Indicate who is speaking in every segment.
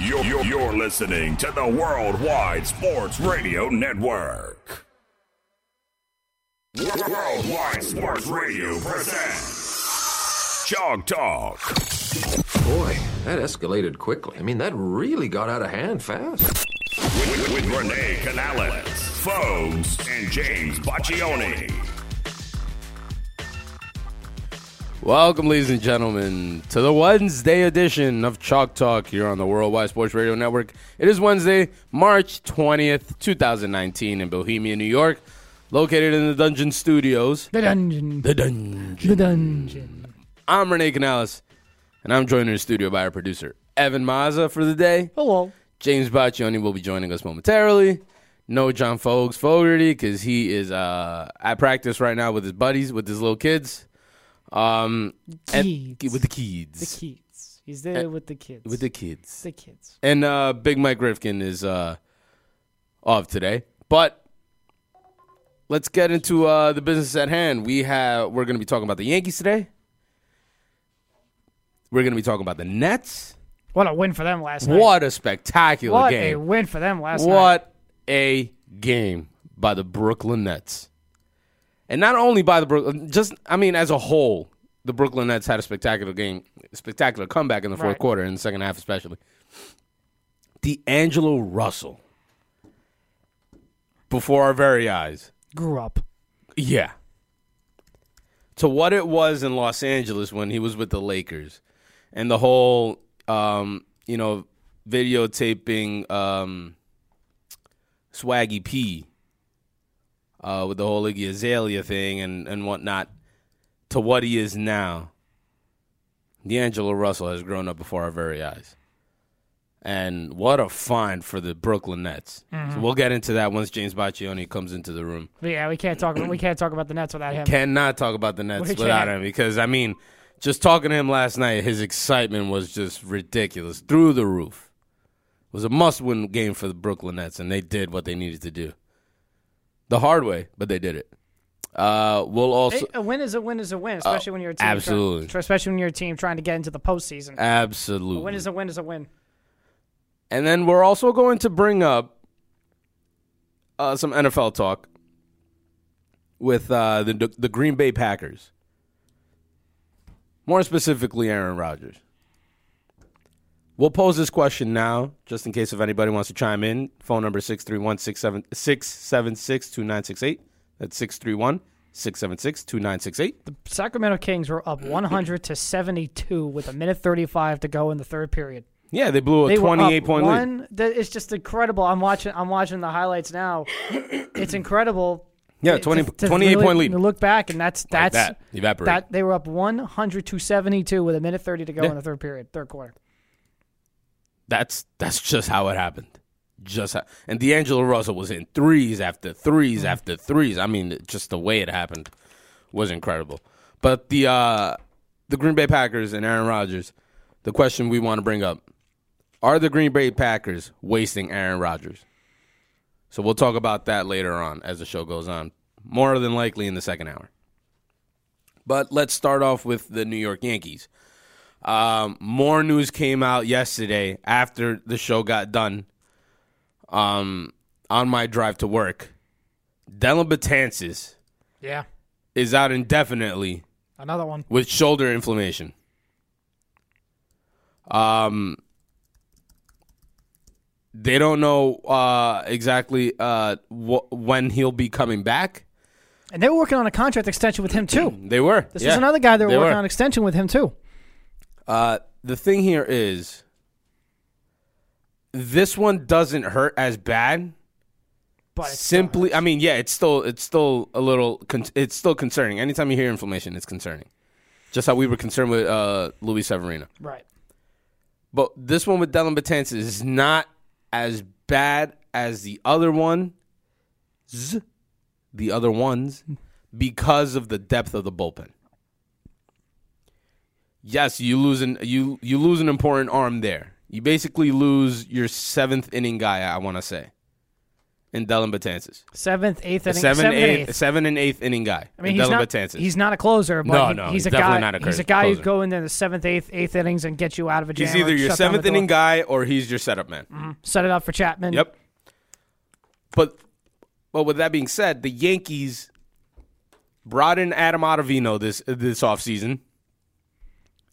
Speaker 1: You're, you're, you're listening to the Worldwide Sports Radio Network. Worldwide Sports Radio presents Jog Talk.
Speaker 2: Boy, that escalated quickly. I mean, that really got out of hand fast.
Speaker 1: With, with Renee Canales, Fogues, and James Boccioni.
Speaker 3: Welcome, ladies and gentlemen, to the Wednesday edition of Chalk Talk here on the Worldwide Sports Radio Network. It is Wednesday, March 20th, 2019, in Bohemia, New York, located in the Dungeon Studios.
Speaker 4: The dungeon.
Speaker 3: The Dungeon.
Speaker 4: The dungeon.
Speaker 3: I'm Renee Canales, and I'm joined in the studio by our producer, Evan Mazza, for the day.
Speaker 4: Hello.
Speaker 3: James Baccioni will be joining us momentarily. No John Fogues Fogarty, because he is uh, at practice right now with his buddies, with his little kids. Um, and-
Speaker 4: Kids.
Speaker 3: with the kids.
Speaker 4: The kids. He's there with the kids.
Speaker 3: With the kids.
Speaker 4: the kids.
Speaker 3: And uh, Big Mike Rifkin is uh, off today. But let's get into uh, the business at hand. We have we're going to be talking about the Yankees today. We're going to be talking about the Nets.
Speaker 4: What a win for them last night.
Speaker 3: What a spectacular
Speaker 4: What a
Speaker 3: game!
Speaker 4: win for them last night.
Speaker 3: what a game by the Brooklyn Nets. And not only by the Brooklyn, just I mean as a whole, the Brooklyn Nets had a spectacular game, spectacular comeback in the fourth
Speaker 4: Right.
Speaker 3: quarter in the second half especially. D'Angelo Russell before our very eyes.
Speaker 4: Grew up.
Speaker 3: Yeah. To what it was in Los Angeles when he was with the Lakers and the whole um, you know, videotaping um Swaggy P uh with the whole Iggy Azalea thing and, and whatnot to what he is now. D'Angelo Russell has grown up before our very eyes. And what a find for the Brooklyn Nets. So we'll get into that once James Baccioni comes into the room
Speaker 4: But yeah, we can't talk. we can't talk about the Nets without him.
Speaker 3: cannot talk about the Nets
Speaker 4: We
Speaker 3: without
Speaker 4: can't.
Speaker 3: him because I mean, just talking to him last night, his excitement was just ridiculous, through the roof. It was a must-win game for the Brooklyn Nets, and they did what they needed to do, the hard way, but they did it. Uh, we'll also
Speaker 4: Hey, a win is a win is a win, especially when you're a team. trying-
Speaker 3: Oh, absolutely.
Speaker 4: tr- especially when you're a team trying to get into the postseason. a win
Speaker 3: absolutely,
Speaker 4: is a win is a win.
Speaker 3: and then we're also going to bring up uh, some NFL talk with uh, the the Green Bay Packers, more specifically Aaron Rodgers. We'll pose this question now, just in case if anybody wants to chime in. Phone number 631 676 2968. That's 631 676 2968.
Speaker 4: The Sacramento Kings were up 100 to 72 with a minute 35 to go in the third period.
Speaker 3: Yeah, they blew a
Speaker 4: They were up
Speaker 3: 28 point lead.
Speaker 4: one. That- It's just incredible. I'm watching. I'm watching the highlights now. it's incredible.
Speaker 3: Yeah,
Speaker 4: to-
Speaker 3: 20,
Speaker 4: to- to
Speaker 3: 28
Speaker 4: really
Speaker 3: point lead.
Speaker 4: to Look back, and that's that's
Speaker 3: that, evaporate.
Speaker 4: that they were up 100 to 72 with a minute 30 to go
Speaker 3: Yeah.
Speaker 4: in the third period, third quarter.
Speaker 3: That's that's just how it happened. Just how, and D'Angelo Russell was in threes after threes after threes. I mean, just the way it happened was incredible. But the uh, the Green Bay Packers and Aaron Rodgers. The question we want to bring up: Are the Green Bay Packers wasting Aaron Rodgers? So we'll talk about that later on as the show goes on. More than likely in the second hour. But let's start off with the New York Yankees. Um, more news came out yesterday after the show got done. Um, on my drive to work, Dylan Betances
Speaker 4: Yeah,
Speaker 3: is out indefinitely
Speaker 4: another one.
Speaker 3: with shoulder inflammation. Um, they don't know uh, exactly uh, wh- when he'll be coming back.
Speaker 4: And they were working on a contract extension with him too.
Speaker 3: They were.
Speaker 4: This
Speaker 3: yeah.
Speaker 4: was another guy they were
Speaker 3: They
Speaker 4: working
Speaker 3: were.
Speaker 4: on extension with him too.
Speaker 3: Uh, the thing here is, this one doesn't hurt as bad.
Speaker 4: But it's still-
Speaker 3: Simply, I mean, yeah, it's still it's still a little con- it's still concerning. Anytime you hear inflammation, it's concerning. Just how we were concerned with uh, Luis Severino,
Speaker 4: right.
Speaker 3: but this one with Dylan Betances is not as bad as the other one, Z- the other ones, because of the depth of the bullpen. Yes, you lose an you you lose an important arm there. You basically lose your seventh inning guy. I want to say, and Dylan Batances.
Speaker 4: Seventh, eighth inning.
Speaker 3: Seven,
Speaker 4: seventh and
Speaker 3: eighth,
Speaker 4: eighth.
Speaker 3: seven and eighth inning guy.
Speaker 4: I mean,
Speaker 3: and
Speaker 4: he's
Speaker 3: Dylan
Speaker 4: not,
Speaker 3: Betances.
Speaker 4: he's not a closer, but
Speaker 3: No,
Speaker 4: he-
Speaker 3: no,
Speaker 4: he's,
Speaker 3: he's
Speaker 4: a
Speaker 3: definitely
Speaker 4: guy.
Speaker 3: not a
Speaker 4: he's
Speaker 3: cur-
Speaker 4: a guy who
Speaker 3: closer.
Speaker 4: go into the seventh, eighth, eighth innings and get you out of a jam.
Speaker 3: He's
Speaker 4: or
Speaker 3: either your
Speaker 4: shut down the
Speaker 3: seventh inning
Speaker 4: door. Mm-hmm.
Speaker 3: guy or he's your setup man.
Speaker 4: Set it up for Chapman.
Speaker 3: Yep. But but with that being said, the Yankees brought in Adam Ottavino this this offseason.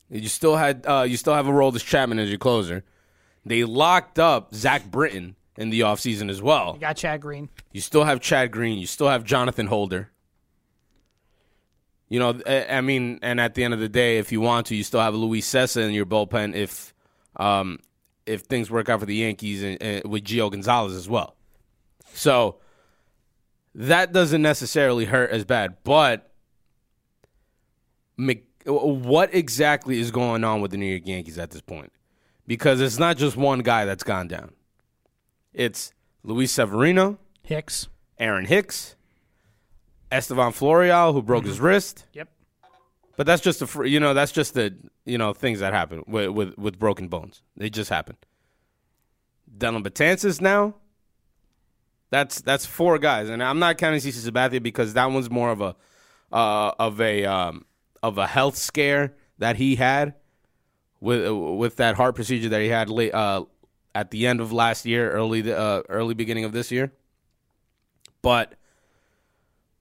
Speaker 3: You still had uh, you still have a role as Chapman as your closer. They locked up Zach Britton in the offseason as well.
Speaker 4: You got Chad Green.
Speaker 3: You still have Chad Green. You still have Jonathan Holder. You know, I I mean, and at the end of the day, if you want to, you still have Luis Sessa in your bullpen if um, if things work out for the Yankees and, and with Gio Gonzalez as well. So that doesn't necessarily hurt as bad, but Mc- what exactly is going on with the New York Yankees at this point? Because it's not just one guy that's gone down. It's Luis Severino.
Speaker 4: Hicks.
Speaker 3: Aaron Hicks, Estevan Florial, who broke his wrist.
Speaker 4: Yep.
Speaker 3: But that's just the fr- you know that's just the you know things that happen with with, with broken bones. They just happen. Dylan Betances now. That's that's four guys, and I'm not counting CC Sabathia because that one's more of a uh, of a um, of a health scare that he had with with that heart procedure that he had late, uh, at the end of last year, early the, uh, early beginning of this year. But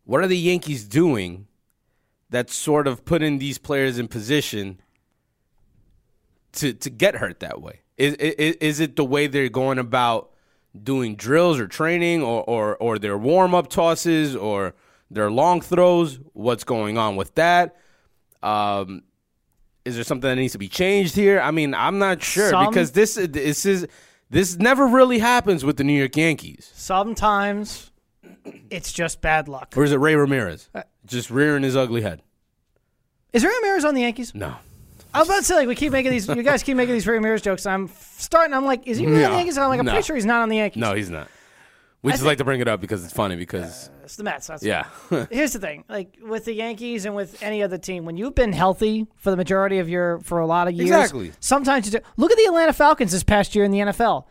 Speaker 3: what are the Yankees doing that's sort of putting these players in position to to get hurt that way? Is is, is it the way they're going about doing drills or training or or, or their warm up tosses or their long throws? What's going on with that? Um, is there something that needs to be changed here? I mean, I'm not sure
Speaker 4: Some-
Speaker 3: because this this is this never really happens with the New York Yankees.
Speaker 4: Sometimes it's just bad luck.
Speaker 3: Or is it Ray Ramirez? Just rearing his ugly head.
Speaker 4: Is Ray Ramirez on the Yankees?
Speaker 3: No.
Speaker 4: I was about to say like we keep making these. You guys keep making these Ray Ramirez jokes. And I'm starting. I'm like, is he really on
Speaker 3: No,
Speaker 4: the Yankees? And I'm like, I'm
Speaker 3: no.
Speaker 4: pretty sure he's not on the Yankees.
Speaker 3: No, he's not. We just like to bring it up because it's funny because
Speaker 4: it's the Mets. That's
Speaker 3: yeah.
Speaker 4: Here's the thing, like with the Yankees and with any other team, when you've been healthy for the majority of your for a lot of years,
Speaker 3: Exactly.
Speaker 4: sometimes you do, look at the Atlanta Falcons this past year in the NFL.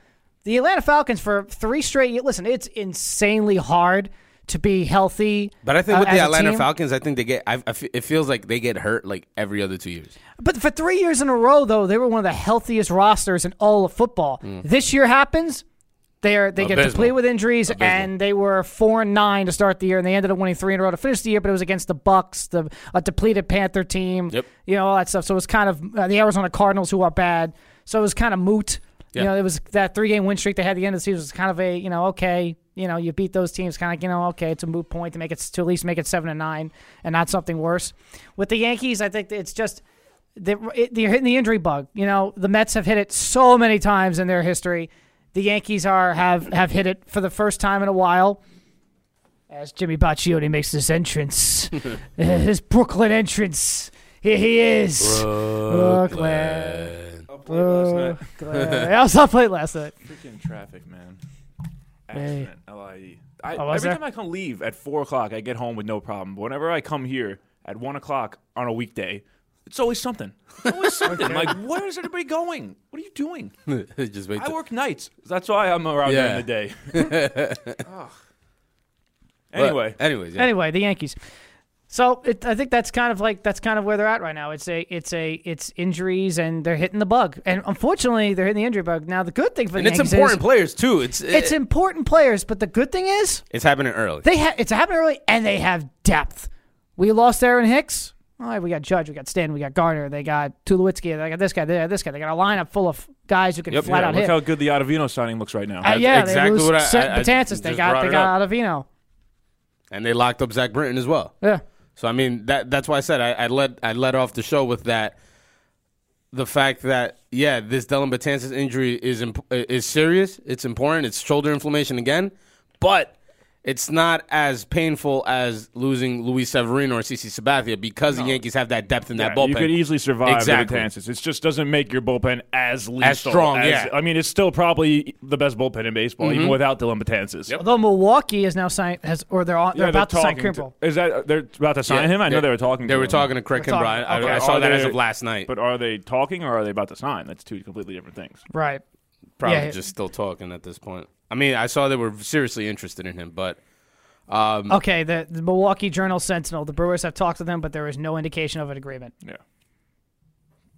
Speaker 4: The Atlanta Falcons for three straight years. Listen, it's insanely hard to be healthy.
Speaker 3: but I think
Speaker 4: uh,
Speaker 3: with
Speaker 4: as
Speaker 3: the
Speaker 4: a
Speaker 3: Atlanta
Speaker 4: team.
Speaker 3: Falcons, I think they get I, I fe- it feels like they get hurt like every other 2 years.
Speaker 4: But for three years in a row, though, they were one of the healthiest rosters in all of football. This year happens. They are they get
Speaker 3: Mm. Abysmal.
Speaker 4: depleted with injuries, and they were four and nine to start the year, and they ended up winning three in a row to finish the year. But it was against the Bucks, the a depleted Panther team,
Speaker 3: Yep.
Speaker 4: you know all that stuff. So it was kind of uh, the Arizona Cardinals who are bad. So it was kind of moot. You
Speaker 3: Yeah.
Speaker 4: know, it was that three game win streak they had at the end of the season was kind of a you know okay, you know you beat those teams, kind of you know okay, it's a moot point to make it to at least make it seven and nine, and not something worse. With the Yankees, I think it's just they, it, they're hitting the injury bug. You know, the Mets have hit it so many times in their history. The Yankees are have have hit it for the first time in a while. As Jimmy Baccioni makes his entrance, his Brooklyn entrance. Here he is. Brooklyn. Uh, Brooklyn. I also played last night.
Speaker 5: Freaking traffic, man.
Speaker 4: Hey.
Speaker 5: Accident. LIE. I,
Speaker 4: Oh,
Speaker 5: every
Speaker 4: was there?
Speaker 5: time I come leave at four o'clock, I get home with no problem. But whenever I come here at one o'clock on a weekday, it's always something. It's always something. Like, where is everybody going? What are you doing?
Speaker 3: just wait.
Speaker 5: I
Speaker 3: till-
Speaker 5: work nights. That's why I'm around
Speaker 3: Yeah.
Speaker 5: during the day. Ugh.
Speaker 3: but
Speaker 5: Anyway,
Speaker 3: anyways, yeah.
Speaker 4: Anyway, the Yankees. So it, I think that's kind of like that's kind of where they're at right now. It's a it's a it's injuries and they're hitting the bug. And unfortunately, they're hitting the injury bug. Now the good thing for
Speaker 3: and
Speaker 4: the
Speaker 3: it's
Speaker 4: Yankees
Speaker 3: important
Speaker 4: is
Speaker 3: players too. It's
Speaker 4: it's
Speaker 3: it-
Speaker 4: important players, but the good thing is
Speaker 3: it's happening early.
Speaker 4: they have it's happening early and they have depth. We lost Aaron Hicks. All right, we got Judge, we got Stanton, we got Garner, they got Tulowitzki, they got this guy, they got this guy. They got a lineup full of guys who can
Speaker 3: Yep,
Speaker 4: flat
Speaker 5: yeah,
Speaker 4: out
Speaker 5: look
Speaker 4: hit.
Speaker 5: how good the Ottavino signing looks right now.
Speaker 4: Uh, yeah,
Speaker 3: exactly
Speaker 4: they lose
Speaker 3: what I-
Speaker 4: Sa-
Speaker 3: I- I
Speaker 4: Betances. They
Speaker 3: just
Speaker 4: got
Speaker 3: brought
Speaker 4: they
Speaker 3: it
Speaker 4: got Ottavino.
Speaker 3: And they locked up Zach Britton as well.
Speaker 4: Yeah.
Speaker 3: So I mean that that's why I said I, I led I led off the show with that the fact that yeah this Dylan Betances injury is imp- is serious it's important it's shoulder inflammation again but it's not as painful as losing Luis Severino or CC Sabathia because the Yankees have that depth in that
Speaker 5: Yeah,
Speaker 3: bullpen
Speaker 5: You could easily survive
Speaker 3: Exactly.
Speaker 5: the Betances. It just doesn't make your bullpen as lethal.
Speaker 3: strong, yeah. Mm-hmm.
Speaker 5: I mean, it's still probably the best bullpen in baseball, even without Dylan Betances.
Speaker 4: Although Milwaukee is now signed has or they're on, they're
Speaker 5: Yeah,
Speaker 4: about to
Speaker 5: they're
Speaker 4: sign
Speaker 5: talking
Speaker 4: Kimbrel.
Speaker 5: Is that they're about to sign
Speaker 3: Yeah,
Speaker 5: him? I know they were talking.
Speaker 3: they
Speaker 5: to
Speaker 3: were
Speaker 5: him.
Speaker 3: talking to Craig
Speaker 4: They're
Speaker 3: Kimbrell
Speaker 4: talking-
Speaker 3: I,
Speaker 4: okay.
Speaker 3: I saw
Speaker 5: Are
Speaker 3: that as
Speaker 5: Oh, they-
Speaker 3: of last night
Speaker 5: But are they talking or are they about to sign? That's two completely different things.
Speaker 4: Right.
Speaker 3: probably
Speaker 4: yeah.
Speaker 3: just still talking at this point I mean, I saw they were seriously interested in him, but um,
Speaker 4: Okay, the, the Milwaukee Journal Sentinel. The Brewers have talked to them, but there is no indication of an agreement.
Speaker 5: Yeah.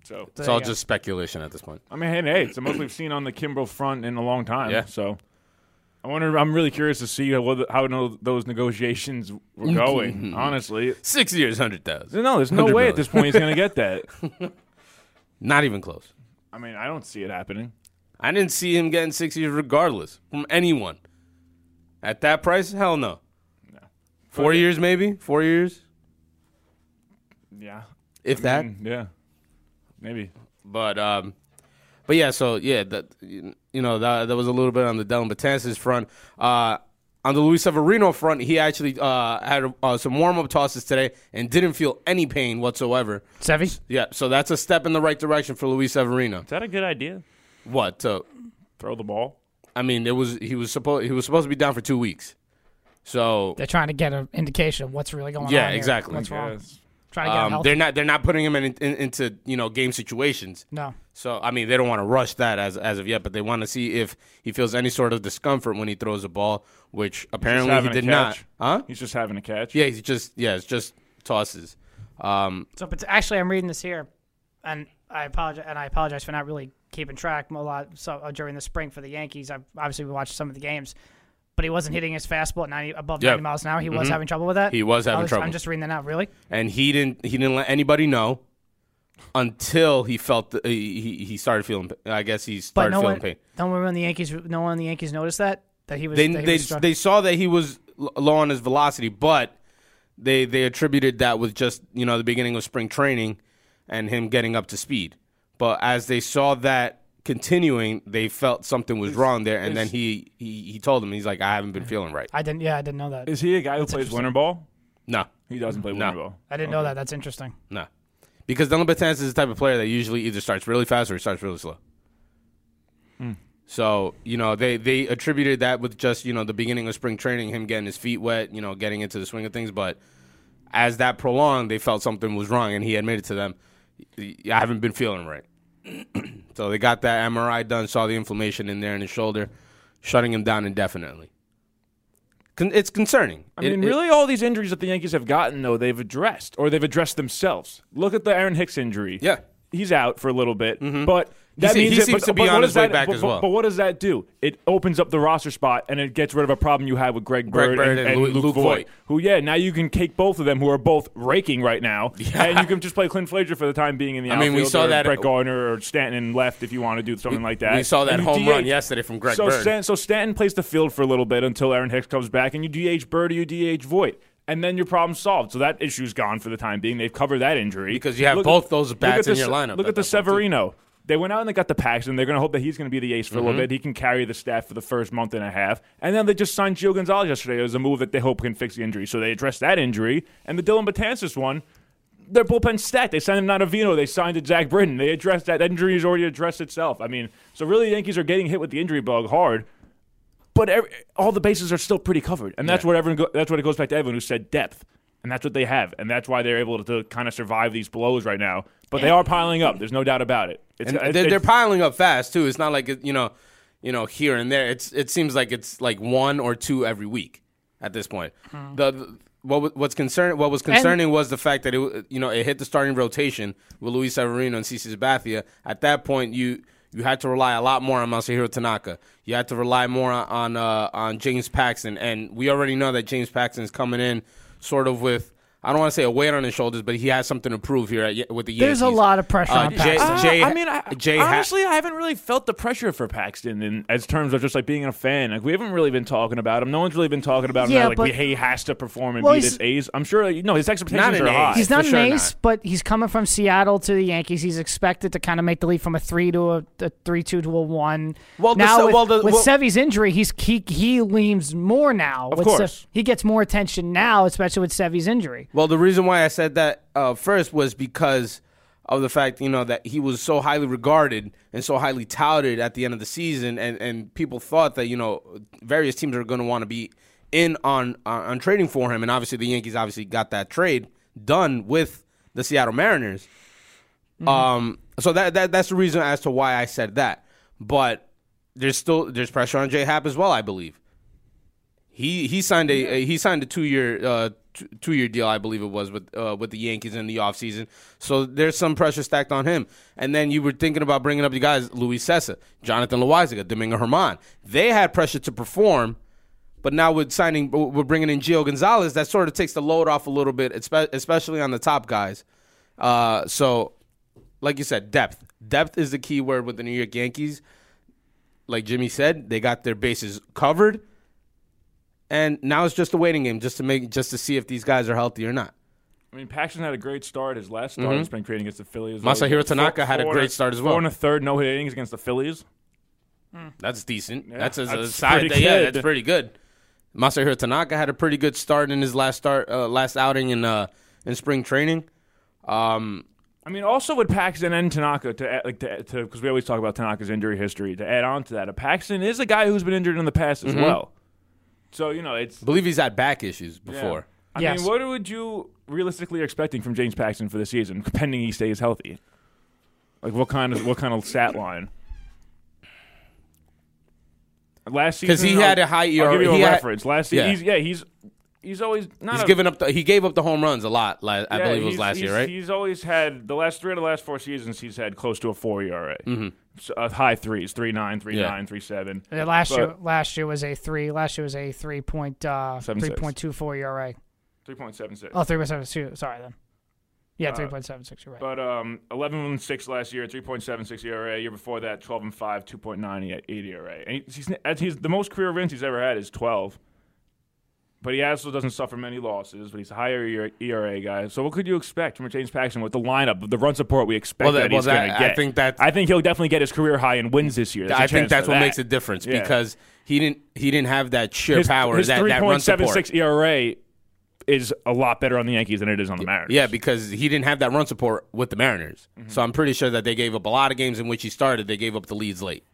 Speaker 5: So
Speaker 3: it's all just speculation at this point.
Speaker 5: I mean, hey, hey, it's the most we've seen on the Kimbrel front in a long time.
Speaker 3: Yeah.
Speaker 5: So I wonder. I'm really curious to see how, how no- those negotiations were going. honestly,
Speaker 3: Six years, Mm-hmm. hundred thousand.
Speaker 5: no, there's no
Speaker 3: 100
Speaker 5: way
Speaker 3: million.
Speaker 5: at this point he's going to get that.
Speaker 3: Not even close.
Speaker 5: I mean, I don't see it happening.
Speaker 3: I didn't see him getting six years, regardless from anyone. At that price, hell no. Four years, maybe four years,
Speaker 5: Yeah.
Speaker 3: if that.
Speaker 5: Mm, yeah. Maybe.
Speaker 3: But um, but yeah, so yeah, that you know that, that was a little bit on the Dylan Batances front. Uh, on the Luis Severino front, he actually uh, had uh, some warm up tosses today and didn't feel any pain whatsoever.
Speaker 4: Sevy?
Speaker 3: Yeah, so that's a step in the right direction for Luis Severino.
Speaker 5: Is that a good idea?
Speaker 3: What? So,
Speaker 5: Throw the ball.
Speaker 3: I mean, it was he was supposed he was supposed to be down for two weeks. So
Speaker 4: They're trying to get an indication of what's really going on.
Speaker 3: Yeah,
Speaker 4: here,
Speaker 3: exactly.
Speaker 4: What's wrong?
Speaker 5: Yes.
Speaker 4: Trying to get him
Speaker 3: um,
Speaker 4: healthy.
Speaker 3: they're not they're not putting him in, in into you know game situations.
Speaker 4: No.
Speaker 3: So I mean, they don't want to rush that as as of yet, but they want to see if he feels any sort of discomfort when he throws a ball, which
Speaker 5: Just
Speaker 3: apparently he
Speaker 5: having a
Speaker 3: did not.
Speaker 5: catch.
Speaker 3: Huh?
Speaker 5: He's just having a catch.
Speaker 3: Yeah, he's just yeah, it's just tosses. Um,
Speaker 4: So, but actually, I'm reading this here, and I apologize, and I apologize for not really keeping track a lot. So uh, during the spring for the Yankees, I obviously we watched some of the games, but he wasn't hitting his fastball at 90 above
Speaker 3: Yeah. Mm-hmm.
Speaker 4: 90 miles an hour. He was having trouble with that.
Speaker 3: He was having
Speaker 4: I
Speaker 3: trouble.
Speaker 4: I'm just reading that out. Really?
Speaker 3: and he didn't he didn't let anybody know until he felt the, he he- he started feeling. I guess he
Speaker 4: But
Speaker 3: started
Speaker 4: no
Speaker 3: feeling
Speaker 4: one,
Speaker 3: pain.
Speaker 4: no one on the Yankees, no one on the Yankees noticed that that he was.
Speaker 3: They
Speaker 4: that he
Speaker 3: they
Speaker 4: was struck-
Speaker 3: they saw that he was l- low on his velocity, but they they attributed that with just you know the beginning of spring training and him getting up to speed. But as they saw that continuing, they felt something was wrong there, and then he, he he told them he's like, I haven't been feeling right.
Speaker 4: I didn't. Yeah, I didn't know that.
Speaker 5: Is he a guy who plays winter ball?
Speaker 3: No,
Speaker 5: He doesn't play
Speaker 3: No.
Speaker 5: winter ball.
Speaker 4: I didn't know that. That's interesting.
Speaker 3: no, because Dylan Betances is the type of player that usually either starts really fast or he starts really slow.
Speaker 5: Hmm.
Speaker 3: So you know they they attributed that with just you know the beginning of spring training, him getting his feet wet, you know, getting into the swing of things. But as that prolonged, they felt something was wrong, and he admitted to them, "Y- "I haven't been feeling right." so they got that MRI done, saw the inflammation in there in his shoulder, shutting him down indefinitely. Con- it's concerning.
Speaker 5: I
Speaker 3: It-
Speaker 5: mean,
Speaker 3: it-
Speaker 5: really, all these injuries that the Yankees have gotten, though, they've addressed or they've addressed themselves. Look at the Aaron Hicks injury.
Speaker 3: Yeah.
Speaker 5: he's out for a little bit, but that
Speaker 3: se-
Speaker 5: means
Speaker 3: he
Speaker 5: that-
Speaker 3: seems
Speaker 5: but-
Speaker 3: to be
Speaker 5: but
Speaker 3: on
Speaker 5: what
Speaker 3: his
Speaker 5: does
Speaker 3: way
Speaker 5: that-
Speaker 3: back
Speaker 5: but-
Speaker 3: as
Speaker 5: but-
Speaker 3: well.
Speaker 5: But what does that do? It opens up the roster spot and it gets rid of a problem you had with Greg Bird,
Speaker 3: Bird
Speaker 5: and,
Speaker 3: and Lu-
Speaker 5: Luke
Speaker 3: Luke
Speaker 5: Voigt,
Speaker 3: Voigt.
Speaker 5: Who, yeah, now you can kick both of them, who are both raking right now, and you can just play Clint Frazier for the time being in the
Speaker 3: I mean, we
Speaker 5: outfield,
Speaker 3: saw
Speaker 5: or
Speaker 3: that-
Speaker 5: Brett Gardner or Stanton left if you want to do something like that.
Speaker 3: we saw that
Speaker 5: And you
Speaker 3: home run
Speaker 5: DH
Speaker 3: yesterday from Greg
Speaker 5: so
Speaker 3: Bird.
Speaker 5: Stan- so Stanton plays the field for a little bit until Aaron Hicks comes back, and you DH Bird or you DH Voigt. And then your problem's solved. So that issue's gone for the time being. They've covered that injury.
Speaker 3: Because you have
Speaker 5: Look-
Speaker 3: both those
Speaker 5: look
Speaker 3: bats
Speaker 5: at the
Speaker 3: in your
Speaker 5: Se-
Speaker 3: lineup
Speaker 5: Look
Speaker 3: at
Speaker 5: at
Speaker 3: that
Speaker 5: the
Speaker 3: point, too.
Speaker 5: Severino. They went out and they got the Paxton. They're going to hope that he's going to be the ace for
Speaker 3: Mm-hmm.
Speaker 5: a little bit. He can carry the staff for the first month and a half. And then they just signed Gio Gonzalez yesterday. It was a move that they hope can fix the injury. So they addressed that injury. And the Dylan Batansis one, their bullpen stacked. They signed him Nadavino. They signed to Zach Britton. They addressed that. That injury has already addressed itself. I mean, so really, the Yankees are getting hit with the injury bug hard. But every, all the bases are still pretty covered, and that's what everyone. Go, that's what it goes back to everyone who said depth, and that's what they have, and that's why they're able to, kind of survive these blows right now. But they are piling up. There's no doubt about it. It's,
Speaker 3: and
Speaker 5: it-
Speaker 3: they're, they're
Speaker 5: it's-
Speaker 3: piling up fast too. It's not like it- you know, you know, here and there. It's it seems like it's like one or two every week at this point.
Speaker 4: Hmm.
Speaker 3: The, the what wa- what's concern what was concerning was the fact that it wa- you know it hit the starting rotation with Luis Severino and CC Sabathia. At that point, you you had to rely a lot more on Masahiro Tanaka. You had to rely more on uh, on James Paxton, and we already know that James Paxton is coming in sort of with. I don't want to say a weight on his shoulders, but he has something to prove here at, Ye- with the Yankees. Uh,
Speaker 4: There's a lot of pressure on
Speaker 3: Jay-
Speaker 4: Paxton.
Speaker 5: Ah,
Speaker 3: Jay-
Speaker 5: I mean, I,
Speaker 3: Jay Ha-
Speaker 5: honestly, I haven't really felt the pressure for Paxton in as terms of just like being a fan. Like we haven't really been talking about him. No one's really been talking about him.
Speaker 4: Yeah,
Speaker 5: now, like
Speaker 4: but-
Speaker 5: we, he has to perform and
Speaker 4: Well,
Speaker 5: be
Speaker 4: he's-
Speaker 5: this ace. I'm sure. Like, no, his expectations
Speaker 3: an
Speaker 5: are
Speaker 3: ace.
Speaker 5: high.
Speaker 4: He's not
Speaker 3: for
Speaker 4: an
Speaker 3: sure
Speaker 4: ace,
Speaker 3: not.
Speaker 4: but he's coming from Seattle to the Yankees. He's expected to kind of make the leap from a three to a, a three-two to a one.
Speaker 3: Well, the
Speaker 4: now
Speaker 3: Se-
Speaker 4: with,
Speaker 3: well, the-
Speaker 4: with
Speaker 3: well-
Speaker 4: Sevy's injury, he's he he leans more now. Of
Speaker 5: course.
Speaker 4: he gets more attention now, especially with Sevy's injury.
Speaker 3: Well, the reason why I said that uh, first was because of the fact you know that he was so highly regarded and so highly touted at the end of the season, and, and people thought that you know various teams are going to want to be in on on on trading for him, and obviously the Yankees obviously got that trade done with the Seattle Mariners.
Speaker 5: Mm-hmm.
Speaker 3: Um, so that, that that's the reason as to why I said that, but there's still there's pressure on J Happ as well, I believe. He he signed a, a- he signed a two year uh, two year deal, I believe it was with uh, with the Yankees in the offseason. So there's some pressure stacked on him. And then you were thinking about bringing up the guys Luis Sessa, Jonathan Loizaga, Domingo Herman. They had pressure to perform. But now with signing, we're bringing in Gio Gonzalez. That sort of takes the load off a little bit, espe- especially on the top guys. Uh, so, like you said, depth. Depth is the key word with the New York Yankees. Like Jimmy said, they got their bases covered, and now it's just a waiting game, just to make, just to see if these guys are healthy or not.
Speaker 5: I mean, Paxton had a great start. His last start has been creating against the Phillies.
Speaker 3: Mm-hmm. Masahiro
Speaker 5: Four-
Speaker 3: Tanaka had a
Speaker 5: four
Speaker 3: great
Speaker 5: and
Speaker 3: start as
Speaker 5: Four
Speaker 3: well.
Speaker 5: and a third no hit innings against the Phillies.
Speaker 3: That's decent. that's a,
Speaker 5: that's
Speaker 3: side.
Speaker 5: pretty
Speaker 3: Yeah,
Speaker 5: good.
Speaker 3: that's pretty good. Masahiro Tanaka had a pretty good start in his last start, uh, last outing in uh, in spring training. Um,
Speaker 5: I mean, also with Paxton and Tanaka to add, like to because we always talk about Tanaka's injury history. To add on to that, a Paxton is a guy who's been injured in the past
Speaker 3: Mm-hmm.
Speaker 5: as well. So you know, it's
Speaker 3: believe he's had back issues before.
Speaker 5: I
Speaker 4: Yes.
Speaker 5: mean, what would you realistically are expecting from James Paxton for the season, pending he stays healthy? Like what kind of what kind of stat line? Last season,
Speaker 3: 'Cause he had a high
Speaker 5: I'll
Speaker 3: ERA.
Speaker 5: give you a
Speaker 3: He had-
Speaker 5: reference. Last season,
Speaker 3: Yeah.
Speaker 5: he's, yeah, he's he's always not
Speaker 3: He's
Speaker 5: a,
Speaker 3: given up. The, he gave up the home runs a lot. la- I
Speaker 5: yeah,
Speaker 3: believe it was
Speaker 5: he's-
Speaker 3: last year,
Speaker 5: he's-
Speaker 3: right?
Speaker 5: He's always had the last three out of the last four seasons. He's had close to a four ERA, mm-hmm. high threes, three nine, three
Speaker 3: Yeah.
Speaker 5: nine, three seven.
Speaker 4: Yeah, Uh, last
Speaker 5: But-
Speaker 4: year, last year was a three. Last year was a three point uh,
Speaker 5: Seven
Speaker 4: three
Speaker 5: six.
Speaker 4: point two four ERA.
Speaker 5: three point seven six.
Speaker 4: Oh, three point seven two. Sorry then. Yeah,
Speaker 3: Uh,
Speaker 4: three point seven six. You're right.
Speaker 5: But um, 11 and 6 last year, 3.76 ERA. E Year before that, 12 and 5, 2.98 ERA. E And he's, he's, he's the most career wins he's ever had is 12. But he also doesn't suffer many losses. But he's a higher ERA, ERA guy. So what could you expect from James Paxton with the lineup, the run support we expect
Speaker 3: Well, that-
Speaker 5: that,
Speaker 3: well,
Speaker 5: he's
Speaker 3: that-
Speaker 5: going to
Speaker 3: I
Speaker 5: get?
Speaker 3: think that's-
Speaker 5: I think he'll definitely get his career high in wins this year. There's a
Speaker 3: I think
Speaker 5: chance for
Speaker 3: that's what
Speaker 5: that.
Speaker 3: makes a difference
Speaker 5: Yeah.
Speaker 3: because he didn't. He didn't have that sheer
Speaker 5: His,
Speaker 3: power.
Speaker 5: his
Speaker 3: that, that run support.
Speaker 5: 3.76 ERA E is a lot better on the Yankees than it is on the Mariners.
Speaker 3: Yeah, because he didn't have that run support with the Mariners. So I'm pretty sure that they gave up a lot of games in which he started. They gave up the leads late.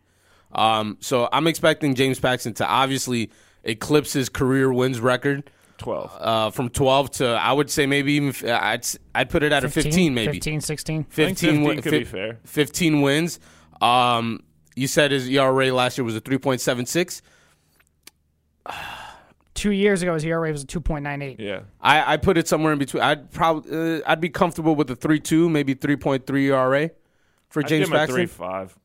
Speaker 3: Um, so I'm expecting James Paxton to obviously eclipse his career wins record
Speaker 5: 12.
Speaker 3: uh, from 12 to I would say maybe even f- uh, I'd s- I'd put it at a 15 maybe
Speaker 4: 15, 16.
Speaker 3: 15,
Speaker 5: I
Speaker 3: win-
Speaker 5: think 15 could be fair.
Speaker 3: 15 wins. Um, you said his ERA last year was a 3.76.
Speaker 4: Two years ago, his ERA was a two point nine eight.
Speaker 5: yeah.
Speaker 3: I, I put it somewhere in between. I'd probably uh, I'd be comfortable with a 3.2, maybe 3.3 ERA E for
Speaker 5: I'd
Speaker 3: James
Speaker 5: give him
Speaker 3: Paxton.
Speaker 5: A three five.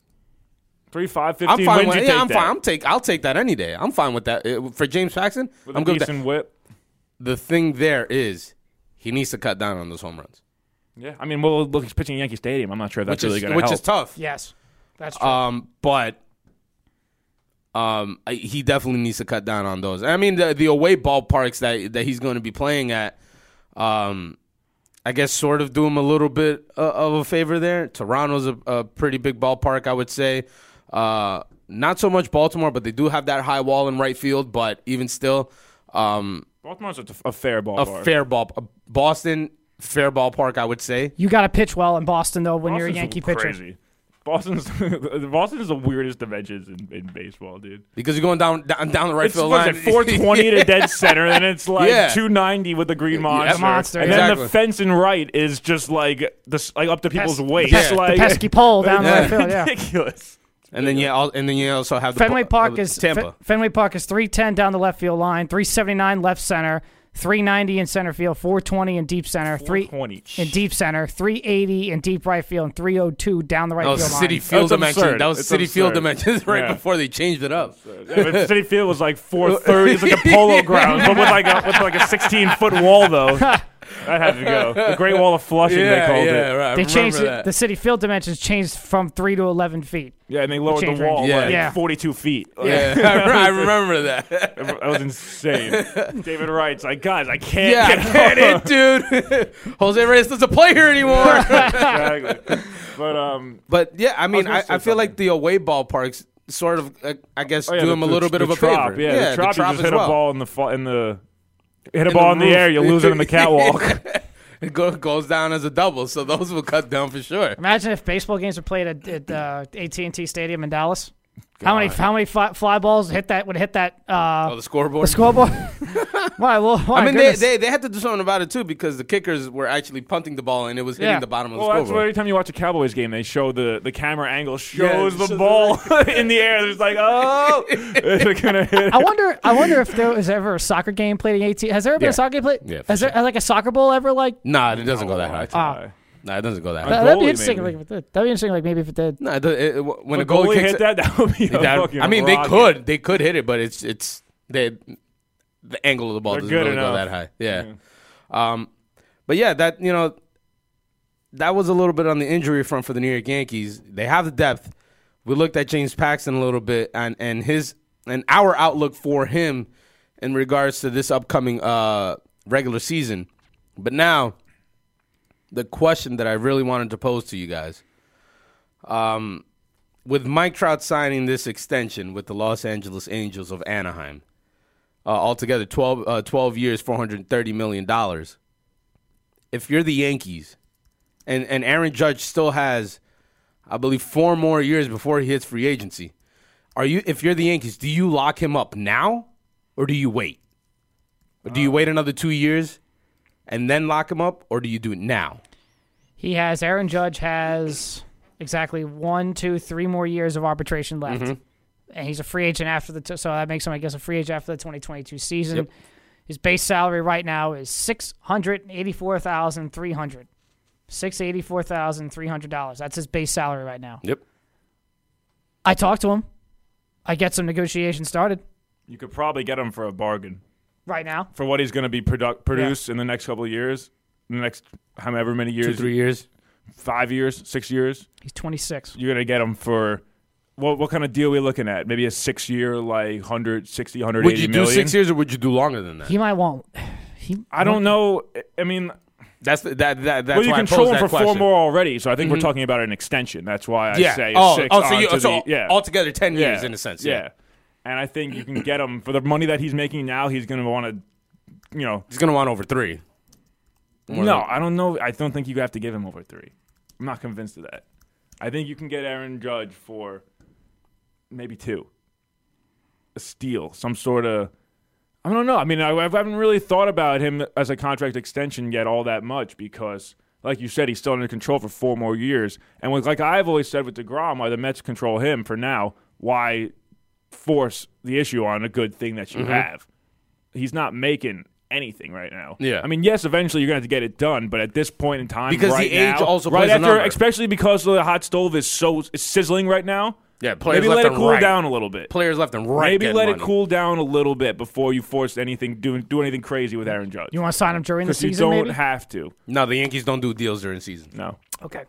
Speaker 5: Three five
Speaker 3: I'm
Speaker 5: fifteen.
Speaker 3: fine
Speaker 5: wins,
Speaker 3: with
Speaker 5: you
Speaker 3: yeah,
Speaker 5: take
Speaker 3: I'm
Speaker 5: that.
Speaker 3: fine. I'm take I'll take that any day. I'm fine with that. Uh, For James Paxton,
Speaker 5: With
Speaker 3: I'm
Speaker 5: a
Speaker 3: good with
Speaker 5: decent
Speaker 3: that.
Speaker 5: whip.
Speaker 3: The thing there is he needs to cut down on those home runs.
Speaker 5: Yeah, I mean, well, look, he's pitching Yankee Stadium. I'm not sure if that's
Speaker 3: Which
Speaker 5: really
Speaker 3: is
Speaker 5: going to
Speaker 3: which
Speaker 5: help.
Speaker 3: is tough.
Speaker 4: Yes, that's true.
Speaker 3: Um, but um, I- he definitely needs to cut down on those. I mean, the the away ballparks that that he's going to be playing at, um, I guess sort of do him a little bit uh, of a favor there. Toronto's a, a pretty big ballpark, I would say. Uh, not so much Baltimore, but they do have that high wall in right field. But even still, um,
Speaker 5: Baltimore's a, a fair
Speaker 3: a
Speaker 5: ballpark.
Speaker 3: fair ball. Boston, fair ballpark, I would say.
Speaker 4: you got to pitch well in Boston though when
Speaker 5: Boston's
Speaker 4: you're a Yankee
Speaker 5: crazy.
Speaker 4: pitcher.
Speaker 5: Boston's Boston's the weirdest dimensions in, in baseball, dude.
Speaker 3: Because you're going down down, down the right
Speaker 5: It's
Speaker 3: field
Speaker 5: what's
Speaker 3: line.
Speaker 5: it, 420 to dead center, then it's like
Speaker 3: Yeah.
Speaker 5: 290 with the green monster,
Speaker 4: monster,
Speaker 5: and then
Speaker 3: exactly.
Speaker 5: the fence in right is just like this, like up to people's
Speaker 4: Pes-
Speaker 5: waist,
Speaker 4: the, pes- the
Speaker 5: like
Speaker 4: pesky pole down
Speaker 3: Yeah.
Speaker 4: the right field. Yeah.
Speaker 5: ridiculous.
Speaker 3: And then yeah, al- and then you also have the
Speaker 4: Fenway
Speaker 3: pa-
Speaker 4: Park
Speaker 3: uh,
Speaker 4: is
Speaker 3: Tampa.
Speaker 4: Fe- Fenway Park is 310 down the left field line, 379 left center, 390 in center field, 420 in deep center, 3
Speaker 5: 420.
Speaker 4: in deep center, 380 in deep right field, and 302 down the right
Speaker 5: Oh,
Speaker 3: That was
Speaker 4: field
Speaker 3: Oh, City
Speaker 4: line.
Speaker 3: Field
Speaker 5: That's
Speaker 3: Dimension.
Speaker 5: absurd.
Speaker 3: That was
Speaker 5: It's
Speaker 3: City Field
Speaker 5: absurd.
Speaker 3: Dimensions right
Speaker 5: Yeah.
Speaker 3: before they changed it up.
Speaker 5: Yeah, but City Field was like 430. It's like a polo ground, but with like a with like a 16 foot wall though. That had to go. The Great Wall of Flushing they called it.
Speaker 3: right. I
Speaker 4: They changed
Speaker 3: remember
Speaker 4: it- the city field dimensions changed from three to 11 feet.
Speaker 5: Yeah, and they lowered
Speaker 4: Change
Speaker 5: the wall
Speaker 3: range.
Speaker 5: like
Speaker 4: Yeah.
Speaker 5: 42 feet. Like,
Speaker 3: Yeah, I remember that.
Speaker 5: That was insane. David Wright's like, guys, I can't
Speaker 3: Yeah, I
Speaker 5: get
Speaker 3: get it, dude. Jose Reyes doesn't play here anymore.
Speaker 5: exactly. But um,
Speaker 3: but yeah, I mean,
Speaker 5: gonna
Speaker 3: I,
Speaker 5: say
Speaker 3: I feel
Speaker 5: something.
Speaker 3: like the away ballparks sort of, uh, I guess,
Speaker 5: oh, yeah,
Speaker 3: do
Speaker 5: the-
Speaker 3: him a
Speaker 5: the-
Speaker 3: little bit
Speaker 5: the
Speaker 3: of a
Speaker 5: trop,
Speaker 3: favor.
Speaker 5: Yeah, the trop, you
Speaker 3: trop
Speaker 5: just
Speaker 3: as
Speaker 5: hit
Speaker 3: well.
Speaker 5: a ball in the fa- in the hit a
Speaker 3: In
Speaker 5: ball in the
Speaker 3: roof.
Speaker 5: air, you lose it in the catwalk.
Speaker 3: it go, goes down as a double, so those will cut down for sure.
Speaker 4: Imagine if baseball games were played at, at uh, AT&T Stadium in Dallas. How many how many fly, fly balls hit that would hit that uh,
Speaker 3: Oh, the scoreboard.
Speaker 4: the scoreboard? why? Well, why,
Speaker 3: I mean, they, they they had to do something about it too because the kickers were actually punting the ball and it was hitting
Speaker 4: Yeah.
Speaker 3: the bottom of the
Speaker 5: Well, Oh, that's why
Speaker 3: scoreboard.
Speaker 5: every time you watch a Cowboys game, they show the, the camera angle shows
Speaker 3: it
Speaker 5: the
Speaker 3: shows
Speaker 5: ball in the air. It's like, oh, it's gonna hit.
Speaker 4: I wonder. I wonder if there was ever a soccer game played in eighteen. Has there ever been
Speaker 3: Yeah.
Speaker 4: a soccer game played?
Speaker 3: Yeah, for
Speaker 4: Has there like a soccer bowl ever like?
Speaker 3: Nah, it doesn't go that high.
Speaker 5: Uh,
Speaker 3: Nah, it doesn't go that
Speaker 5: A
Speaker 4: Uh,
Speaker 3: high.
Speaker 4: that'd
Speaker 5: goalie,
Speaker 4: be interesting.
Speaker 5: maybe.
Speaker 4: Like, if it did. that'd be interesting. Like maybe if it did.
Speaker 3: Nah, it, does- it, it- when a
Speaker 5: the
Speaker 3: goal
Speaker 5: goaly
Speaker 3: kicks
Speaker 5: hit
Speaker 3: it-
Speaker 5: that. That would be. A
Speaker 3: that-
Speaker 5: fucking
Speaker 3: I mean,
Speaker 5: rocket.
Speaker 3: they could they could hit it, but it's it's they the angle of the ball
Speaker 5: They're
Speaker 3: doesn't
Speaker 5: good
Speaker 3: really
Speaker 5: enough.
Speaker 3: go that high. Yeah. Um, but yeah, that you know, that was a little bit on the injury front for the New York Yankees. They have the depth. We looked at James Paxton a little bit, and and his and our outlook for him in regards to this upcoming uh regular season. But now, the question that I really wanted to pose to you guys um, with Mike Trout signing this extension with the Los Angeles Angels of Anaheim, uh, altogether 12, uh, 12 years, $430 million. If you're the Yankees, and, and Aaron Judge still has, I believe, four more years before he hits free agency, are you? if you're the Yankees, do you lock him up now or do you wait? Or
Speaker 5: Uh,
Speaker 3: do you wait another two years and then lock him up or do you do it now?
Speaker 4: He has Aaron Judge has exactly one, two, three more years of arbitration left,
Speaker 3: Mm-hmm.
Speaker 4: and he's a free agent after the. T- so that makes him, I guess, a free agent after the 2022 season.
Speaker 3: Yep.
Speaker 4: His base salary right now is six hundred eighty-four thousand three hundred. Six eighty-four thousand three hundred dollars. That's his base salary right now.
Speaker 3: Yep.
Speaker 4: I talked to him. I get some negotiations started
Speaker 5: You could probably get him for a bargain
Speaker 4: right now.
Speaker 5: for what he's going to be product produce in the next couple of years, in the next however many
Speaker 3: Two,
Speaker 5: years,
Speaker 3: three years?
Speaker 5: five years, six years.
Speaker 4: He's 26.
Speaker 5: You're going to get him for. What, what kind of deal are we looking at? Maybe a six year, like 160, 180
Speaker 3: Would you do
Speaker 5: million?
Speaker 3: six years or would you do longer than that?
Speaker 4: He might want. He,
Speaker 5: I don't know. I- I mean,
Speaker 3: That's the, that that that's
Speaker 5: well, you
Speaker 3: why I
Speaker 5: control
Speaker 3: posed
Speaker 5: him
Speaker 3: that
Speaker 5: for four
Speaker 3: question. Mm-hmm.
Speaker 5: more already, so I think we're talking about an extension. That's why I
Speaker 3: Yeah.
Speaker 5: say
Speaker 3: oh,
Speaker 5: six.
Speaker 3: oh, so,
Speaker 5: onto
Speaker 3: you, so
Speaker 5: the- yeah.
Speaker 3: altogether ten
Speaker 5: yeah.
Speaker 3: years in a sense. Yeah.
Speaker 5: And I think you can get him for the money that he's making now. He's going to want to, you know.
Speaker 3: he's gonna want over three. More
Speaker 5: no,
Speaker 3: than-
Speaker 5: I don't know. I don't think you have to give him over three. I'm not convinced of that. I think you can get Aaron Judge for maybe two. A steal, some sort of. I don't know. I mean, I, I haven't really thought about him as a contract extension yet all that much because, like you said, he's still under control for four more years. And with, like I've always said with DeGrom, why the Mets control him for now, why force the issue on a good thing that you
Speaker 3: Mm-hmm.
Speaker 5: have? He's not making anything right now.
Speaker 3: Yeah.
Speaker 5: I mean, yes, eventually you're going to have to get it done, but at this point in time,
Speaker 3: Because the
Speaker 5: right
Speaker 3: age
Speaker 5: now-
Speaker 3: also
Speaker 5: right
Speaker 3: plays a
Speaker 5: after,
Speaker 3: number.
Speaker 5: especially because the hot stove is so is sizzling right now.
Speaker 3: Yeah, players
Speaker 5: maybe
Speaker 3: left
Speaker 5: let it
Speaker 3: and
Speaker 5: cool
Speaker 3: right.
Speaker 5: down a little bit.
Speaker 3: players left and right.
Speaker 5: Maybe
Speaker 3: getting
Speaker 5: let it
Speaker 3: money.
Speaker 5: cool down a little bit before you force anything do do anything crazy with Aaron Judge.
Speaker 4: You want to sign him during the
Speaker 5: Because you
Speaker 4: season?
Speaker 5: don't
Speaker 4: Maybe?
Speaker 5: have to.
Speaker 3: No, the Yankees don't do deals during season.
Speaker 5: No,
Speaker 4: okay.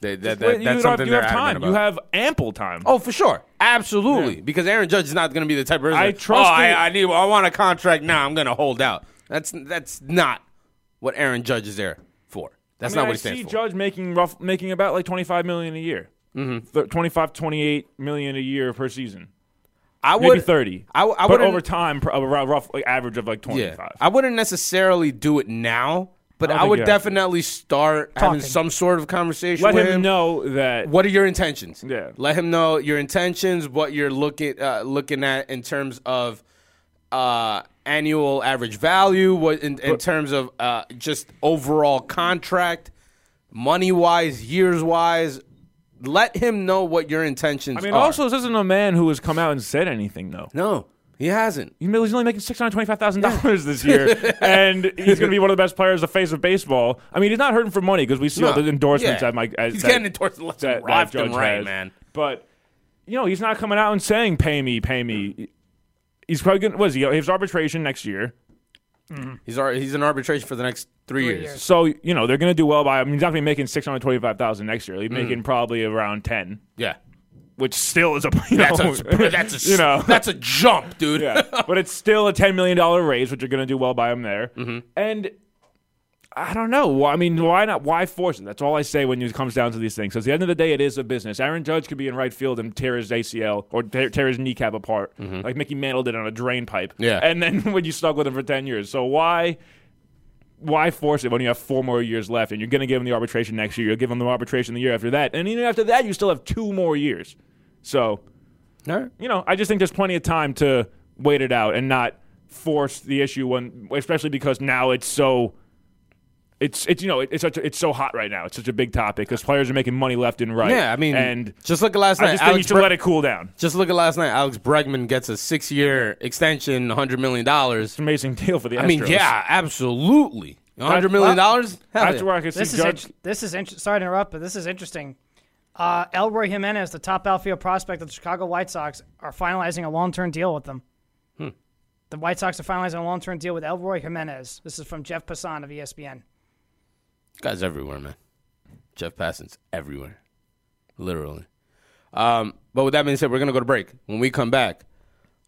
Speaker 3: They, that,
Speaker 5: Well,
Speaker 3: that, that's
Speaker 5: you don't have-
Speaker 3: something
Speaker 5: you
Speaker 3: they're
Speaker 5: have
Speaker 3: adamant
Speaker 5: time.
Speaker 3: about.
Speaker 5: You have ample time.
Speaker 3: Oh, for sure, absolutely. Because Aaron Judge is not going to be the type of person.
Speaker 5: I
Speaker 3: that,
Speaker 5: trust
Speaker 3: Oh,
Speaker 5: the-
Speaker 3: I, I need. I want a contract now. I'm going to hold out. That's that's not what Aaron Judge is there for. That's
Speaker 5: I mean,
Speaker 3: not what
Speaker 5: I
Speaker 3: he stands
Speaker 5: see
Speaker 3: for.
Speaker 5: Judge making rough, making about like 25 million a year. Mm-hmm. 25, 28 million a year per season.
Speaker 3: I would
Speaker 5: Maybe 30.
Speaker 3: I, w- I
Speaker 5: but
Speaker 3: wouldn't-
Speaker 5: over time, pr- a rough, rough like, average of like 25.
Speaker 3: Yeah, I wouldn't necessarily do it now, but
Speaker 5: don't
Speaker 3: I,
Speaker 5: think
Speaker 3: would
Speaker 5: you have to.
Speaker 3: definitely start having
Speaker 4: Talking.
Speaker 3: some sort of conversation
Speaker 5: Let
Speaker 3: with
Speaker 5: him,
Speaker 3: him.
Speaker 5: know that.
Speaker 3: What are your intentions?
Speaker 5: Yeah.
Speaker 3: Let him know your intentions, what you're looking uh, looking at in terms of uh, annual average value, what in, in terms of uh, just overall contract, money wise, years wise. Let him know what your intentions.
Speaker 5: I mean,
Speaker 3: are.
Speaker 5: also, this isn't a man who has come out and said anything, though.
Speaker 3: no, he hasn't.
Speaker 5: You know, He's only making six hundred twenty-five thousand dollars this year, and he's going to be one of the best players the face of baseball. I mean, he's not hurting for money because we see all
Speaker 3: No.
Speaker 5: the endorsements
Speaker 3: Yeah.
Speaker 5: at my. At,
Speaker 3: He's
Speaker 5: that-
Speaker 3: getting endorsed left,
Speaker 5: that-
Speaker 3: and
Speaker 5: that
Speaker 3: left and
Speaker 5: Judge
Speaker 3: right,
Speaker 5: has.
Speaker 3: man.
Speaker 5: But you know, he's not coming out and saying, "Pay me, pay me." He's probably going. Was he? His arbitration next year,
Speaker 3: He's ar- he's in arbitration for the next three, years.
Speaker 4: years.
Speaker 5: so you know they're going to do well by. I mean, he's not going to be making six hundred twenty-five thousand next year. He's
Speaker 3: Mm.
Speaker 5: making probably around ten,
Speaker 3: Yeah.
Speaker 5: which still is a. You
Speaker 3: That's
Speaker 5: know,
Speaker 3: a that's a
Speaker 5: you know
Speaker 3: that's a jump, dude.
Speaker 5: yeah. But it's still a ten million dollar raise, which you're going to do well by him there. And I don't know. Why- I mean, why not? Why force it? That's all I say when it comes down to these things. Because at the end of the day, it is a business. Aaron Judge could be in right field and tear his ACL or tear, tear his kneecap apart, like Mickey Mantle did on a drain pipe.
Speaker 3: Yeah.
Speaker 5: And then when you stuck with him for ten years, so why? Why force it when you have four more years left and you're going to give him the arbitration next year? You'll give him the arbitration the year after that. And even after that, you still have two more years. So
Speaker 3: All right.
Speaker 5: you know, I just think there's plenty of time to wait it out and not force the issue when, especially because now it's so. It's, it's you know it- it's such a, it's so hot right now. It's such a big topic because players are making money left and right.
Speaker 3: Yeah, I mean,
Speaker 5: and
Speaker 3: just look at last
Speaker 5: I
Speaker 3: night.
Speaker 5: just think you
Speaker 3: Alex
Speaker 5: should
Speaker 3: Bre-
Speaker 5: let it cool down.
Speaker 3: Just look at last night. Alex Bregman gets a six-year extension, hundred million dollars.
Speaker 5: It's an amazing deal for the.
Speaker 3: I mean,
Speaker 5: Astros.
Speaker 3: yeah, absolutely. hundred million dollars. Hell
Speaker 5: That's
Speaker 3: yeah.
Speaker 5: where I could see
Speaker 4: This is
Speaker 5: Judge.
Speaker 4: int- this is int- sorry to interrupt, but this is interesting. Uh, Elroy Jimenez, the top outfield prospect of the Chicago White Sox, are finalizing a long-term deal with them.
Speaker 3: Hmm.
Speaker 4: The White Sox are finalizing a long-term deal with Elroy Jimenez. This is from Jeff Passan of E ESPN.
Speaker 3: Guys everywhere, man. Jeff Passon's everywhere, literally. Um, but with that being said, we're gonna go to break. When we come back,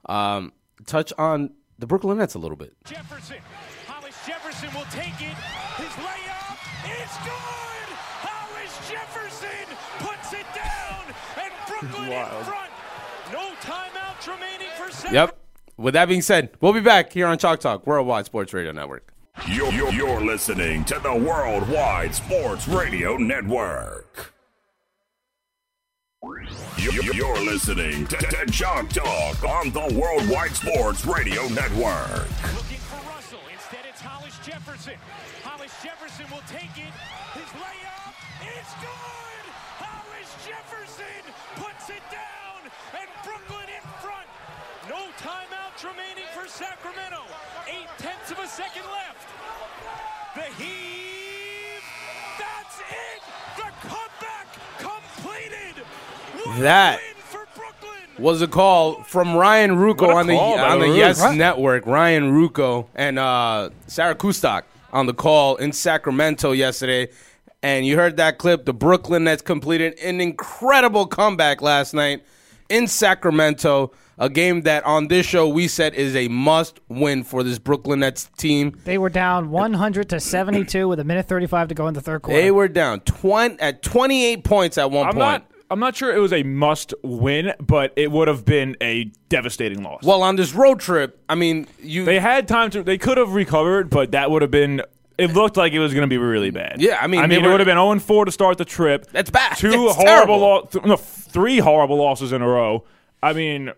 Speaker 3: um, touch on the Brooklyn Nets a little bit.
Speaker 6: Jefferson. Hollis Jefferson will take it. His layup is good. Hollis Jefferson puts it down, and Brooklyn in front. No timeouts remaining for seven.
Speaker 3: Yep. With that being said, we'll be back here on Chalk Talk Worldwide Sports Radio Network.
Speaker 1: You're, you're, you're listening to the Worldwide Sports Radio Network. You're, you're listening to, to Chalk Talk on the Worldwide Sports Radio Network.
Speaker 6: Looking for Russell. Instead, it's Hollis Jefferson. Hollis Jefferson will take it. His layup is good. Hollis Jefferson puts it down, and Brooklyn in front. No timeouts remaining for Sacramento. Eight tenths of a second left. The heave. That's it. The comeback completed. What a
Speaker 3: That
Speaker 6: win for Brooklyn.
Speaker 3: was a call from Ryan Rucco
Speaker 5: What a
Speaker 3: on the
Speaker 5: call by
Speaker 3: on the
Speaker 5: Rucco.
Speaker 3: Yes
Speaker 5: Right.
Speaker 3: Network. Ryan Rucco and uh, Sarah Kustak on the call in Sacramento yesterday, and you heard that clip. The Brooklyn Nets completed an incredible comeback last night in Sacramento, a game that on this show we said is a must-win for this Brooklyn Nets team.
Speaker 4: They were down 100 to 72 with a minute 35 to go in the third quarter.
Speaker 3: They were down 20, at 28 points at one
Speaker 5: I'm
Speaker 3: point.
Speaker 5: not. I'm not sure it was a must win, but it would have been a devastating loss.
Speaker 3: well, on this road trip, I mean, you
Speaker 5: They had time to. They could have recovered, but that would have been. It looked like it was going to be really bad.
Speaker 3: Yeah, I mean,
Speaker 5: I
Speaker 3: they
Speaker 5: mean,
Speaker 3: were-
Speaker 5: it would have been 0 4 to start the trip.
Speaker 3: That's bad.
Speaker 5: Two
Speaker 3: That's
Speaker 5: horrible,
Speaker 3: terrible.
Speaker 5: lo- th- no, three horrible losses in a row. I mean,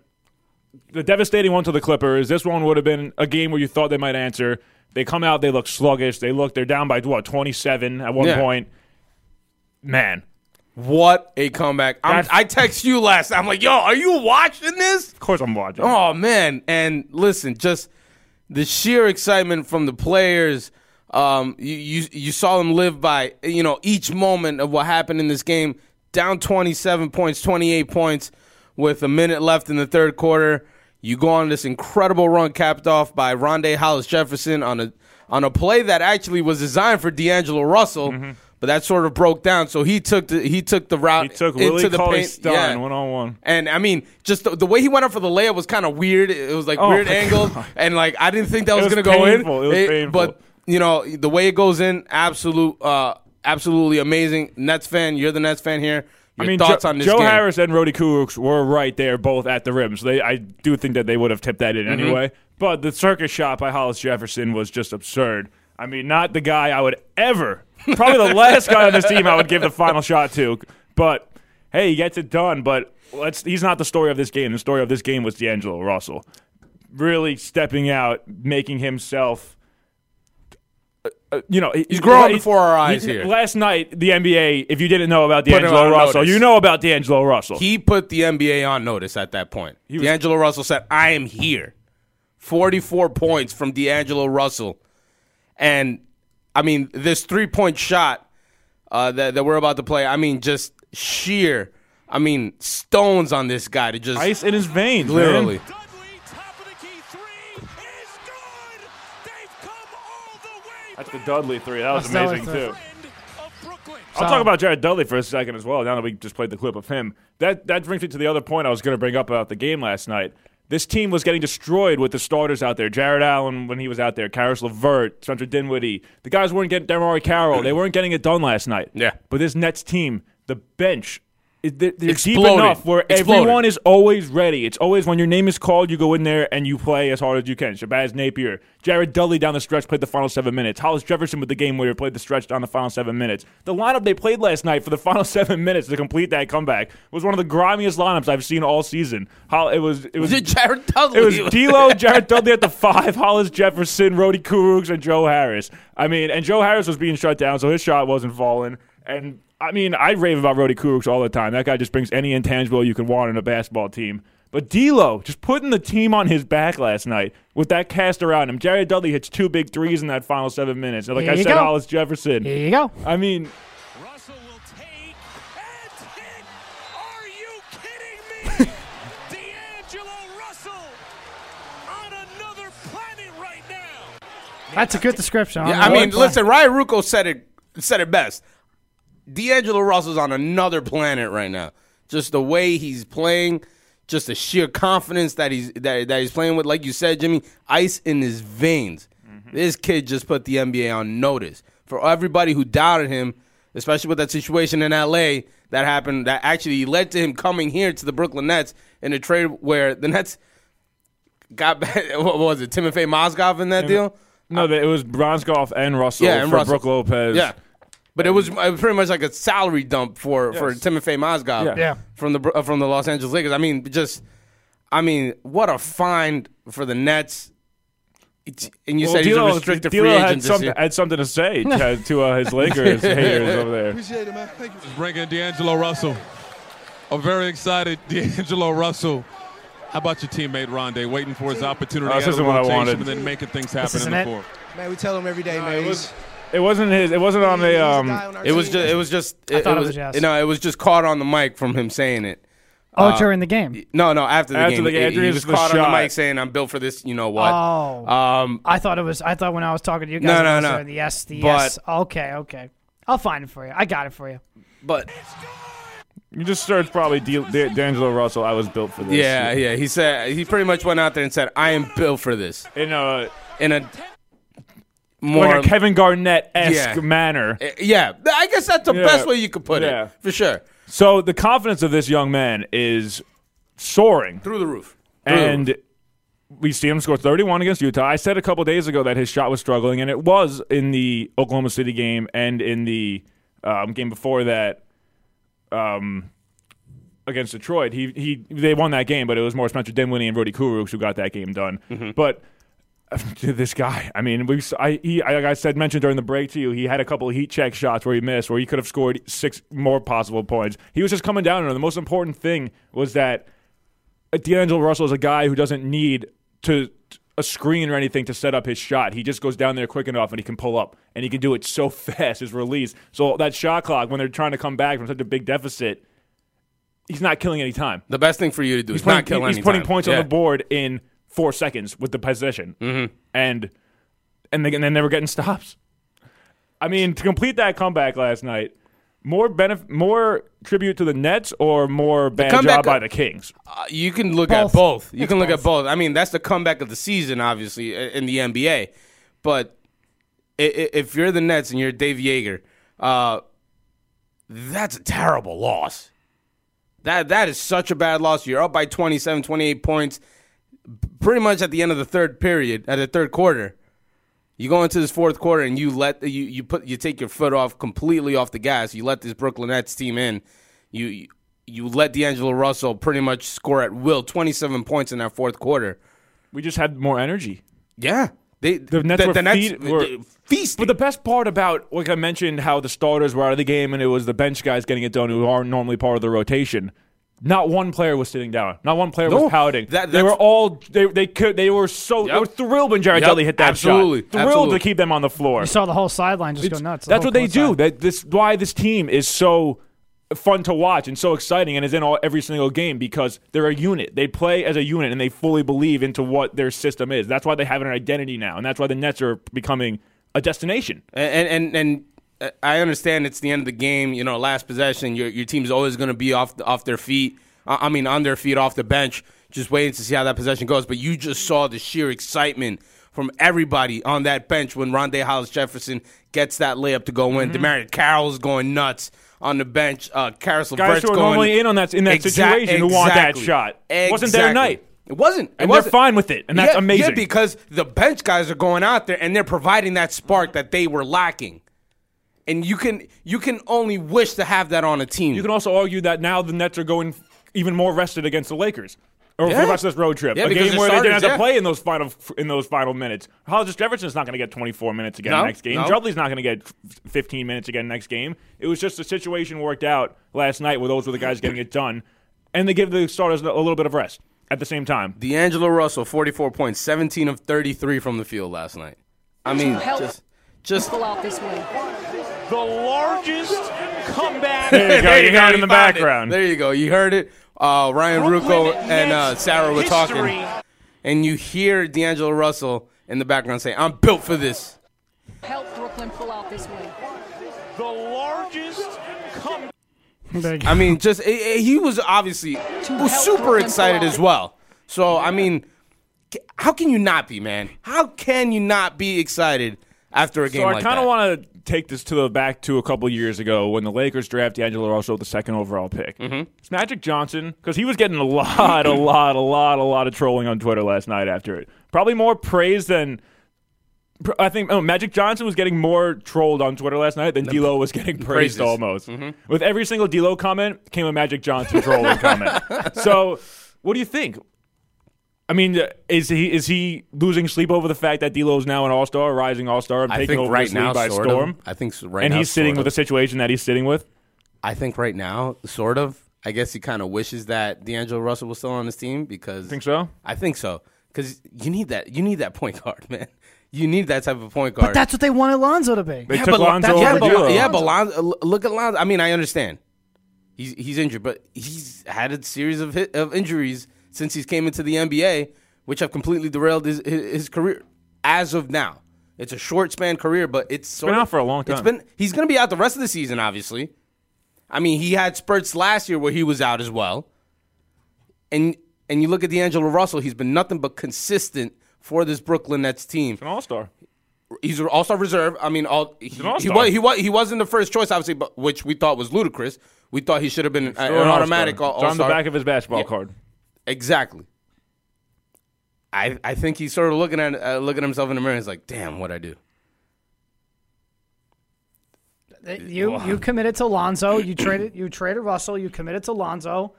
Speaker 5: the devastating one to the Clippers. This one would have been a game where you thought they might answer. They come out, they look sluggish. They look, they're down by what twenty seven at one
Speaker 3: Yeah.
Speaker 5: point. Man,
Speaker 3: What a comeback! I'm,
Speaker 5: That's-
Speaker 3: I text you last. I'm like, yo, are you watching this?
Speaker 5: of course I'm watching.
Speaker 3: Oh man! And listen, just the sheer excitement from the players. Um, you, you you saw them live by you know each moment of what happened in this game. Down 27 points, 28 points, with a minute left in the third quarter. You go on this incredible run, capped off by Rondé Hollis Jefferson on a on a play that actually was designed for D'Angelo Russell,
Speaker 5: Mm-hmm.
Speaker 3: but that sort of broke down. So he took the he took the route
Speaker 5: He took
Speaker 3: into
Speaker 5: Willie
Speaker 3: the
Speaker 5: Cauley
Speaker 3: paint. Yeah.
Speaker 5: Stein one on one.
Speaker 3: And I mean, just the, the way he went up for the layup was kind of weird. It was like
Speaker 5: Oh,
Speaker 3: weird
Speaker 5: my
Speaker 3: angle,
Speaker 5: God.
Speaker 3: and like I didn't think that was,
Speaker 5: was
Speaker 3: gonna go in.
Speaker 5: painful. It was painful.
Speaker 3: But you know, the way it goes in, absolute, uh, absolutely amazing. Nets fan, you're the Nets fan here. Your
Speaker 5: I mean,
Speaker 3: thoughts
Speaker 5: Joe,
Speaker 3: on this
Speaker 5: Joe
Speaker 3: game?
Speaker 5: Harris and Rody Kurucs were right there, both at the rim. So they, I do think that they would have tipped that
Speaker 3: Mm-hmm.
Speaker 5: in anyway. But the circus shot by Hollis Jefferson was just absurd. I mean, not the guy I would ever, probably the last guy on this team I would give the final shot to. But hey, he gets it done. But let's, he's not the story of this game. The story of this game was D'Angelo Russell really stepping out, making himself. uh, uh, You know, he's
Speaker 3: growing before our eyes here.
Speaker 5: Last night, the NBA, if you didn't know about
Speaker 3: him on
Speaker 5: D'Angelo Russell,
Speaker 3: notice.
Speaker 5: you know about D'Angelo Russell.
Speaker 3: He put the NBA on notice at that point.
Speaker 5: was-
Speaker 3: D'Angelo Russell said, "I am here." Forty-four points from D'Angelo Russell, and I mean this three-point shot uh, that that we're about to play. I mean, just sheer. I mean, stones on this guy to just
Speaker 5: Ice in his veins, man.
Speaker 3: literally.
Speaker 6: Dudley, top of the key three is good. They've come all the way.
Speaker 5: That's the
Speaker 6: back.
Speaker 5: Dudley three. That was
Speaker 4: That's Dudley
Speaker 5: amazing
Speaker 4: three.
Speaker 5: too.
Speaker 6: Friend of Brooklyn.
Speaker 5: I'll talk about Jared Dudley for a second as well. Now that we just played the clip of him, that that brings me to the other point I was going to bring up about the game last night. This team was getting destroyed with the starters out there. Jared Allen when he was out there, Karis LeVert, Spencer Dinwiddie. The guys weren't getting Demari Carroll. They weren't getting it done last night.
Speaker 3: Yeah.
Speaker 5: But this Nets team, the bench it- they're, they're deep
Speaker 3: Exploded.
Speaker 5: enough where
Speaker 3: Exploded.
Speaker 5: everyone is always ready. It's always when your name is called, you go in there and you play as hard as you can. Shabazz Napier, Jared Dudley down the stretch played the final seven minutes. Hollis Jefferson with the game winner played the stretch down the final seven minutes. The lineup they played last night for the final seven minutes to complete that comeback was one of the grimiest lineups I've seen all season. How it was, it was.
Speaker 3: Was it Jared Dudley?
Speaker 5: it was D'Lo, Jared Dudley at the five, Hollis Jefferson, Roddy Kurugs, and Joe Harris. I mean, and Joe Harris was being shut down, so his shot wasn't falling. And I mean, I rave about Roddy Kurugs all the time. That guy just brings any intangible you can want in a basketball team. But D'Lo just putting the team on his back last night with that cast around him. Jared Dudley hits two big threes in that final seven minutes. And like
Speaker 4: Here
Speaker 5: I
Speaker 4: you
Speaker 5: said,
Speaker 4: go.
Speaker 5: Hollis Jefferson.
Speaker 4: Here you go.
Speaker 5: I mean,
Speaker 6: Russell will take and hit. Are you kidding me? D'Angelo Russell on another planet right now.
Speaker 4: That's a good description.
Speaker 3: Yeah, I
Speaker 4: don't know
Speaker 3: mean,
Speaker 4: what-
Speaker 3: listen, Ryan Rucco said it said it best. D'Angelo Russell's on another planet right now. Just the way he's playing, just the sheer confidence that he's that, that he's playing with. Like you said, Jimmy, ice in his veins. This kid just put the NBA on notice. For everybody who doubted him, especially with that situation in LA that happened that actually led to him coming here to the Brooklyn Nets in a trade where the Nets got back what was it, Timofey Mozgov in that deal?
Speaker 5: no, it was Bronskoff and Russell
Speaker 3: Yeah, and
Speaker 5: for
Speaker 3: Russell.
Speaker 5: Brooke Lopez.
Speaker 3: Yeah. But it was uh, pretty much like a salary dump for for
Speaker 5: Yes.
Speaker 3: Timofey Mozgov
Speaker 5: Yeah.
Speaker 4: Yeah.
Speaker 3: from the Bro- uh, from the Los Angeles Lakers. I mean, just I mean, what a find for the Nets. It's- And you
Speaker 5: Well,
Speaker 3: said he's a
Speaker 5: D'Lo-
Speaker 3: restricted
Speaker 5: D'Lo
Speaker 3: free
Speaker 5: had
Speaker 3: agent this
Speaker 5: some-
Speaker 3: year.
Speaker 5: had something to say to, to, uh, his Lakers haters over there.
Speaker 7: Appreciate it, man. Thank you. Bring in D'Angelo Russell. I'm very excited, D'Angelo Russell. How about your teammate Rondé waiting for his opportunity
Speaker 5: Oh, this
Speaker 7: out of
Speaker 5: isn't what I
Speaker 7: rotation
Speaker 5: wanted.
Speaker 7: and then making things happen in
Speaker 4: isn't
Speaker 7: the
Speaker 4: it.
Speaker 7: fourth?
Speaker 8: Man, we tell him every day,
Speaker 5: it
Speaker 8: man.
Speaker 5: was-
Speaker 8: He's,
Speaker 5: It wasn't his. It wasn't on the.
Speaker 8: he's a
Speaker 5: Um,
Speaker 8: guy on our
Speaker 3: It was
Speaker 8: team.
Speaker 3: just it was just it,
Speaker 4: thought it
Speaker 3: was
Speaker 4: was Jazz.
Speaker 3: no, it was just caught on the mic from him saying it.
Speaker 4: Oh,
Speaker 3: uh,
Speaker 4: during the game.
Speaker 3: No, no, after the
Speaker 5: After
Speaker 3: game,
Speaker 5: the game,
Speaker 3: He-
Speaker 5: after
Speaker 3: he
Speaker 5: his-
Speaker 3: was
Speaker 5: the
Speaker 3: caught on
Speaker 5: shot.
Speaker 3: the mic saying, "I'm built for this." You know what?
Speaker 4: Oh.
Speaker 3: Um,
Speaker 4: I thought it was. I thought when I was talking to you guys,
Speaker 3: No,
Speaker 4: I
Speaker 3: no,
Speaker 4: was
Speaker 3: no.
Speaker 4: doing The yes, the
Speaker 3: But-
Speaker 4: yes. Okay, okay. I'll find it for you. I got it for you.
Speaker 3: but
Speaker 5: you just search probably D- D- D'Angelo Russell. I was built for this.
Speaker 3: yeah, yeah, he said he pretty much went out there and said, "I am built for this."
Speaker 5: In a
Speaker 3: in a more
Speaker 5: like a Kevin Garnett esque
Speaker 3: Yeah.
Speaker 5: manner.
Speaker 3: Eh, yeah. I guess that's the
Speaker 5: Yeah.
Speaker 3: best way you could put
Speaker 5: Yeah.
Speaker 3: it for sure.
Speaker 5: So the confidence of this young man is soaring,
Speaker 3: Through the roof. Through the roof.
Speaker 5: and we see him score 31 against Utah. I said a couple days ago that his shot was struggling, and it was in the Oklahoma City game and in the um, game before that. Um, against Detroit, he he they won that game, but it was more Spencer Dinwiddie and Rudy Kurucs who got that game done. But to this guy. I mean, we I he I- like I said mentioned during the break to you, he had a couple of heat check shots where he missed, where he could have scored six more possible points. He was just coming down, and the most important thing was that D'Angelo Russell is a guy who doesn't need to a screen or anything to set up his shot. He just goes down there quick enough and he can pull up and he can do it so fast his release. So that shot clock when they're trying to come back from such a big deficit, he's not killing any time
Speaker 3: the best thing for you to do is
Speaker 5: putting-
Speaker 3: not kill
Speaker 5: he's
Speaker 3: any
Speaker 5: putting
Speaker 3: time.
Speaker 5: points
Speaker 3: Yeah.
Speaker 5: on the board in four seconds with the possession, mm-hmm. and and, they, and they're never getting stops. I mean, to complete that comeback last night, more benef- more tribute to the Nets or more bad
Speaker 3: comeback-
Speaker 5: job by the Kings.
Speaker 3: Uh, you can look
Speaker 4: Both.
Speaker 3: at both. You can
Speaker 4: It's
Speaker 3: look at
Speaker 4: both.
Speaker 3: both. I mean, that's the comeback of the season, obviously, i- in the NBA. But i- i- if you're the Nets and you're Dave Yeager, uh, that's a terrible loss. That that is such a bad loss. You're up by 27, 28 points, pretty much at the end of the third period, at the third quarter. You go into this fourth quarter and you let you, you put you take your foot off completely off the gas. You let this Brooklyn Nets team in. You you let D'Angelo Russell pretty much score at will, twenty seven points in that fourth quarter.
Speaker 5: We just had more energy.
Speaker 3: Yeah, they the
Speaker 5: Nets were
Speaker 3: the Nets
Speaker 5: feed- were-
Speaker 3: uh, feasting.
Speaker 5: But the best part about, like I mentioned, how the starters were out of the game and it was the bench guys getting it done who aren't normally part of the rotation. Not one player was sitting down. Not one player
Speaker 3: No.
Speaker 5: was pouting.
Speaker 3: That-
Speaker 5: they
Speaker 3: that's-
Speaker 5: were all they they could they were so they
Speaker 3: Yep.
Speaker 5: were thrilled when Jared
Speaker 3: Yep.
Speaker 5: Dudley hit that
Speaker 3: Absolutely.
Speaker 5: shot. Thrilled
Speaker 3: Absolutely.
Speaker 5: to keep them on the floor.
Speaker 4: You saw the whole sideline just go nuts. the
Speaker 5: That's
Speaker 4: whole
Speaker 5: what they
Speaker 4: court
Speaker 5: do.
Speaker 4: side.
Speaker 5: That this why this team is so fun to watch and so exciting and is in all every single game because they're a unit. They play as a unit and they fully believe into what their system is. That's why they have an identity now, and that's why the Nets are becoming a destination.
Speaker 3: and and and uh, I understand it's the end of the game. You know, last possession, your your team's always going to be off the, off their feet. I I mean, on their feet, off the bench, just waiting to see how that possession goes. But you just saw the sheer excitement from everybody on
Speaker 5: Mm-hmm.
Speaker 3: that bench when Rondé Hollis Jefferson gets that layup to go in. Demario Carroll's going nuts. on the bench. Uh, Karis LeVert's
Speaker 5: Guys who are
Speaker 3: going
Speaker 5: normally in on that in that
Speaker 3: Exact-
Speaker 5: situation who want that
Speaker 3: exactly.
Speaker 5: shot. Wasn't their
Speaker 3: Exactly.
Speaker 5: night.
Speaker 3: It wasn't. It
Speaker 5: And they're
Speaker 3: wasn't.
Speaker 5: fine with it, and that's
Speaker 3: yeah,
Speaker 5: amazing.
Speaker 3: Yeah, because the bench guys are going out there and they're providing that spark that they were lacking. And you can you can only wish to have that on a team.
Speaker 5: You can also argue that now the Nets are going even more rested against the Lakers. Or for
Speaker 3: Yeah.
Speaker 5: the rest of this road trip,
Speaker 3: Yeah,
Speaker 5: a
Speaker 3: because
Speaker 5: game
Speaker 3: their
Speaker 5: where they didn't have
Speaker 3: starters,
Speaker 5: to
Speaker 3: yeah.
Speaker 5: play in those final in those final minutes. Hollis Jefferson's not going to get 24 minutes again
Speaker 3: No,
Speaker 5: next game.
Speaker 3: no.
Speaker 5: Judley's not going to get 15 minutes again next game. It was just the situation worked out last night where those were the guys getting it done, and they give the starters a little bit of rest at the same time.
Speaker 3: D'Angelo Russell, 44 points, 17 of 33 from the field last night. I mean,
Speaker 8: Help.
Speaker 3: just just
Speaker 8: Pull out this way.
Speaker 6: The largest comeback
Speaker 5: There you go. You got it in the
Speaker 3: you found it.
Speaker 5: background.
Speaker 3: There you go. You heard it. Uh, Ryan Rucco
Speaker 6: Brooklyn
Speaker 3: and uh,
Speaker 6: Nets
Speaker 3: Sarah were
Speaker 6: history.
Speaker 3: talking, and you hear D'Angelo Russell in the background say, "I'm built for this."
Speaker 8: Help Brooklyn pull out this way.
Speaker 6: The largest comeback.
Speaker 3: I mean, just eh, eh, he was obviously was super
Speaker 8: Brooklyn
Speaker 3: excited
Speaker 8: pull out.
Speaker 3: as well. So I mean, ca- how can you not be, man? How can you not be excited after a game
Speaker 5: So I
Speaker 3: like
Speaker 5: kind of
Speaker 3: that?
Speaker 5: want to take this to the back to a couple years ago when the Lakers draft D'Angelo Russell with the second overall pick. Mm-hmm. It's Magic Johnson because he was getting a lot, a lot, a lot, a lot of trolling on Twitter last night after it. Probably more praise than. pr- I think oh, Magic Johnson was getting more trolled on Twitter last night than D'Lo was getting praised
Speaker 3: praises. Mm-hmm.
Speaker 5: almost. With every single D'Lo comment came a Magic Johnson trolling comment. So, what do you think? I mean, uh, is he is he losing sleep over the fact that D'Lo is now an All Star, a rising All Star, and
Speaker 3: I
Speaker 5: taking
Speaker 3: think
Speaker 5: over
Speaker 3: right
Speaker 5: this league
Speaker 3: now,
Speaker 5: by
Speaker 3: sort
Speaker 5: storm?
Speaker 3: of. I think s- right
Speaker 5: and
Speaker 3: now,
Speaker 5: he's sitting
Speaker 3: sort
Speaker 5: with
Speaker 3: of.
Speaker 5: the situation that he's sitting with.
Speaker 3: I think right now, sort of. I guess he kind of wishes that D'Angelo Russell was still on his team because
Speaker 5: Think so?
Speaker 3: I think so because you need that. You need that point guard, man. You need that type of point guard.
Speaker 4: But that's what they want Alonzo to be.
Speaker 5: They took Lonzo
Speaker 4: that's-
Speaker 5: over
Speaker 4: yeah,
Speaker 5: yeah,
Speaker 4: but-
Speaker 5: D'Lo.
Speaker 4: yeah,
Speaker 3: yeah, but Lonzo, l- look at Lonzo. I mean, I understand he's he's injured, but he's had a series of hit, of injuries since he's came into the NBA, which have completely derailed his his his career. As of now, it's a short span career, but it's sort
Speaker 5: been
Speaker 3: of-
Speaker 5: out for a long
Speaker 3: It's
Speaker 5: time.
Speaker 3: been he's going to be out the rest of the season, obviously. I mean, he had spurts last year where he was out as well, and and you look at D'Angelo Russell, he's been nothing but consistent for this Brooklyn Nets team
Speaker 5: an All Star.
Speaker 3: he's an all-star reserve. I mean, all he,
Speaker 5: an all-star.
Speaker 3: he was he was he wasn't the first choice, obviously, but which we thought was ludicrous. We thought he should have been uh, an, automatic all-
Speaker 5: It's on the
Speaker 3: all-star.
Speaker 5: back of his basketball card.
Speaker 3: Exactly. I I think he's sort of looking at uh, looking at himself in the mirror. and He's like, "Damn, what I do."
Speaker 4: Uh, You you committed to Lonzo. You traded you traded Russell. You committed to Lonzo,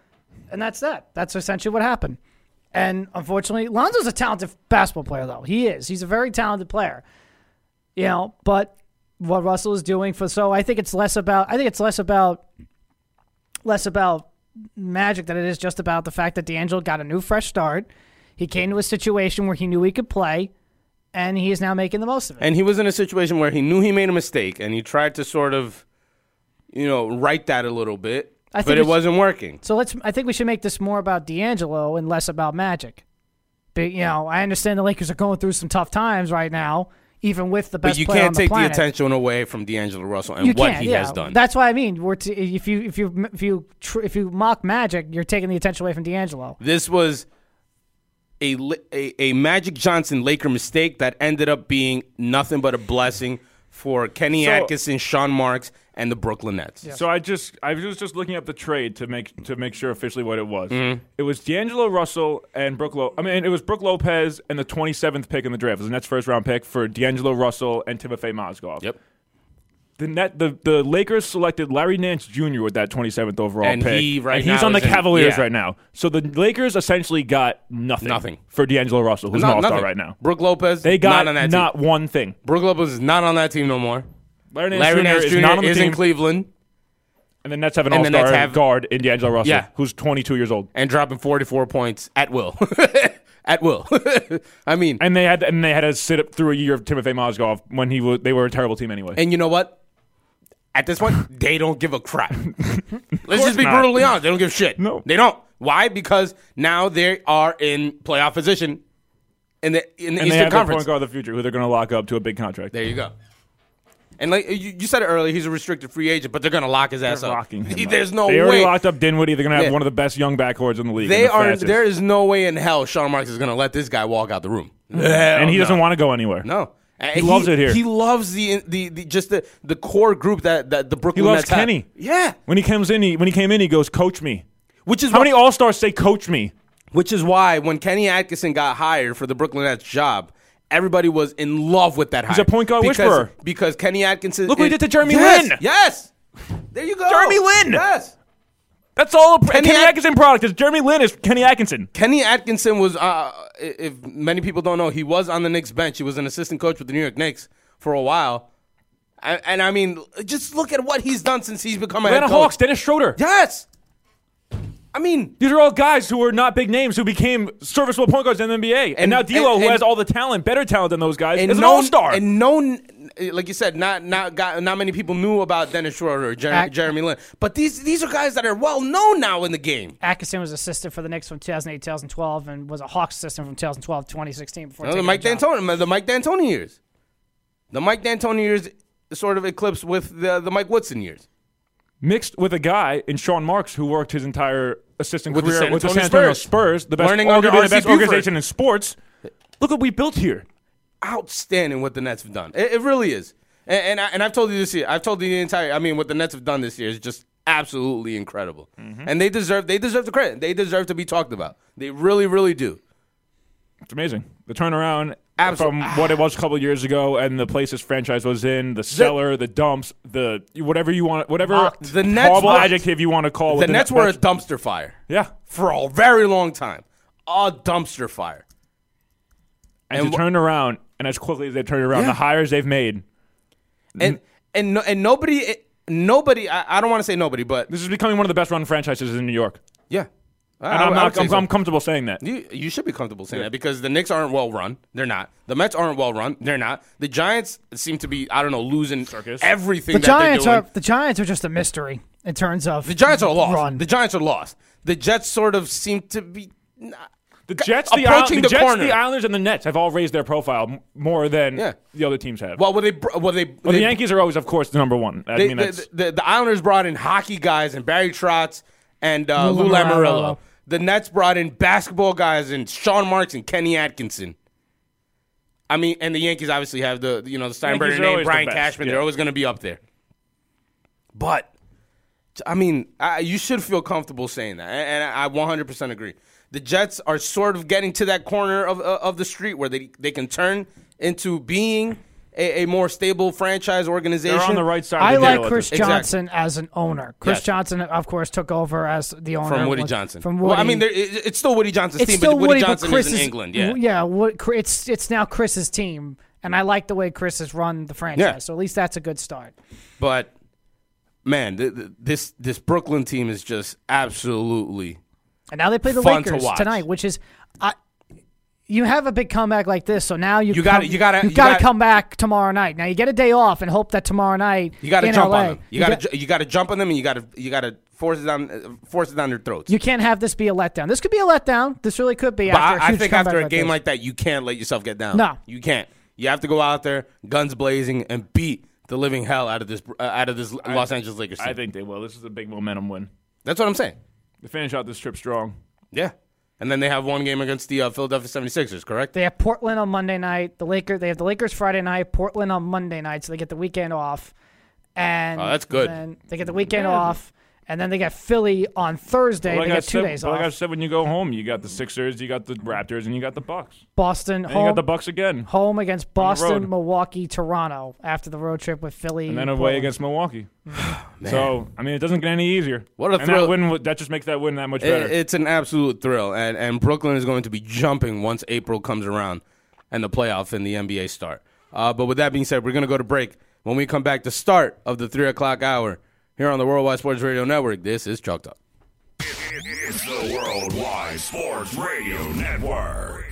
Speaker 4: and that's that. That's essentially what happened. And unfortunately, Lonzo's a talented basketball player, though he is. He's a very talented player. You know, but what Russell is doing for so I think it's less about I think it's less about less about magic than it is just about the fact that D'Angelo got a new fresh start. He came to a situation where he knew he could play, and he is now making the most of it.
Speaker 3: And he was in a situation where he knew he made a mistake, and he tried to sort of, you know, right that a little bit,
Speaker 4: I think
Speaker 3: but it
Speaker 4: it's-
Speaker 3: wasn't working.
Speaker 4: So let's. I think we should make this more about D'Angelo and less about Magic. But you know, I understand the Lakers are going through some tough times right now, even with the best.
Speaker 3: But you
Speaker 4: player on
Speaker 3: can't
Speaker 4: the
Speaker 3: take the
Speaker 4: planet.
Speaker 3: attention away from D'Angelo Russell and
Speaker 4: You
Speaker 3: what
Speaker 4: can't,
Speaker 3: he
Speaker 4: yeah.
Speaker 3: has done.
Speaker 4: That's what I mean. We're t- if you if you if you tr- if you mock Magic, you're taking the attention away from D'Angelo.
Speaker 3: This was a, li- a a Magic Johnson Laker mistake that ended up being nothing but a blessing for Kenny
Speaker 5: So-
Speaker 3: Atkinson, Sean Marks, and the Brooklyn Nets.
Speaker 5: So I just I was just looking up the trade to make to make sure officially what it was.
Speaker 3: Mm-hmm.
Speaker 5: It was D'Angelo Russell and Brooke. Lo- I mean, it was Brooke Lopez and the 27th pick in the draft. It was the Nets' first round pick for D'Angelo Russell and Timofey Mozgov.
Speaker 3: Yep.
Speaker 5: The net the, the Lakers selected Larry Nance Jr. with that 27th overall
Speaker 3: And
Speaker 5: pick.
Speaker 3: he right
Speaker 5: and he's
Speaker 3: now
Speaker 5: on the
Speaker 3: is in-
Speaker 5: Cavaliers
Speaker 3: yeah.
Speaker 5: right now. So the Lakers essentially got nothing.
Speaker 3: Nothing.
Speaker 5: for D'Angelo Russell, who's
Speaker 3: Not-
Speaker 5: an all star
Speaker 3: nothing.
Speaker 5: right now.
Speaker 3: Brooke Lopez,
Speaker 5: They got
Speaker 3: not on that
Speaker 5: not
Speaker 3: team.
Speaker 5: one thing.
Speaker 3: Brooke Lopez is not on that team no more.
Speaker 5: Larry Nance,
Speaker 3: Larry
Speaker 5: Jr.
Speaker 3: Nance Jr.
Speaker 5: is not on the
Speaker 3: is
Speaker 5: team.
Speaker 3: in Cleveland
Speaker 5: And the Nets have an
Speaker 3: And
Speaker 5: all
Speaker 3: the Nets
Speaker 5: star
Speaker 3: have-
Speaker 5: guard in D'Angelo Russell,
Speaker 3: Yeah.
Speaker 5: who's 22 years old.
Speaker 3: and dropping 44 points at will. at will. I mean,
Speaker 5: And they had and they had to sit up through a year of Timofey Mozgov when he was they were a terrible team anyway.
Speaker 3: And you know what? At this point, they don't give a crap. Let's just be
Speaker 5: not.
Speaker 3: brutally honest. They don't give a shit.
Speaker 5: No.
Speaker 3: They don't. Why? Because now they are in playoff position in the in the
Speaker 5: And they
Speaker 3: Eastern
Speaker 5: have their point
Speaker 3: Conference.
Speaker 5: guard of the future who they're going to lock up to a big contract.
Speaker 3: There you go. And like you, you said it earlier, he's a restricted free agent, but they're gonna lock his ass
Speaker 5: They're
Speaker 3: up.
Speaker 5: locking him up.
Speaker 3: There's no
Speaker 5: they already
Speaker 3: way.
Speaker 5: locked up Dinwiddie. They're going to have
Speaker 3: Yeah.
Speaker 5: one of the best young backcourts in the league.
Speaker 3: they
Speaker 5: and the
Speaker 3: are.
Speaker 5: fastest.
Speaker 3: There is no way in hell Sean Marks is gonna let this guy walk out the room.
Speaker 5: and he doesn't want to go anywhere.
Speaker 3: No. And
Speaker 5: He loves it here.
Speaker 3: He loves the the, the just the, the core group that, that the Brooklyn
Speaker 5: loves
Speaker 3: Nets have.
Speaker 5: Kenny.
Speaker 3: Yeah,
Speaker 5: When he comes in, he, when he came in, he goes, "Coach me."
Speaker 3: which is
Speaker 5: How
Speaker 3: why,
Speaker 5: many All Stars say, "Coach me"?
Speaker 3: which is why when Kenny Atkinson got hired for the Brooklyn Nets job, everybody was in love with that hire.
Speaker 5: a point guard
Speaker 3: because,
Speaker 5: whisperer.
Speaker 3: because Kenny Atkinson.
Speaker 5: Look what he did to Jeremy
Speaker 3: yes,
Speaker 5: Lin.
Speaker 3: Yes, there you go,
Speaker 5: Jeremy Lin.
Speaker 3: Yes.
Speaker 5: That's all. Kenny, Kenny
Speaker 3: At-
Speaker 5: Atkinson product is Jeremy Lin is Kenny Atkinson.
Speaker 3: Kenny Atkinson was, uh, i- if many people don't know, he was on the Knicks bench. He was an assistant coach with the New York Knicks for a while. I, and I mean, just look at what he's done since he's become a head
Speaker 5: Atlanta
Speaker 3: coach.
Speaker 5: Hawks, Dennis Schroeder.
Speaker 3: Yes. I mean,
Speaker 5: These are all guys who were not big names who became serviceable point guards in the NBA. And,
Speaker 3: And-
Speaker 5: now D'Lo,
Speaker 3: and-
Speaker 5: who
Speaker 3: and-
Speaker 5: has all the talent, better talent than those guys,
Speaker 3: and
Speaker 5: is an
Speaker 3: no,
Speaker 5: All Star.
Speaker 3: And no, like you said, not not got, not many people knew about Dennis Schroeder or Jer-
Speaker 4: Ac-
Speaker 3: Jeremy Lin. But these these are guys that are well known now in the game.
Speaker 4: Atkinson was assistant for the Knicks from 2008 2012 and was a Hawks assistant from 2012 2016
Speaker 3: You
Speaker 4: before
Speaker 3: know, the
Speaker 4: taking
Speaker 3: Mike
Speaker 4: the job.
Speaker 3: D'Antoni, the Mike D'Antoni years, the Mike D'Antoni years sort of eclipsed with the the Mike Woodson years.
Speaker 5: Mixed with a guy in Sean Marks who worked his entire assistant
Speaker 3: With the
Speaker 5: career
Speaker 3: San
Speaker 5: with the San
Speaker 3: Antonio
Speaker 5: Antonio Spurs,
Speaker 3: Spurs.
Speaker 5: the best,
Speaker 3: Learning
Speaker 5: arguably
Speaker 3: under
Speaker 5: the
Speaker 3: R.C.
Speaker 5: best
Speaker 3: Buford.
Speaker 5: organization in sports. Look what we built here.
Speaker 3: outstanding what the Nets have done. It, it really is. And, and, I, and I've told you this year. I've told you the entire. I mean, what the Nets have done this year is just absolutely incredible. And they deserve. They deserve the credit. They deserve to be talked about. They really, really do.
Speaker 5: It's amazing. The turnaround
Speaker 3: Absol-
Speaker 5: from what it was a couple of years ago and the place this franchise was in, the cellar, the dumps, the whatever you want, whatever
Speaker 3: Locked. Uh, The Nets
Speaker 5: horrible
Speaker 3: locked.
Speaker 5: adjective you want to call.
Speaker 3: the
Speaker 5: Oh, what
Speaker 3: Nets
Speaker 5: Net-
Speaker 3: were a dumpster fire
Speaker 5: yeah,
Speaker 3: for a very long time. A dumpster fire.
Speaker 5: and,
Speaker 3: And
Speaker 5: to
Speaker 3: wh-
Speaker 5: turn around and as quickly as they turned around,
Speaker 3: Yeah.
Speaker 5: the hires they've made. Mm-hmm.
Speaker 3: And and no, and nobody nobody. I, I don't want to say nobody, but
Speaker 5: This is becoming one of the best run franchises in New York.
Speaker 3: yeah. I-
Speaker 5: And
Speaker 3: I
Speaker 5: I'm,
Speaker 3: would- I would
Speaker 5: not,
Speaker 3: say
Speaker 5: I'm,
Speaker 3: so.
Speaker 5: I'm comfortable saying that.
Speaker 3: You, you should be comfortable saying that because the Knicks aren't well run. They're not. The Mets aren't well run. They're not. The Giants seem to be I don't know losing
Speaker 5: Circus.
Speaker 3: everything.
Speaker 4: The
Speaker 3: that
Speaker 4: Giants
Speaker 3: they're doing.
Speaker 4: are the Giants are just a mystery in terms of
Speaker 3: the Giants are lost.
Speaker 4: Run.
Speaker 3: The Giants are lost. The Jets sort of seem to be. not-
Speaker 5: The Jets, the,
Speaker 3: approaching
Speaker 5: Isle-
Speaker 3: the
Speaker 5: the, Jets
Speaker 3: corner.
Speaker 5: the Islanders, and the Nets have all raised their profile m- more than
Speaker 3: Yeah.
Speaker 5: the other teams have.
Speaker 3: Well, were they? br- Were they?
Speaker 5: Well, the
Speaker 3: they-
Speaker 5: Yankees are always, of course, the number one. I
Speaker 3: They,
Speaker 5: mean,
Speaker 3: the,
Speaker 5: that's,
Speaker 3: the, the Islanders brought in hockey guys and Barry Trotz and uh,
Speaker 4: Lou
Speaker 3: Lou
Speaker 4: Lamoriello.
Speaker 3: Lamoriello. The Nets brought in basketball guys and Sean Marks and Kenny Atkinson. I mean, and the Yankees obviously have the you know the Steinbrenner
Speaker 5: Yankees are
Speaker 3: name,
Speaker 5: always the
Speaker 3: Brian
Speaker 5: best,
Speaker 3: Cashman.
Speaker 5: yeah.
Speaker 3: They're always going to be up there. But I mean, I, you should feel comfortable saying that, and, and I 100% agree. The Jets are sort of getting to that corner of uh, of the street where they they can turn into being a, a more stable franchise organization.
Speaker 5: they're on the right side.
Speaker 4: I
Speaker 5: of the
Speaker 4: like
Speaker 5: deal at
Speaker 4: Chris
Speaker 5: this-
Speaker 3: Exactly.
Speaker 4: Johnson as an owner. Chris
Speaker 3: Yes.
Speaker 4: Johnson, of course, took over as the owner
Speaker 3: from Woody
Speaker 4: With-
Speaker 3: Johnson.
Speaker 4: From Woody.
Speaker 3: Well, I mean, there, it, it's still Woody Johnson's
Speaker 4: it's
Speaker 3: team,
Speaker 4: still
Speaker 3: but Woody
Speaker 4: Woody,
Speaker 3: Johnson
Speaker 4: but Chris
Speaker 3: is in England. Yeah.
Speaker 4: yeah. What, Chri- it's it's now Chris's team, and I like the way Chris has run the franchise.
Speaker 3: Yeah.
Speaker 4: So at least that's a good start.
Speaker 3: But man, th- th- this this Brooklyn team is just absolutely
Speaker 4: And now they play the
Speaker 3: Fun to
Speaker 4: Lakers
Speaker 3: watch.
Speaker 4: tonight, which is I. You have a big comeback like this, so now you
Speaker 3: You gotta-
Speaker 4: come-
Speaker 3: you gotta-
Speaker 4: you
Speaker 3: you
Speaker 4: gotta
Speaker 3: gotta-
Speaker 4: come back tomorrow night. Now you get a day off and hope that tomorrow night
Speaker 3: you got to
Speaker 4: in
Speaker 3: jump
Speaker 4: LA,
Speaker 3: on them. You, got
Speaker 4: get-
Speaker 3: to you got to jump on them, and you got to you got to force it down uh, force it down their throats.
Speaker 4: You can't have this be a letdown. This could be a letdown. This really could be.
Speaker 3: but
Speaker 4: after a
Speaker 3: I, I
Speaker 4: huge
Speaker 3: think after
Speaker 4: comeback
Speaker 3: a game
Speaker 4: this.
Speaker 3: like that, you can't let yourself get down.
Speaker 4: No.
Speaker 3: you can't. You have to go out there, guns blazing, and beat the living hell out of this uh, out of this Los Angeles Lakers team.
Speaker 5: I think they will. This is a big momentum win.
Speaker 3: That's what I'm saying.
Speaker 5: They finish out this trip strong.
Speaker 3: Yeah, and then they have one game against the uh, Philadelphia 76ers, correct?
Speaker 4: They have Portland on Monday night. The Lakers. They have the Lakers Friday night. Portland on Monday night, so they get the weekend off. And
Speaker 3: Oh, that's good.
Speaker 4: Then they get the weekend off, and then they get Philly on Thursday.
Speaker 5: Like
Speaker 4: they
Speaker 5: I
Speaker 4: get two
Speaker 5: said,
Speaker 4: days
Speaker 5: like I
Speaker 4: off.
Speaker 5: said, when you go home, you got the Sixers, you got the Raptors, and you got the Bucks.
Speaker 4: Boston
Speaker 5: And you
Speaker 4: home.
Speaker 5: got the Bucks again,
Speaker 4: Home against
Speaker 5: road.
Speaker 4: Boston, Milwaukee, Toronto after the road trip with Philly.
Speaker 5: and then
Speaker 4: Portland.
Speaker 5: away against Milwaukee. so I mean, it doesn't get any easier.
Speaker 3: What a
Speaker 5: and
Speaker 3: thrill.
Speaker 5: that win w- that just makes that win that much
Speaker 3: It-
Speaker 5: better.
Speaker 3: it's an absolute thrill, and, and Brooklyn is going to be jumping once April comes around and the playoff and the NBA start. Uh, but with that being said, we're going to go to break. When we come back, the start of the 3 o'clock hour here on the Worldwide Sports Radio Network, this is Chalked Up.
Speaker 1: It's the Worldwide Sports Radio Network.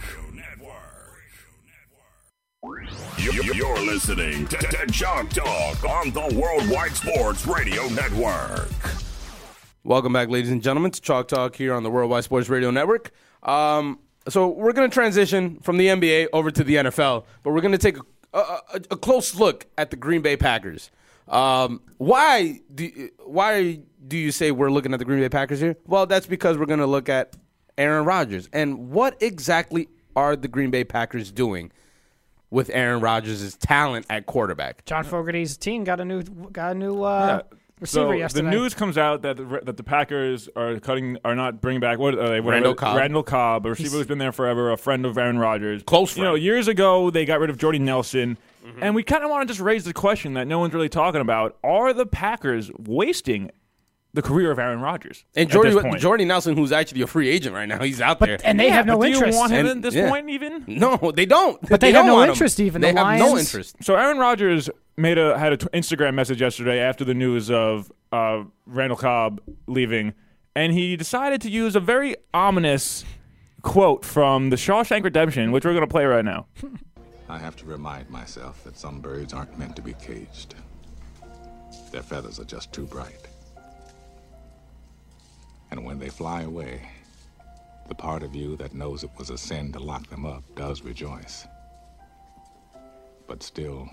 Speaker 1: You- You're listening to, to Junk Talk on the Worldwide Sports Radio Network.
Speaker 3: Welcome back, ladies and gentlemen, to Chalk Talk here on the Worldwide Sports Radio Network. Um, so we're going to transition from the NBA over to the NFL, but we're going to take a, a, a, a close look at the Green Bay Packers. Um, why do why do you say we're looking at the Green Bay Packers here? Well, that's because we're going to look at Aaron Rodgers and what exactly are the Green Bay Packers doing with Aaron Rodgers' talent at quarterback.
Speaker 4: John Fogerty's team got a new got a new uh, receiver
Speaker 5: so
Speaker 4: yesterday.
Speaker 5: the news comes out that the, that the Packers are cutting are not bringing back what are they? What
Speaker 3: Randall
Speaker 5: are they-
Speaker 3: Cobb.
Speaker 5: Randall Cobb, a receiver who's been there forever, a friend of Aaron Rodgers,
Speaker 3: Close
Speaker 5: You know,
Speaker 3: friend.
Speaker 5: years ago they got rid of Jordy Nelson,
Speaker 4: Mm-hmm.
Speaker 5: and we kind of want to just raise the question that no one's really talking about: Are the Packers wasting the career of Aaron Rodgers?
Speaker 3: And
Speaker 5: at
Speaker 3: Jordy,
Speaker 5: this point?
Speaker 3: Jordy Nelson, who's actually a free agent right now, he's out
Speaker 4: but
Speaker 3: there.
Speaker 4: and they
Speaker 5: Yeah,
Speaker 4: have no
Speaker 5: but Do
Speaker 4: interest.
Speaker 5: you want him
Speaker 3: And-
Speaker 5: at this
Speaker 3: yeah.
Speaker 5: point even?
Speaker 3: no, they don't.
Speaker 4: But they
Speaker 3: don't
Speaker 4: have no
Speaker 3: want him.
Speaker 4: interest, even,
Speaker 3: They
Speaker 4: the
Speaker 3: have no
Speaker 4: Lions.
Speaker 3: interest.
Speaker 5: So Aaron Rodgers made a had an Instagram message yesterday after the news of uh, Randall Cobb leaving, and he decided to use a very ominous quote from The Shawshank Redemption, which we're going to play right now.
Speaker 9: I have to remind myself that some birds aren't meant to be caged. Their feathers are just too bright. And when they fly away, the part of you that knows it was a sin to lock them up does rejoice. But still,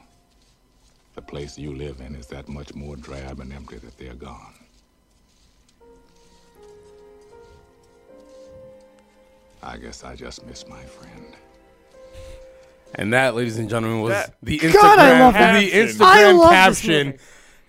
Speaker 9: the place you live in is that much more drab and empty that they are gone. I guess I just miss my friend.
Speaker 3: And that, ladies and gentlemen, was
Speaker 5: That-
Speaker 3: the Instagram,
Speaker 4: God, I love
Speaker 5: that.
Speaker 3: the
Speaker 5: Caption.
Speaker 4: I
Speaker 3: Instagram
Speaker 4: love this
Speaker 3: caption
Speaker 4: movie.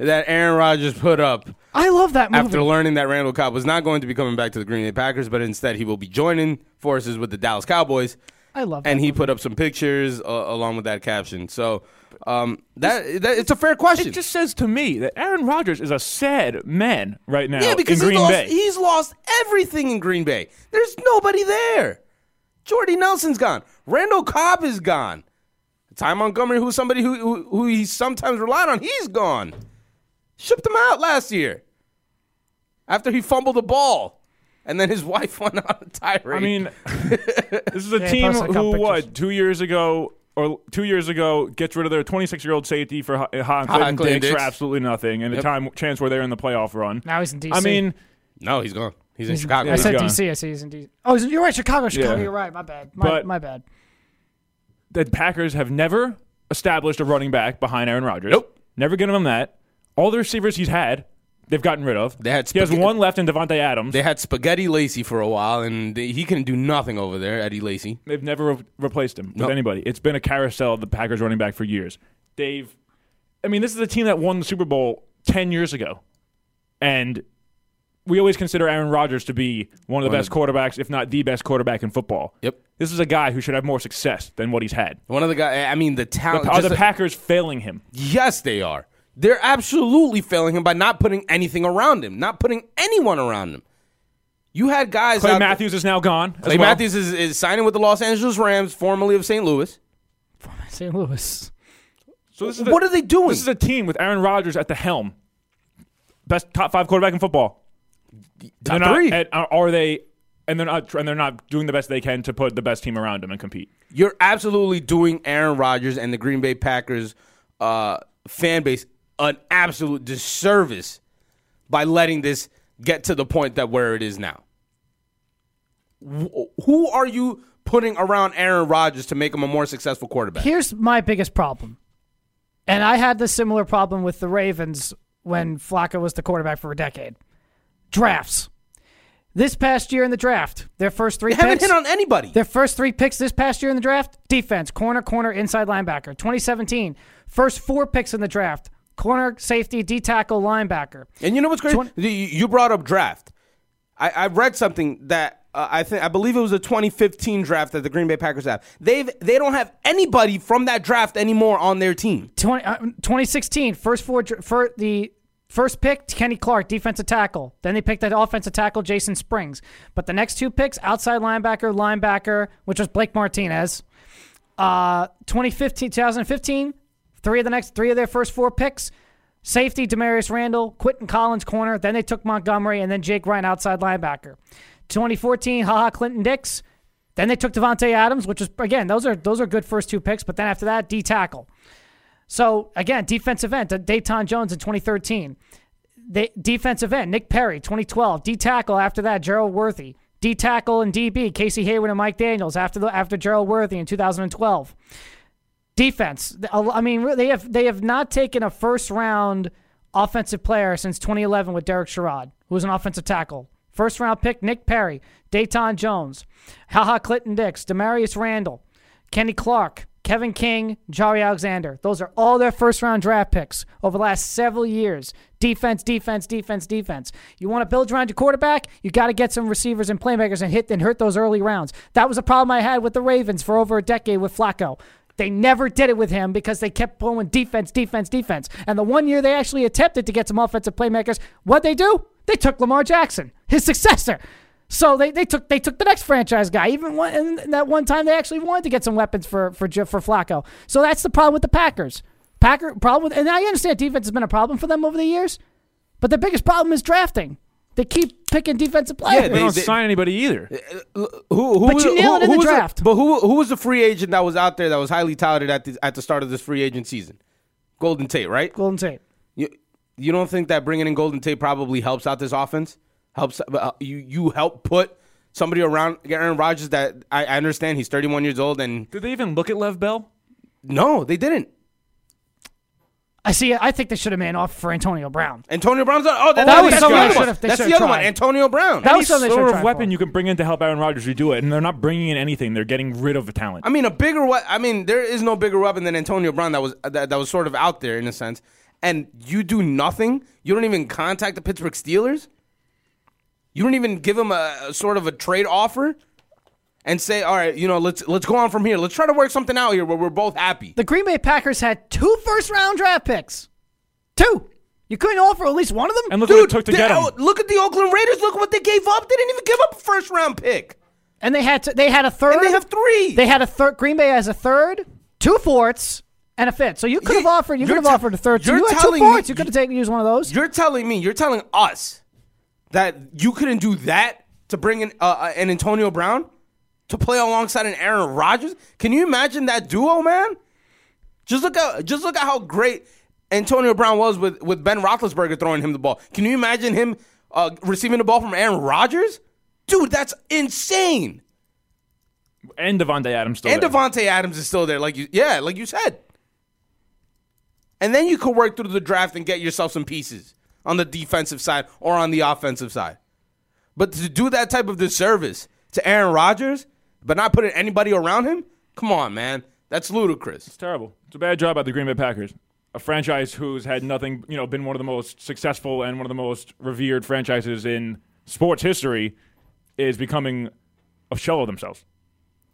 Speaker 3: that Aaron Rodgers put up
Speaker 4: I love that movie.
Speaker 3: after learning that Randall Cobb was not going to be coming back to the Green Bay Packers, but instead he will be joining forces with the Dallas Cowboys.
Speaker 4: I love
Speaker 3: And
Speaker 4: that
Speaker 3: he put up some pictures uh, along with that caption. So um, that, that it's a fair question.
Speaker 5: It just says to me that Aaron Rodgers is a sad man right now
Speaker 3: yeah, because
Speaker 5: in Green
Speaker 3: he's, lost,
Speaker 5: Bay.
Speaker 3: he's lost everything in Green Bay. There's nobody there. Jordy Nelson's gone. Randall Cobb is gone. Ty Montgomery, who's somebody who, who, who he sometimes relied on, he's gone. Shipped him out last year after he fumbled the ball. And then his wife went on a tirade.
Speaker 5: I mean, this is a
Speaker 4: Yeah,
Speaker 5: team
Speaker 4: plus I got
Speaker 5: who
Speaker 4: pictures.
Speaker 5: what two years ago or two years ago gets rid of their 26 year old safety for Ha- Ha
Speaker 3: Clinton
Speaker 5: Clinton Dix for
Speaker 3: Dix.
Speaker 5: absolutely nothing, and
Speaker 3: Yep.
Speaker 5: a time chance where they're in the playoff run.
Speaker 4: Now he's in
Speaker 5: I
Speaker 4: DC.
Speaker 5: mean,
Speaker 3: no, he's gone. He's in Chicago.
Speaker 4: I
Speaker 5: he's
Speaker 4: said
Speaker 5: gone.
Speaker 4: DC. I said he's in DC. Oh, he's in- you're right. Chicago. Chicago.
Speaker 5: Yeah.
Speaker 4: You're right. My bad. My,
Speaker 5: But-
Speaker 4: my bad.
Speaker 5: the Packers have never established a running back behind Aaron Rodgers.
Speaker 3: Nope.
Speaker 5: Never given him that. All the receivers he's had, they've gotten rid of.
Speaker 3: They had
Speaker 5: he has
Speaker 3: Spag-
Speaker 5: one left in Devontae Adams.
Speaker 3: they had Spaghetti Lacey for a while, and they, he couldn't do nothing over there, Eddie Lacey.
Speaker 5: They've never re- replaced him with
Speaker 3: Nope.
Speaker 5: anybody. It's been a carousel of the Packers running back for years. They've, I mean, this is a team that won the Super Bowl 10 years ago. And we always consider Aaron Rodgers to be one of the
Speaker 3: One
Speaker 5: best
Speaker 3: of-
Speaker 5: quarterbacks, if not the best quarterback in football.
Speaker 3: Yep.
Speaker 5: This is a guy who should have more success than what he's had.
Speaker 3: One of the guys, I mean, the talent.
Speaker 5: Are
Speaker 3: just
Speaker 5: the
Speaker 3: a-
Speaker 5: Packers failing him?
Speaker 3: Yes, they are. They're absolutely failing him by not putting anything around him, not putting anyone around him. You had guys.
Speaker 5: Clay
Speaker 3: out-
Speaker 5: Matthews is now gone. as
Speaker 3: Clay
Speaker 5: well.
Speaker 3: Matthews is, is signing with the Los Angeles Rams, formerly of St. Louis.
Speaker 4: St. Louis.
Speaker 5: So this
Speaker 3: What are they doing?
Speaker 5: This is a team with Aaron Rodgers at the helm, best top five quarterback in football.
Speaker 3: Top
Speaker 5: They're not-
Speaker 3: three.
Speaker 5: and are- are they? And they're not. And they're not doing the best they can to put the best team around them and compete.
Speaker 3: You're absolutely doing Aaron Rodgers and the Green Bay Packers uh, fan base an absolute disservice by letting this get to the point that where it is now. Wh- Who are you putting around Aaron Rodgers to make him a more successful quarterback?
Speaker 4: Here's my biggest problem. And I had this similar problem with the Ravens when Flacco was the quarterback for a decade. Drafts. This past year in the draft, their first three
Speaker 3: They haven't
Speaker 4: picks,
Speaker 3: hit on anybody.
Speaker 4: their first three picks this past year in the draft, defense, corner, corner, inside linebacker. 2017, first four picks in the draft, corner, safety, D tackle, linebacker.
Speaker 3: And you know what's crazy?
Speaker 4: Twen-
Speaker 3: You- you brought up draft. I, I read something that uh, I think I believe it was a 2015 draft that the Green Bay Packers have. They've they don't have anybody from that draft anymore on their team.
Speaker 4: 20, uh, 2016, first four, dr- fir- the first pick, Kenny Clark, defensive tackle. Then they picked that offensive tackle, Jason Springs. But the next two picks, outside linebacker, linebacker, which was Blake Martinez. Uh, 2015, 2015, three of the next three of their first four picks, safety, Demarius Randall, Quinton Collins, corner. Then they took Montgomery, and then Jake Ryan, outside linebacker. 2014, haha, Clinton Dix. Then they took Devontae Adams, which is again, those are those are good first two picks. But then after that, D tackle. So again, defensive end, Dayton Jones in 2013. They, defensive end, Nick Perry, 2012. D tackle after that, Gerald Worthy. D tackle and DB, Casey Hayward and Mike Daniels after the, after Gerald Worthy in 2012. Defense, I mean, really, they have they have not taken a first round offensive player since 2011 with Derek Sherrod, who was an offensive tackle. First round pick, Nick Perry, Dayton Jones, haha Clinton Dix, Demarius Randall, Kenny Clark, Kevin King, Jari Alexander. Those are all their first round draft picks over the last several years. Defense, defense, defense, defense. You want to build around your quarterback? You got to get some receivers and playmakers and hit and hurt those early rounds. That was a problem I had with the Ravens for over a decade with Flacco. They never did it with him because they kept pulling defense, defense, defense. And the one year they actually attempted to get some offensive playmakers, what they do? They took Lamar Jackson, his successor. So they, they took they took the next franchise guy. Even one, and that one time they actually wanted to get some weapons for for Ju- for Flacco. So that's the problem with the Packers. Packer problem with, and I understand defense has been a problem for them over the years, but the biggest problem is drafting. They keep picking defensive players.
Speaker 5: They
Speaker 3: They-
Speaker 5: don't
Speaker 3: they-
Speaker 5: sign anybody either.
Speaker 3: Who, who
Speaker 4: But
Speaker 3: was-
Speaker 4: you nailed it in
Speaker 3: who
Speaker 4: the
Speaker 3: was
Speaker 4: draft.
Speaker 3: but who who was the free agent that was out there that was highly touted at the at the start of this free agent season? Golden Tate, right?
Speaker 4: Golden Tate.
Speaker 3: You you don't think that bringing in Golden Tate probably helps out this offense? Helps uh, you you help put somebody around Aaron Rodgers that I, I understand he's 31 years old and
Speaker 5: Did they even look at Lev Bell?
Speaker 3: no, they didn't.
Speaker 4: I see. I think they should have made an offer for Antonio Brown.
Speaker 3: Antonio Brown's oh that,
Speaker 4: that
Speaker 3: was
Speaker 4: was
Speaker 3: that's the
Speaker 4: something they
Speaker 3: other one.
Speaker 4: should've- they
Speaker 3: That's the
Speaker 4: should've
Speaker 3: other one,
Speaker 4: tried.
Speaker 3: Antonio Brown.
Speaker 4: That
Speaker 5: Any
Speaker 4: was something they should
Speaker 5: sort
Speaker 4: have
Speaker 5: of
Speaker 4: tried
Speaker 5: weapon
Speaker 4: for.
Speaker 5: you can bring in to help Aaron Rodgers, you do it, and they're not bringing in anything. They're getting rid of the talent.
Speaker 3: I mean, a bigger what? I mean, there is no bigger weapon than Antonio Brown that was that, that was sort of out there in a sense. And you do nothing. You don't even contact the Pittsburgh Steelers. You don't even give them a, a sort of a trade offer, and say, "All right, you know, let's let's go on from here. Let's try to work something out here where we're both happy."
Speaker 4: The Green Bay Packers had two first round draft picks. Two. You couldn't offer at least one of them?
Speaker 5: and look
Speaker 3: Dude,
Speaker 5: what it took to
Speaker 3: they-
Speaker 5: get him.
Speaker 3: oh, look at the Oakland Raiders. Look what they gave up. They didn't even give up a first round pick,
Speaker 4: And they had to, they had a third.
Speaker 3: and they have three.
Speaker 4: They had a third. Green Bay has a third, two fourths, and a fifth. So you could have
Speaker 3: You-
Speaker 4: offered. You
Speaker 3: you're
Speaker 4: could have
Speaker 3: te-
Speaker 4: offered a third. So
Speaker 3: you're
Speaker 4: you had two
Speaker 3: telling me-
Speaker 4: fourths. You could have taken used one of those.
Speaker 3: You're telling me, you're telling us that you couldn't do that to bring in uh, uh, an Antonio Brown to play alongside an Aaron Rodgers? Can you imagine that duo, man? Just look at just look at how great Antonio Brown was with, with Ben Roethlisberger throwing him the ball. Can you imagine him uh, receiving the ball from Aaron Rodgers? Dude, that's insane.
Speaker 5: and Devontae Adams still
Speaker 3: And
Speaker 5: there.
Speaker 3: Devonte Adams is still there, like you, yeah, like you said. And then you could work through the draft and get yourself some pieces on the defensive side or on the offensive side. But to do that type of disservice to Aaron Rodgers, but not putting anybody around him, come on, man, that's ludicrous.
Speaker 5: It's terrible. It's a bad job by the Green Bay Packers, a franchise who's had nothing, you know, been one of the most successful and one of the most revered franchises in sports history, is becoming a shell of themselves.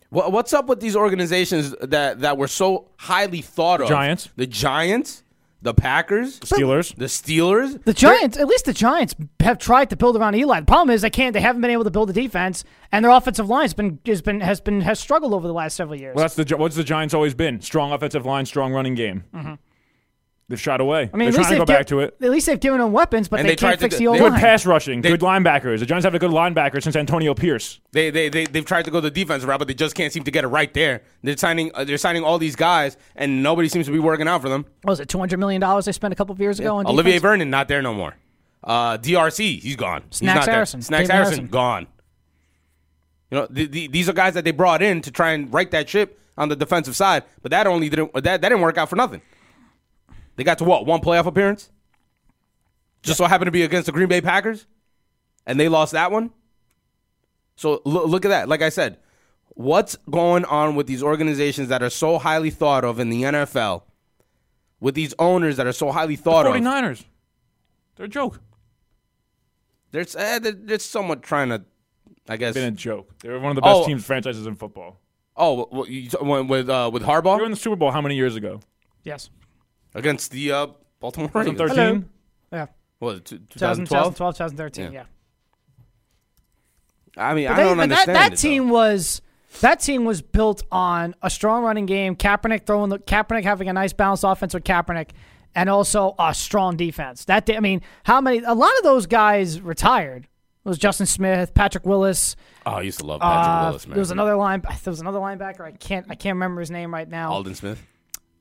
Speaker 3: Wha- What's up with these organizations that that were so highly thought of?
Speaker 5: Giants.
Speaker 3: the Giants, the Packers,
Speaker 5: Steelers.
Speaker 3: the Steelers.
Speaker 4: The Giants, at least the Giants, have tried to build around Eli. The problem is they can't. They haven't been able to build a defense, and their offensive line has been has been has been has struggled over the last several years.
Speaker 5: Well, that's the Gi- what's the Giants always been: strong offensive line, strong running game. They've shot away.
Speaker 4: I mean, at
Speaker 5: they're
Speaker 4: least
Speaker 5: trying to
Speaker 4: they've
Speaker 5: go
Speaker 4: gi-
Speaker 5: back to it.
Speaker 4: At least they've given them weapons, but
Speaker 3: And
Speaker 4: they,
Speaker 3: they tried
Speaker 4: can't
Speaker 3: to
Speaker 4: fix
Speaker 3: do-
Speaker 4: the O
Speaker 3: they-
Speaker 5: Good
Speaker 3: Fine.
Speaker 4: line.
Speaker 5: pass rushing, good linebackers. The Giants have a good linebacker since Antonio Pierce.
Speaker 3: They they they they've tried to go the defense route, but they just can't seem to get it right there. They're signing uh, they're signing all these guys, and nobody seems to be working out for them.
Speaker 4: What was it two hundred million dollars they spent a couple of years ago on
Speaker 3: Olivier
Speaker 4: defense?
Speaker 3: Vernon not there no more. Uh, DRC he's gone. He's
Speaker 4: Snacks
Speaker 3: not there.
Speaker 4: Harrison.
Speaker 3: Snacks
Speaker 4: David
Speaker 3: Harrison,
Speaker 4: Harrison.
Speaker 3: gone. You know the, the, these are guys that they brought in to try and right that ship on the defensive side, but that only didn't that, that didn't work out for nothing. They got to what one playoff appearance, just so happened to be against the Green Bay Packers, and they lost that one. So lo- look at that. Like I said, what's going on with these organizations that are so highly thought of in the NFL, with these owners that are so highly thought of?
Speaker 5: 49ers. They're a joke.
Speaker 3: There's uh, there- there's someone trying to, I guess.
Speaker 5: Been a joke. They were one of the best
Speaker 3: Oh.
Speaker 5: teams franchises in football.
Speaker 3: oh, well, you, when- with uh, with
Speaker 5: They were
Speaker 3: Harbaugh
Speaker 5: in the Super Bowl how many years ago?
Speaker 4: Yes.
Speaker 3: against the uh, Baltimore Ravens.
Speaker 5: 2013.
Speaker 4: Yeah.
Speaker 3: What, two-
Speaker 4: 2012,
Speaker 3: 2012?
Speaker 4: 2013,
Speaker 3: Yeah.
Speaker 4: yeah.
Speaker 3: I mean, I
Speaker 4: They-
Speaker 3: don't
Speaker 4: but that,
Speaker 3: understand
Speaker 4: that
Speaker 3: it, though.
Speaker 4: team was that team was built on a strong running game. Kaepernick throwing the Kaepernick having a nice balanced offense with Kaepernick, and also a strong defense. That di- I mean, how many? A lot of those guys retired. It was Justin Smith, Patrick Willis.
Speaker 3: Oh, I used to love Patrick
Speaker 4: uh,
Speaker 3: Willis, man.
Speaker 4: There was another line. There was another linebacker. I can't. I can't remember his name right now.
Speaker 3: Alden Smith.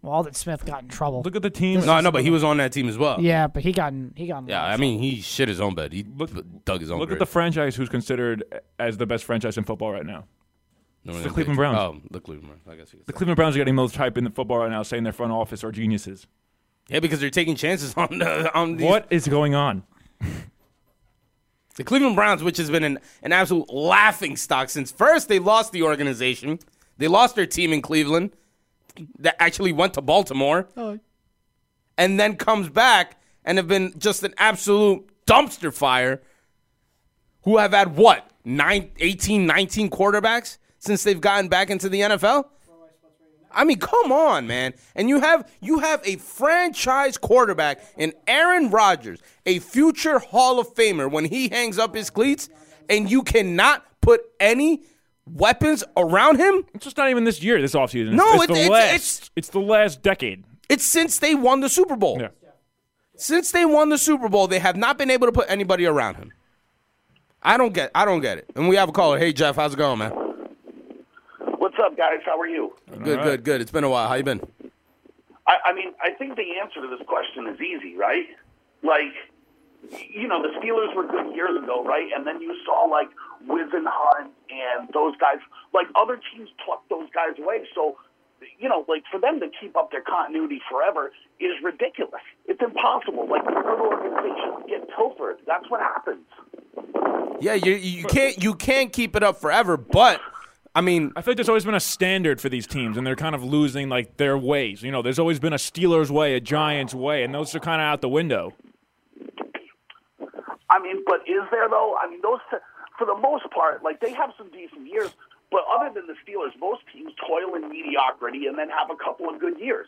Speaker 4: Well, Alden Smith got in trouble.
Speaker 5: Look at the teams.
Speaker 3: No, no, but he was on that team as well.
Speaker 4: yeah, but he got in. He got in.
Speaker 3: Yeah, I mean, he shit his own bed. He dug his own.
Speaker 5: Look at
Speaker 3: grave.
Speaker 5: the franchise who's considered as the best franchise in football right now.
Speaker 3: No,
Speaker 5: the
Speaker 3: no, no,
Speaker 5: Cleveland
Speaker 3: they-
Speaker 5: Browns.
Speaker 3: Oh, the Cleveland Browns. I guess. You could
Speaker 5: The
Speaker 3: say.
Speaker 5: Cleveland Browns are getting most hype in the football right now, saying their front office are geniuses.
Speaker 3: Yeah, because they're taking chances on the, on these,
Speaker 5: What is going on?
Speaker 3: the Cleveland Browns, which has been an, an absolute laughing stock since first they lost the organization, they lost their team in Cleveland, that actually went to Baltimore and then comes back and have been just an absolute dumpster fire who have had what? Nine, 18, 19 quarterbacks since they've gotten back into the NFL? I mean, come on, man. And you have you have a franchise quarterback in Aaron Rodgers, a future Hall of Famer when he hangs up his cleats, and you cannot put any weapons around him?
Speaker 5: It's just not even this year, this offseason.
Speaker 3: No,
Speaker 5: it's,
Speaker 3: it-
Speaker 5: the
Speaker 3: it's-
Speaker 5: last.
Speaker 3: it's-
Speaker 5: the last decade.
Speaker 3: It's since they won the Super Bowl.
Speaker 5: Yeah.
Speaker 3: Since they won the Super Bowl, they have not been able to put anybody around him. I don't get I don't get it. And we have a caller. Hey Jeff, how's it going, man?
Speaker 10: What's up, guys? How are you?
Speaker 3: Good,
Speaker 5: right.
Speaker 3: good, good. It's been a while. How you been?
Speaker 10: I, I mean, I think the answer to this question is easy, right? Like, you know, the Steelers were good years ago, right? And then you saw like Wiz and Hunt and those guys. Like other teams plucked those guys away, so you know, like for them to keep up their continuity forever is ridiculous. It's impossible. Like good organizations get pilfered. That's what happens.
Speaker 3: Yeah, you you can't you can't keep it up forever, but I mean
Speaker 5: I feel like there's always been a standard for these teams, and they're kind of losing like their ways. You know, there's always been a Steelers way, a Giants way, and those are kind of out the window.
Speaker 10: I mean, but is there though? I mean, those for the most part, like they have some decent years, but other than the Steelers, most teams toil in mediocrity and then have a couple of good years.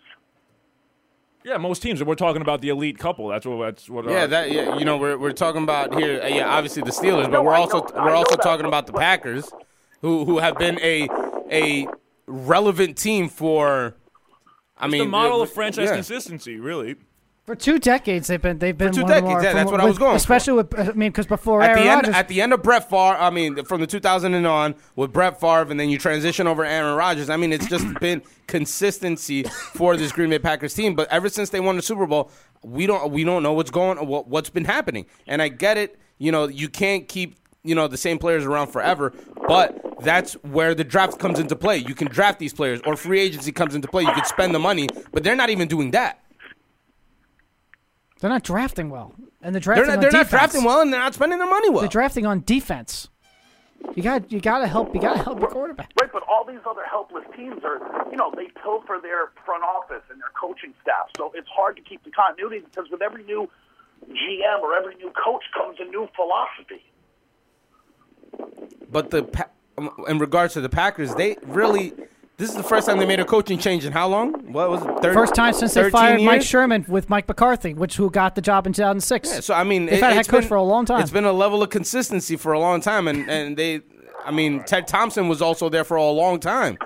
Speaker 5: Yeah, most teams. We're talking about the elite couple. That's what. That's what. uh,
Speaker 3: Yeah,
Speaker 5: our-
Speaker 3: that yeah, you know we're we're talking about here. Uh, yeah, obviously the Steelers,
Speaker 10: No,
Speaker 3: but we're
Speaker 10: I
Speaker 3: also
Speaker 10: know- I
Speaker 3: we're
Speaker 10: know
Speaker 3: also
Speaker 10: that,
Speaker 3: talking
Speaker 10: but-
Speaker 3: about the
Speaker 10: but-
Speaker 3: Packers, who who have been a a relevant team for. I mean,
Speaker 5: the model
Speaker 3: uh,
Speaker 5: of franchise
Speaker 3: yeah.
Speaker 5: consistency, really.
Speaker 4: For two decades, they've been they've been
Speaker 3: two
Speaker 4: one of
Speaker 3: decades,
Speaker 4: our-
Speaker 3: yeah,
Speaker 4: from-
Speaker 3: that's what I
Speaker 4: with-
Speaker 3: was going for.
Speaker 4: Especially with I mean, because before
Speaker 3: At
Speaker 4: Aaron
Speaker 3: the end,
Speaker 4: Rodgers,
Speaker 3: at the end of Brett Favre, I mean, from the 2000 and on with Brett Favre, and then you transition over Aaron Rodgers. I mean, it's just been consistency for this Green Bay Packers team. But ever since they won the Super Bowl, we don't we don't know what's going what, what's been happening. And I get it, you know, you can't keep you know the same players around forever, but that's where the draft comes into play. You can draft these players, or free agency comes into play. You could spend the money, but they're not even doing that.
Speaker 4: they're not drafting well, and they're
Speaker 3: They're
Speaker 4: drafting.
Speaker 3: not,
Speaker 4: on
Speaker 3: they're not
Speaker 4: defense.
Speaker 3: drafting well, and they're not spending their money well.
Speaker 4: They're drafting on defense. You got you got to help. You got to help your quarterback.
Speaker 10: Right, but all these other helpless teams are, you know, they pilfer their front office and their coaching staff. So it's hard to keep the continuity because with every new GM or every new coach comes a new philosophy.
Speaker 3: But the Pa- um, in regards to the Packers, they really this is the first time they made a coaching change in how long? What was it? 30,
Speaker 4: First time since they
Speaker 3: 13
Speaker 4: fired Mike
Speaker 3: years?
Speaker 4: Sherman with Mike McCarthy, which who got the job in 2006.
Speaker 3: Yeah, so I mean,
Speaker 4: they've
Speaker 3: it,
Speaker 4: had a head
Speaker 3: it's
Speaker 4: coach
Speaker 3: been-
Speaker 4: for a long time.
Speaker 3: It's been a level of consistency for a long time, and and they, I mean, Ted Thompson was also there for a long time,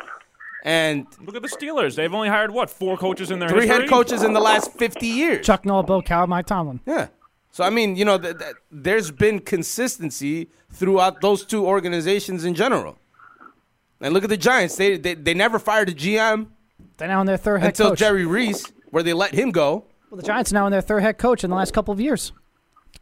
Speaker 3: and
Speaker 5: Look at the Steelers. They've only hired what four coaches in their
Speaker 3: three
Speaker 5: history?
Speaker 3: head coaches in the last fifty years.
Speaker 4: Chuck Noll, Bill Cowher, Mike Tomlin.
Speaker 3: Yeah. So I mean, you know, th- th- there's been consistency throughout those two organizations in general. And look at the Giants; they they, they never fired a GM.
Speaker 4: They're now in their third head
Speaker 3: until
Speaker 4: coach.
Speaker 3: Jerry Reese, where they let him go.
Speaker 4: Well, the Giants are now in their third head coach in the last couple of years.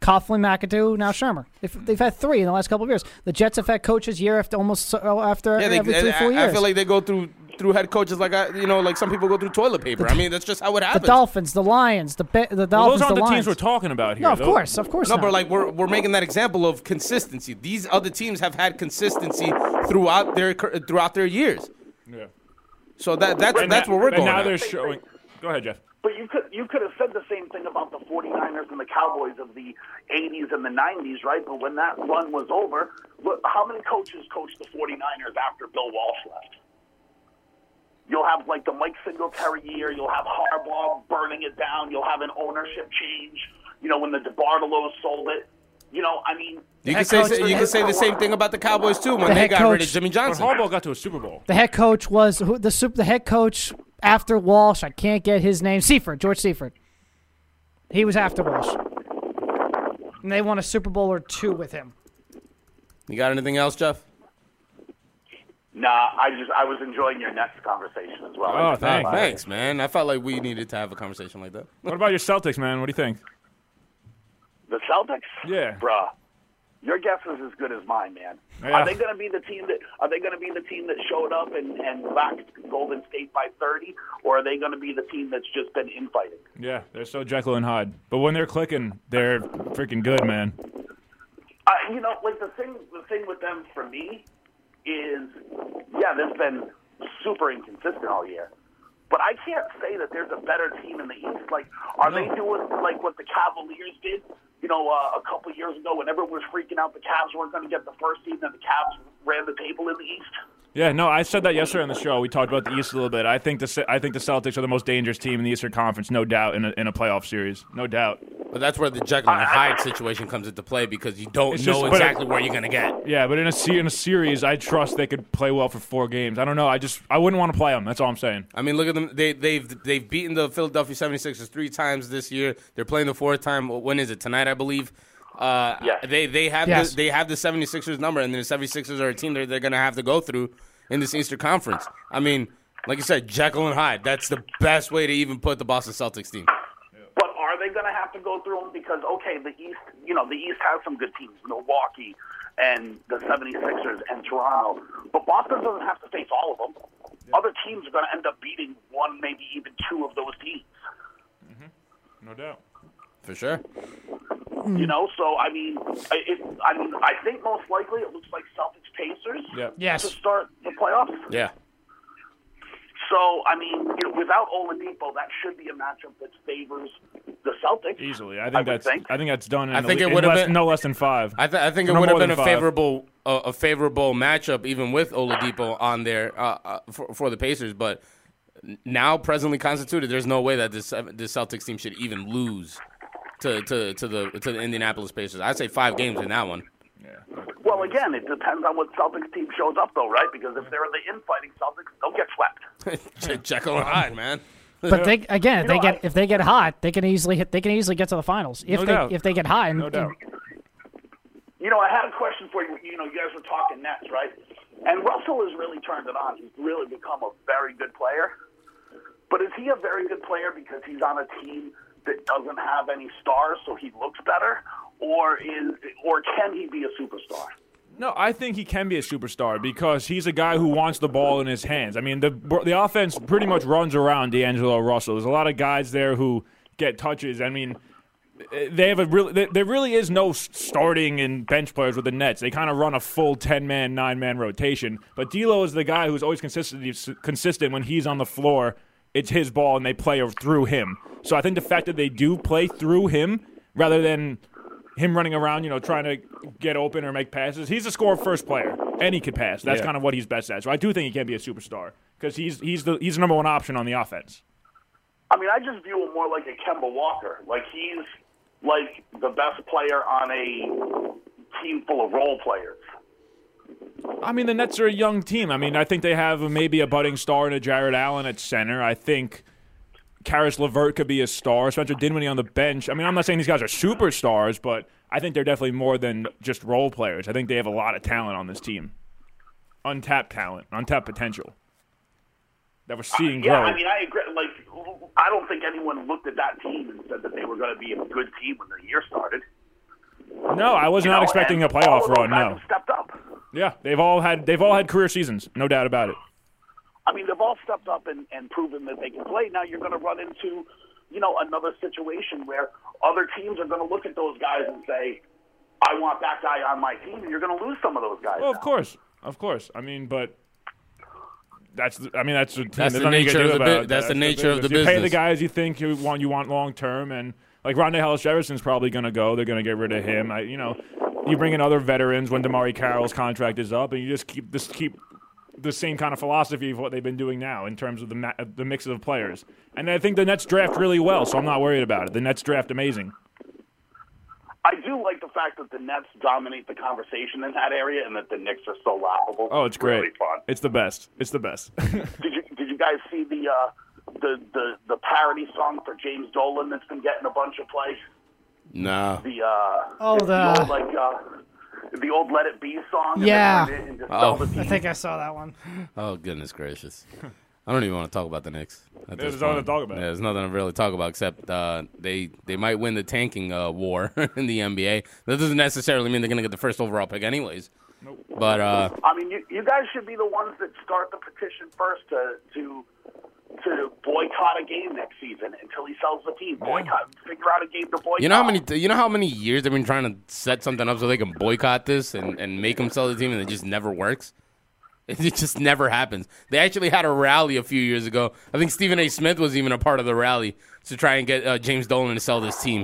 Speaker 4: Coughlin, McAdoo, now Shermer. They've, they've had three in the last couple of years. The Jets have had coaches year after almost uh, after
Speaker 3: Yeah, they,
Speaker 4: every three,
Speaker 3: I- I,
Speaker 4: four years.
Speaker 3: feel like they go through through head coaches like I, you know, like some people go through toilet paper. I mean, that's just how it
Speaker 4: the
Speaker 3: happens.
Speaker 4: Dolphins, the Lions, the Ba- the Dolphins,
Speaker 5: Well, those aren't
Speaker 4: the,
Speaker 5: the,
Speaker 4: Lions.
Speaker 5: teams we're talking about here.
Speaker 4: no, of
Speaker 5: though.
Speaker 4: course, of course.
Speaker 3: no,
Speaker 4: not.
Speaker 3: but like we're we're making that example of consistency. These other teams have had consistency throughout their cur- throughout their years.
Speaker 5: Yeah.
Speaker 3: So that that's
Speaker 5: And
Speaker 3: that's
Speaker 5: that-
Speaker 3: where we're
Speaker 5: and
Speaker 3: going.
Speaker 5: now
Speaker 3: at.
Speaker 5: they're showing. Go ahead, Jeff.
Speaker 10: But you could you could have said the same thing about the 49ers and the Cowboys of the 80s and the 90s, right? But when that run was over, look, how many coaches coached the 49ers after Bill Walsh left? You'll have like the Mike Singletary year. You'll have Harbaugh burning it down. You'll have an ownership change. You know when the DeBartolos sold it. You know, I mean,
Speaker 3: you can
Speaker 4: head
Speaker 3: say
Speaker 4: coach-
Speaker 3: you can say the same thing about the Cowboys too when
Speaker 4: The
Speaker 3: they
Speaker 4: head
Speaker 3: got rid
Speaker 4: coach-
Speaker 3: of Jimmy
Speaker 5: But
Speaker 3: Johnson.
Speaker 5: Harbaugh got to a Super Bowl.
Speaker 4: the head coach was who, the super, the head coach after Walsh. I can't get his name. Seifert, George Seifert. He was after Walsh, and they won a Super Bowl or two with him.
Speaker 3: You got anything else, Jeff?
Speaker 10: Nah, I just I was enjoying your next conversation as well.
Speaker 5: Oh,
Speaker 10: I just-
Speaker 5: thanks.
Speaker 3: Thanks, man. I felt like we needed to have a conversation like that.
Speaker 5: What about your Celtics, man? What do you think?
Speaker 10: The Celtics?
Speaker 5: Yeah.
Speaker 10: Bruh. Your guess is as good as mine, man.
Speaker 5: Yeah.
Speaker 10: Are they gonna be the team that are they gonna be the team that showed up and, and lacked Golden State by thirty, or are they gonna be the team that's just been infighting?
Speaker 5: Yeah, they're so Jekyll and Hyde. But when they're clicking, they're freaking good, man.
Speaker 10: Uh, you know, like the thing the thing with them for me is yeah, they've been super inconsistent all year. But I can't say that there's a better team in the East. Like, are they doing like what the Cavaliers did? You know, uh, a couple years ago, when everyone was freaking out, the Cavs weren't going to get the first seed, and the Cavs ran the table in the East.
Speaker 5: Yeah, no, I said that yesterday on the show. We talked about the East a little bit. I think the Ce- I think the Celtics are the most dangerous team in the Eastern Conference, no doubt, in a, in a playoff series, no doubt.
Speaker 3: But that's where the Jekyll and Hyde situation comes into play because you don't
Speaker 5: It's
Speaker 3: know
Speaker 5: just- but-
Speaker 3: exactly where you're gonna get.
Speaker 5: Yeah, but in a se- in a series, I trust they could play well for four games. I don't know. I just I wouldn't want to play them. That's all I'm saying.
Speaker 3: I mean, look at them. They, they've they've beaten the Philadelphia 76ers three times this year. They're playing the fourth time. When is it tonight? I believe. Uh,
Speaker 10: Yes.
Speaker 3: They they have
Speaker 4: Yes.
Speaker 3: the, they have the 76ers number, and the 76ers are a team that they're going to have to go through in this Easter Conference. I mean, like you said, Jekyll and Hyde. That's the best way to even put the Boston Celtics team.
Speaker 10: But are they going to have to go through them? Because, okay, the East, you know, the East has some good teams, Milwaukee and the 76ers and Toronto. But Boston doesn't have to face all of them. Other teams are going to end up beating one, maybe even two of those teams.
Speaker 5: No doubt.
Speaker 3: For sure.
Speaker 10: You know, so I mean, I- it, I mean, I think most likely it looks like Celtics Pacers
Speaker 5: Yep.
Speaker 4: Yes.
Speaker 10: to start the playoffs.
Speaker 3: Yeah.
Speaker 10: So I mean, you know, without Oladipo, that should be a matchup that favors the Celtics
Speaker 5: Easily, I
Speaker 10: I
Speaker 5: think
Speaker 10: would
Speaker 5: that's
Speaker 10: think.
Speaker 5: I think that's done. In
Speaker 3: I
Speaker 5: the
Speaker 3: think
Speaker 5: le-
Speaker 3: it
Speaker 5: in
Speaker 3: would've
Speaker 5: less-
Speaker 3: been-
Speaker 5: no less than five.
Speaker 3: I, th- I think it
Speaker 5: No
Speaker 3: would have
Speaker 5: more
Speaker 3: been
Speaker 5: than
Speaker 3: a
Speaker 5: five.
Speaker 3: favorable a a favorable matchup even with Oladipo on there uh, uh, for, for the Pacers, but n- now presently constituted, there's no way that this this Celtics team should even lose to, to, to the to the Indianapolis Pacers. I'd say five games in that one.
Speaker 10: Well, again, it depends on what Celtics team shows up, though, right? Because if they're the infighting Celtics, they'll get swept.
Speaker 3: Je- Jekyll and Hyde, man.
Speaker 4: But they again, if
Speaker 10: You
Speaker 4: they
Speaker 10: know,
Speaker 4: get
Speaker 10: I-
Speaker 4: if they get hot, they can easily hit. They can easily get to the finals if
Speaker 5: No
Speaker 4: they
Speaker 5: doubt.
Speaker 4: if they get hot. And,
Speaker 5: No doubt.
Speaker 10: You know, I had a question for you. You know, you guys were talking Nets, right? And Russell has really turned it on. He's really become a very good player. But is he a very good player because he's on a team that doesn't have any stars, so he looks better, or is or can he be a superstar?
Speaker 5: No, I think he can be a superstar because he's a guy who wants the ball in his hands. I mean, the the offense pretty much runs around D'Angelo Russell. There's a lot of guys there who get touches. I mean, eh, they have a real. there- There really is no s- starting and bench players with the Nets. They kind of run a full ten man, nine man rotation. But D'Lo is the guy who's always consistent. he's Consistent when he's on the floor, it's his ball and they play through him. So I think the fact that they do play through him rather than him running around, you know, trying to get open or make passes. He's a score first player, and he could pass. That's kind of what he's best at. So I do think he can be a superstar because he's he's the he's the number one option on the offense.
Speaker 10: I mean, I just view him more like a Kemba Walker. Like he's like the best player on a team full of role players.
Speaker 5: I mean, the Nets are a young team. I mean, I think they have maybe a budding star in a Jared Allen at center. I think Karis LeVert could be a star. Spencer Dinwiddie on the bench. I mean, I'm not saying these guys are superstars, but I think they're definitely more than just role players. I think they have a lot of talent on this team, untapped talent, untapped potential that we're seeing grow.
Speaker 10: Yeah, I mean, I agree. Like, I don't think anyone looked at that team and said that they were going to be a good team when the year started.
Speaker 5: No, I was
Speaker 10: You
Speaker 5: not
Speaker 10: know,
Speaker 5: expecting a
Speaker 10: and all
Speaker 5: playoff
Speaker 10: of those
Speaker 5: run.
Speaker 10: guys
Speaker 5: No.
Speaker 10: have stepped up.
Speaker 5: Yeah, they've all had they've all had career seasons, no doubt about it.
Speaker 10: I mean, they've all stepped up and, and proven that they can play. Now you're going to run into, you know, another situation where other teams are going to look at those guys and say, "I want that guy on my team," and you're going to lose some of those guys.
Speaker 5: Well, of
Speaker 10: now.
Speaker 5: course, of course. I mean, but that's the, I mean that's the,
Speaker 3: That's the nature of the bu- that's the nature of the
Speaker 5: You pay the
Speaker 3: business.
Speaker 5: guys you think you want you want long term, and like Rondé Hollis Jefferson's probably going to go. They're going to get rid of him. I, you know, you bring in other veterans when Damari Carroll's contract is up, and you just keep this keep the same kind of philosophy of what they've been doing now in terms of the ma- the mix of players. And I think the Nets draft really well, so I'm not worried about it. The Nets draft amazing.
Speaker 10: I do like the fact that the Nets dominate the conversation in that area, and that the Knicks are so laughable.
Speaker 5: Oh, it's great.
Speaker 10: Really fun.
Speaker 5: It's the best. It's the best.
Speaker 10: Did you did you guys see the uh, the the the parody song for James Dolan that's been getting a bunch of play?
Speaker 3: No.
Speaker 10: The uh,
Speaker 4: Oh,
Speaker 10: it's
Speaker 4: the-
Speaker 10: old, like uh, the old Let It Be song. and
Speaker 4: Yeah.
Speaker 10: they turned it and just
Speaker 3: Oh.
Speaker 10: spelled it
Speaker 4: I think I saw that one.
Speaker 3: Oh goodness gracious! I don't even want to talk about the Knicks. at
Speaker 5: There's
Speaker 3: this
Speaker 5: nothing
Speaker 3: point.
Speaker 5: to talk about.
Speaker 3: Yeah, there's nothing to really talk about except uh, they they might win the tanking uh, war in the NBA. That doesn't necessarily mean they're going to get the first overall pick, anyways. But uh,
Speaker 10: I mean, you, you guys should be the ones that start the petition first to to to boycott a game next season until he sells the team. Boycott, figure out a game to boycott.
Speaker 3: you know how many you know how many years they've been trying to set something up so they can boycott this and, and make them sell the team, and it just never works. It just never happens. They actually had a rally a few years ago. I think Stephen A. Smith was even a part of the rally to try and get uh, James Dolan to sell this team.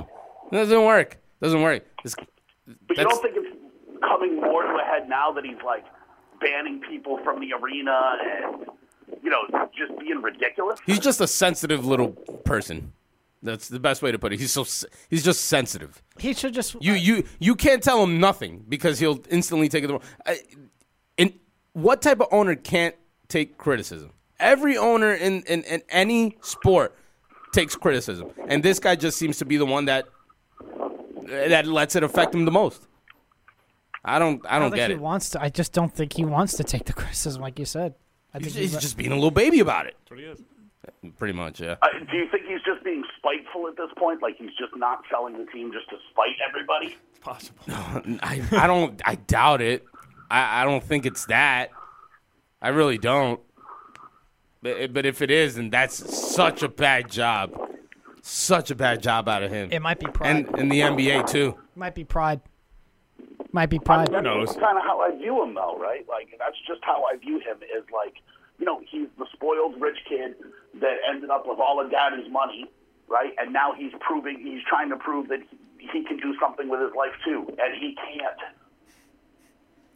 Speaker 3: It doesn't work. doesn't work. It's,
Speaker 10: But you
Speaker 3: that's-
Speaker 10: don't think it's coming more to a head now that he's like banning people from the arena and you know just being ridiculous?
Speaker 3: he's just a sensitive little person. That's the best way to put it. He's so s- he's just sensitive.
Speaker 4: He should just.
Speaker 3: You you you can't tell him nothing because he'll instantly take it. The wrong. I, and what type of owner can't take criticism? Every owner in, in, in any sport takes criticism, and this guy just seems to be the one that that lets it affect him the most. I don't I
Speaker 4: I
Speaker 3: don't
Speaker 4: think
Speaker 3: get
Speaker 4: he
Speaker 3: it.
Speaker 4: wants to. I just don't think he wants to take the criticism, like you said. I think
Speaker 3: He's, he's just being a little baby about it.
Speaker 5: That's what he is.
Speaker 3: Pretty much, yeah.
Speaker 10: Uh, do you think he's just being spiteful at this point? Like he's just not selling the team just to spite everybody?
Speaker 5: It's possible.
Speaker 3: I, I don't I doubt it. I, I don't think it's that. I really don't. But, but if it is, then that's such a bad job. Such a bad job out of him.
Speaker 4: It might be pride.
Speaker 3: and in the NBA too.
Speaker 4: might be pride. Might be pride.
Speaker 5: Who knows?
Speaker 10: kind of how I view him, though, right? Like that's just how I view him. Is like, you know, he's the spoiled rich kid that ended up with all of daddy's money, right? And now he's proving he's trying to prove that he, he can do something with his life too, and he can't.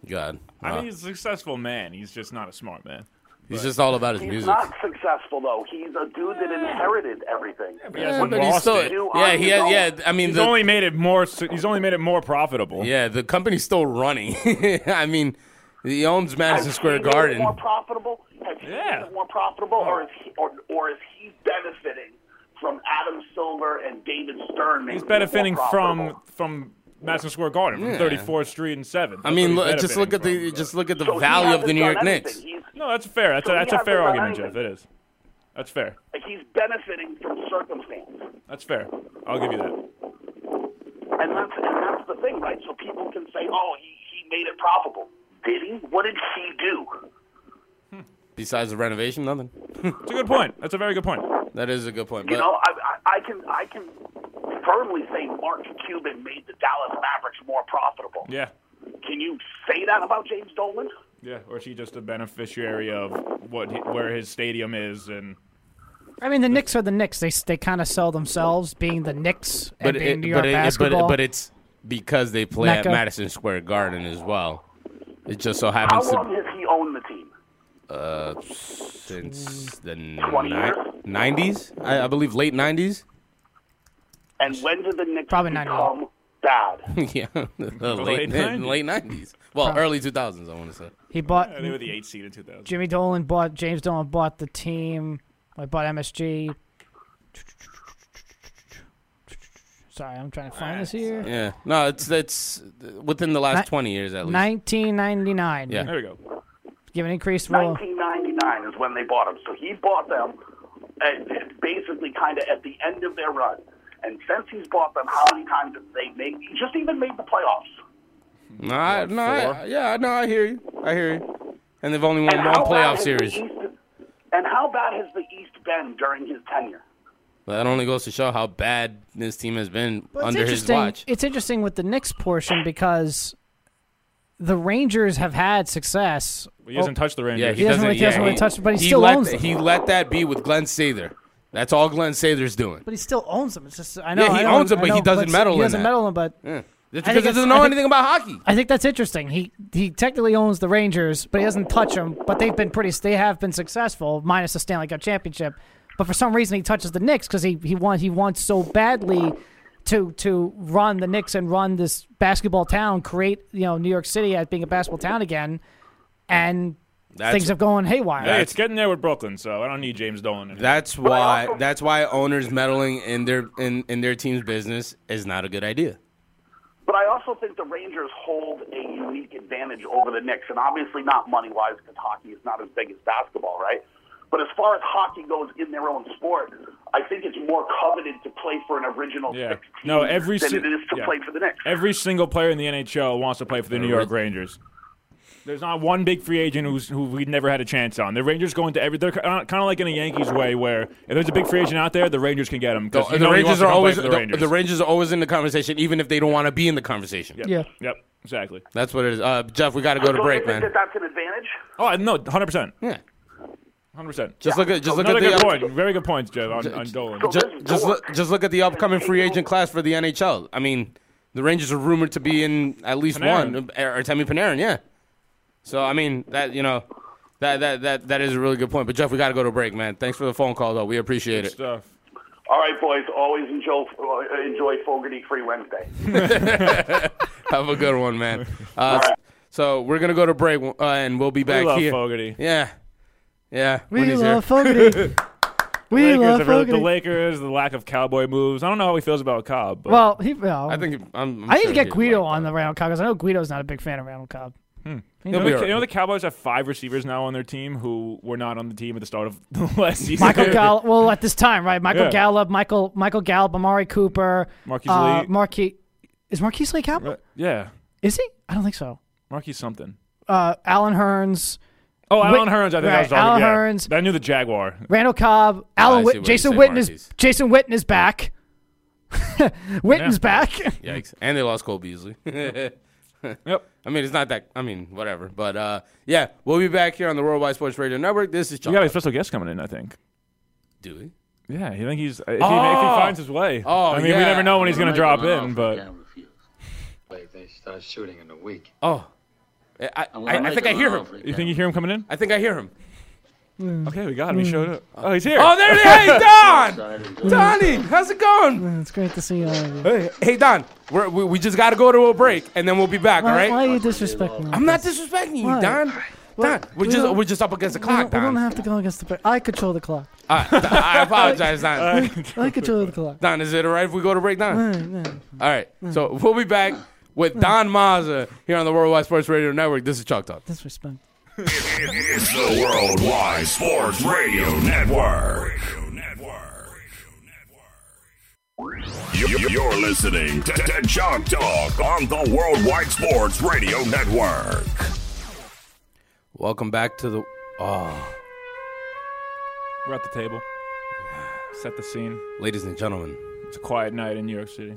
Speaker 3: God.
Speaker 5: I
Speaker 3: Uh,
Speaker 5: mean, he's a successful man. He's just not a smart man.
Speaker 3: he's just all about his
Speaker 10: He's
Speaker 3: music.
Speaker 10: not successful though. He's a dude that inherited everything.
Speaker 5: He hasn't
Speaker 3: But he's
Speaker 5: lost
Speaker 3: still,
Speaker 5: it.
Speaker 10: You
Speaker 3: yeah,
Speaker 10: on
Speaker 3: he
Speaker 10: your
Speaker 3: had,
Speaker 10: own.
Speaker 3: yeah, I mean
Speaker 5: He's
Speaker 3: the,
Speaker 5: only made it more. su- He's only made it more profitable.
Speaker 3: yeah, the company's still running. I mean, he owns
Speaker 10: Has
Speaker 3: Madison Square
Speaker 10: he made it
Speaker 3: Garden. Oh.
Speaker 10: More profitable? Has he made
Speaker 5: Yeah.
Speaker 10: it more profitable, or is he, or, or is he benefiting from Adam Silver and David Stern?
Speaker 5: He's
Speaker 10: making it more
Speaker 5: benefiting
Speaker 10: profitable?
Speaker 5: from from Madison Square Garden, from 34th Street and 7th.
Speaker 3: I mean,
Speaker 5: That's what
Speaker 3: look,
Speaker 5: he's
Speaker 3: just look at the just look at the
Speaker 5: benefiting from,
Speaker 10: So he
Speaker 3: value of the
Speaker 10: hasn't
Speaker 3: New York
Speaker 10: done
Speaker 3: Knicks.
Speaker 10: anything.
Speaker 5: but- no, that's fair. That's a,
Speaker 10: So he
Speaker 5: that's a
Speaker 10: hasn't
Speaker 5: fair
Speaker 10: done
Speaker 5: argument,
Speaker 10: anything.
Speaker 5: Jeff. It is. That's fair.
Speaker 10: He's, he's benefiting from circumstance,
Speaker 5: That's fair. I'll give you that.
Speaker 10: and that's and that's the thing, right? So people can say, "Oh, he, he made it profitable." Did he? What did he do?
Speaker 3: Besides the renovation, nothing.
Speaker 5: It's a good point. That's a very good point.
Speaker 3: That is a good point.
Speaker 10: You
Speaker 3: But
Speaker 10: know, I, I, I can I can firmly say Mark Cuban made the Dallas Mavericks more profitable.
Speaker 5: Yeah.
Speaker 10: Can you say that about James Dolan?
Speaker 5: Yeah. Or is he just a beneficiary of what he, where his stadium is and
Speaker 4: I mean, the Knicks are the Knicks. They they kind of sell themselves being the Knicks and
Speaker 3: but
Speaker 4: being
Speaker 3: it-
Speaker 4: New York
Speaker 3: but, it-
Speaker 4: basketball.
Speaker 3: but but it's because they play
Speaker 4: Mecca.
Speaker 3: at Madison Square Garden as well. It just so
Speaker 10: How
Speaker 3: happens
Speaker 10: long has he owned the team?
Speaker 3: to uh, since the
Speaker 10: years?
Speaker 3: nineties, I, I believe, late nineties.
Speaker 10: And when did the Knicks
Speaker 4: Probably not
Speaker 10: become bad?
Speaker 3: yeah, the late
Speaker 5: late 90s.
Speaker 3: late nineties. Well, early two thousands, I want to say.
Speaker 4: he bought
Speaker 5: they were the eighth seed in 2000.
Speaker 4: Jimmy Dolan bought James Dolan bought the team. I bought MSG. Sorry, I'm trying to find this here.
Speaker 3: Yeah, no, it's it's within the last
Speaker 4: Ni-
Speaker 3: twenty years at least.
Speaker 4: 1999.
Speaker 3: Yeah.
Speaker 5: There we go.
Speaker 4: Give an increased role.
Speaker 10: 1999 is when they bought him. So he bought them at, at basically kind of at the end of their run. And since he's bought them, how many times have they made, just even made the playoffs?
Speaker 3: No, I, no, I, yeah, no, I hear you. I hear you. And they've only won
Speaker 10: And
Speaker 3: one
Speaker 10: how bad
Speaker 3: playoff
Speaker 10: has
Speaker 3: series.
Speaker 10: The East, and how bad has the East been during his tenure?
Speaker 3: But that only goes to show how bad this team has been
Speaker 4: Well,
Speaker 3: under
Speaker 4: it's
Speaker 3: his
Speaker 4: interesting.
Speaker 3: watch.
Speaker 4: It's interesting with the Knicks portion because the Rangers have had success.
Speaker 5: He hasn't touched the Rangers.
Speaker 3: Oh. Yeah, he,
Speaker 4: doesn't really- he doesn't
Speaker 3: yeah,
Speaker 4: really touch it, but he
Speaker 3: he
Speaker 4: still
Speaker 3: let,
Speaker 4: owns it.
Speaker 3: He let that be with Glenn Sather. That's all Glenn Sather's doing.
Speaker 4: But he still owns them. It's just I know
Speaker 3: Yeah, he
Speaker 4: I know-
Speaker 3: owns 'em,
Speaker 4: I
Speaker 3: but he
Speaker 4: know,
Speaker 3: doesn't meddle
Speaker 4: He
Speaker 3: in
Speaker 4: doesn't
Speaker 3: that.
Speaker 4: meddle in, but
Speaker 3: Yeah. That's
Speaker 4: I
Speaker 3: because
Speaker 4: think
Speaker 3: he
Speaker 4: it's-
Speaker 3: doesn't know
Speaker 4: I think-
Speaker 3: anything about hockey.
Speaker 4: I think that's interesting. He he technically owns the Rangers, but he doesn't touch them. But they've been pretty. They have been successful, minus the Stanley Cup championship. But for some reason, he touches the Knicks because he he wants he wants so badly to to run the Knicks and run this basketball town, create you know New York City as being a basketball town again, and
Speaker 3: That's-
Speaker 4: things have gone haywire.
Speaker 5: Hey, it's getting there with Brooklyn, so I don't need James Dolan. in it.
Speaker 3: That's why. That's why owners meddling in their in, in their team's business is not a good idea.
Speaker 10: But I also think the Rangers hold a unique advantage over the Knicks, and obviously not money wise because hockey is not as big as basketball, right? But as far as hockey goes in their own sport, I think it's more coveted to play for an original
Speaker 5: Yeah.
Speaker 10: six team
Speaker 5: No, every
Speaker 10: than
Speaker 5: si-
Speaker 10: it is to
Speaker 5: yeah.
Speaker 10: play for the Knicks.
Speaker 5: Every single player in the NHL wants to play for the New York Rangers. There's not one big free agent who's, who we never had a chance on. The Rangers go into every. They're kind of like in a Yankees way, where if there's a big free agent out there, the Rangers can get him. 'cause
Speaker 3: The,
Speaker 5: you know he
Speaker 3: Rangers
Speaker 5: wants to
Speaker 3: are
Speaker 5: come play
Speaker 3: always
Speaker 5: for
Speaker 3: the,
Speaker 5: the Rangers.
Speaker 3: the Rangers are always in the conversation, even if they don't want to be in the conversation.
Speaker 5: Yep.
Speaker 4: Yeah.
Speaker 5: Yep. Exactly.
Speaker 3: That's what it is. Uh, Jeff, we got to go to
Speaker 10: Don't
Speaker 3: break,
Speaker 10: you think
Speaker 3: man.
Speaker 10: that that's an advantage?
Speaker 5: Oh I- no, hundred percent.
Speaker 3: Yeah.
Speaker 5: Hundred percent.
Speaker 3: Just look at just look
Speaker 5: Another
Speaker 3: at the
Speaker 5: good
Speaker 3: up-
Speaker 5: point. Very good points, Jeff, on, on Dolan.
Speaker 10: So
Speaker 3: just,
Speaker 10: this is
Speaker 3: just
Speaker 10: Dolan.
Speaker 3: look just look at the upcoming free agent class for the NHL. I mean, the Rangers are rumored to be in at least
Speaker 5: Panarin.
Speaker 3: one uh, or Artemi Panarin, yeah. So I mean that you know that that that that is a really good point. But Jeff, we got to go to break, man. Thanks for the phone call though. We appreciate it.
Speaker 5: Stuff.
Speaker 10: All right, boys. Always enjoy uh, enjoy Fogarty Free Wednesday.
Speaker 3: Have a good one, man. Uh, so we're gonna go to break uh, and we'll be back
Speaker 5: love
Speaker 3: here.
Speaker 5: Fogarty.
Speaker 3: Yeah, yeah. when
Speaker 4: We
Speaker 3: he's
Speaker 4: love Fogarty. we
Speaker 5: Lakers,
Speaker 4: love
Speaker 5: the, re- the
Speaker 4: Fogarty.
Speaker 5: Lakers, the lack of cowboy moves. I don't know how he feels about Cobb. But
Speaker 4: well, he, well,
Speaker 3: I think I'm, I'm
Speaker 4: I need
Speaker 3: sure
Speaker 4: to get
Speaker 3: he'd
Speaker 4: Guido
Speaker 3: like
Speaker 4: on
Speaker 3: that.
Speaker 4: the Randall Cobb because I know Guido's not a big fan of Randall Cobb.
Speaker 5: you know,
Speaker 3: be
Speaker 5: the,
Speaker 3: all right.
Speaker 5: you know the Cowboys have five receivers now on their team who were not on the team at the start of the last season.
Speaker 4: Michael Gallup. Well, at this time, right? Michael
Speaker 5: Yeah.
Speaker 4: Gallup, Michael Michael Gallup, Amari Cooper,
Speaker 5: Marquise
Speaker 4: uh,
Speaker 5: Lee.
Speaker 4: Marquis. Is Marquise Lee Cowboy?
Speaker 5: Yeah,
Speaker 4: Is he? I don't think so.
Speaker 5: Marquis something.
Speaker 4: Uh, Alan Hearns,
Speaker 5: Oh, Alan
Speaker 4: Wait,
Speaker 5: Hearns. I think
Speaker 4: right,
Speaker 5: that was all-
Speaker 4: Alan
Speaker 5: yeah.
Speaker 4: Hearns.
Speaker 5: I knew the Jaguar.
Speaker 4: Randall Cobb, Alan,
Speaker 3: I see
Speaker 4: Whit-
Speaker 3: what you
Speaker 4: Jason
Speaker 3: said,
Speaker 4: Witten is
Speaker 3: Marquise.
Speaker 4: Jason Witten is back. Witten's back.
Speaker 3: Yikes! And they lost Cole Beasley.
Speaker 5: Yep.
Speaker 3: I mean, it's not that. I mean, whatever. But uh, yeah, we'll be back here on the Worldwide Sports Radio Network. This is
Speaker 5: We
Speaker 3: John.
Speaker 5: got a special guest coming in. I think.
Speaker 3: Do we?
Speaker 5: Yeah, you think he's if, he, if he
Speaker 3: Oh!
Speaker 5: finds his way.
Speaker 3: Oh,
Speaker 5: I mean,
Speaker 3: yeah.
Speaker 5: we never know when he's going to drop in, but
Speaker 11: They start shooting in a week.
Speaker 3: Oh, I, I, I, I think I hear him.
Speaker 5: you think you hear him coming in?
Speaker 3: I think I hear him.
Speaker 5: Okay, we got
Speaker 4: Hmm.
Speaker 5: him. He showed up. Oh, he's here.
Speaker 3: Oh, there he is. Hey, Don. Donnie, how's it going?
Speaker 4: it's great to see you. all
Speaker 5: Uh,
Speaker 4: of you.
Speaker 3: Hey, hey Don. We're, we we just got to go to a break and then we'll be back. All
Speaker 4: Why, why
Speaker 3: right.
Speaker 4: are you disrespecting me?
Speaker 3: I'm not disrespecting you,
Speaker 4: Why?
Speaker 3: Don. Don, we're
Speaker 4: we
Speaker 3: just
Speaker 4: don't-
Speaker 3: we're just up against the
Speaker 4: We don't,
Speaker 3: clock,
Speaker 4: we
Speaker 3: Don.
Speaker 4: don't have to go against the. break. I control the clock.
Speaker 3: All right, Don, I apologize, Don.
Speaker 4: I control the clock.
Speaker 3: Don, is it all right if we go to break, Don? All right. So we'll be back with Don Mazza here on the Worldwide Sports Radio Network. This is Chalk Talk.
Speaker 4: Disrespect.
Speaker 1: It's the Worldwide Sports Radio Network. You- You're listening to, to Junk Talk on the Worldwide Sports Radio Network.
Speaker 3: Welcome back to the. Oh,
Speaker 5: We're at the table. Set the scene.
Speaker 3: ladies and gentlemen,
Speaker 5: It's a quiet night in New York City.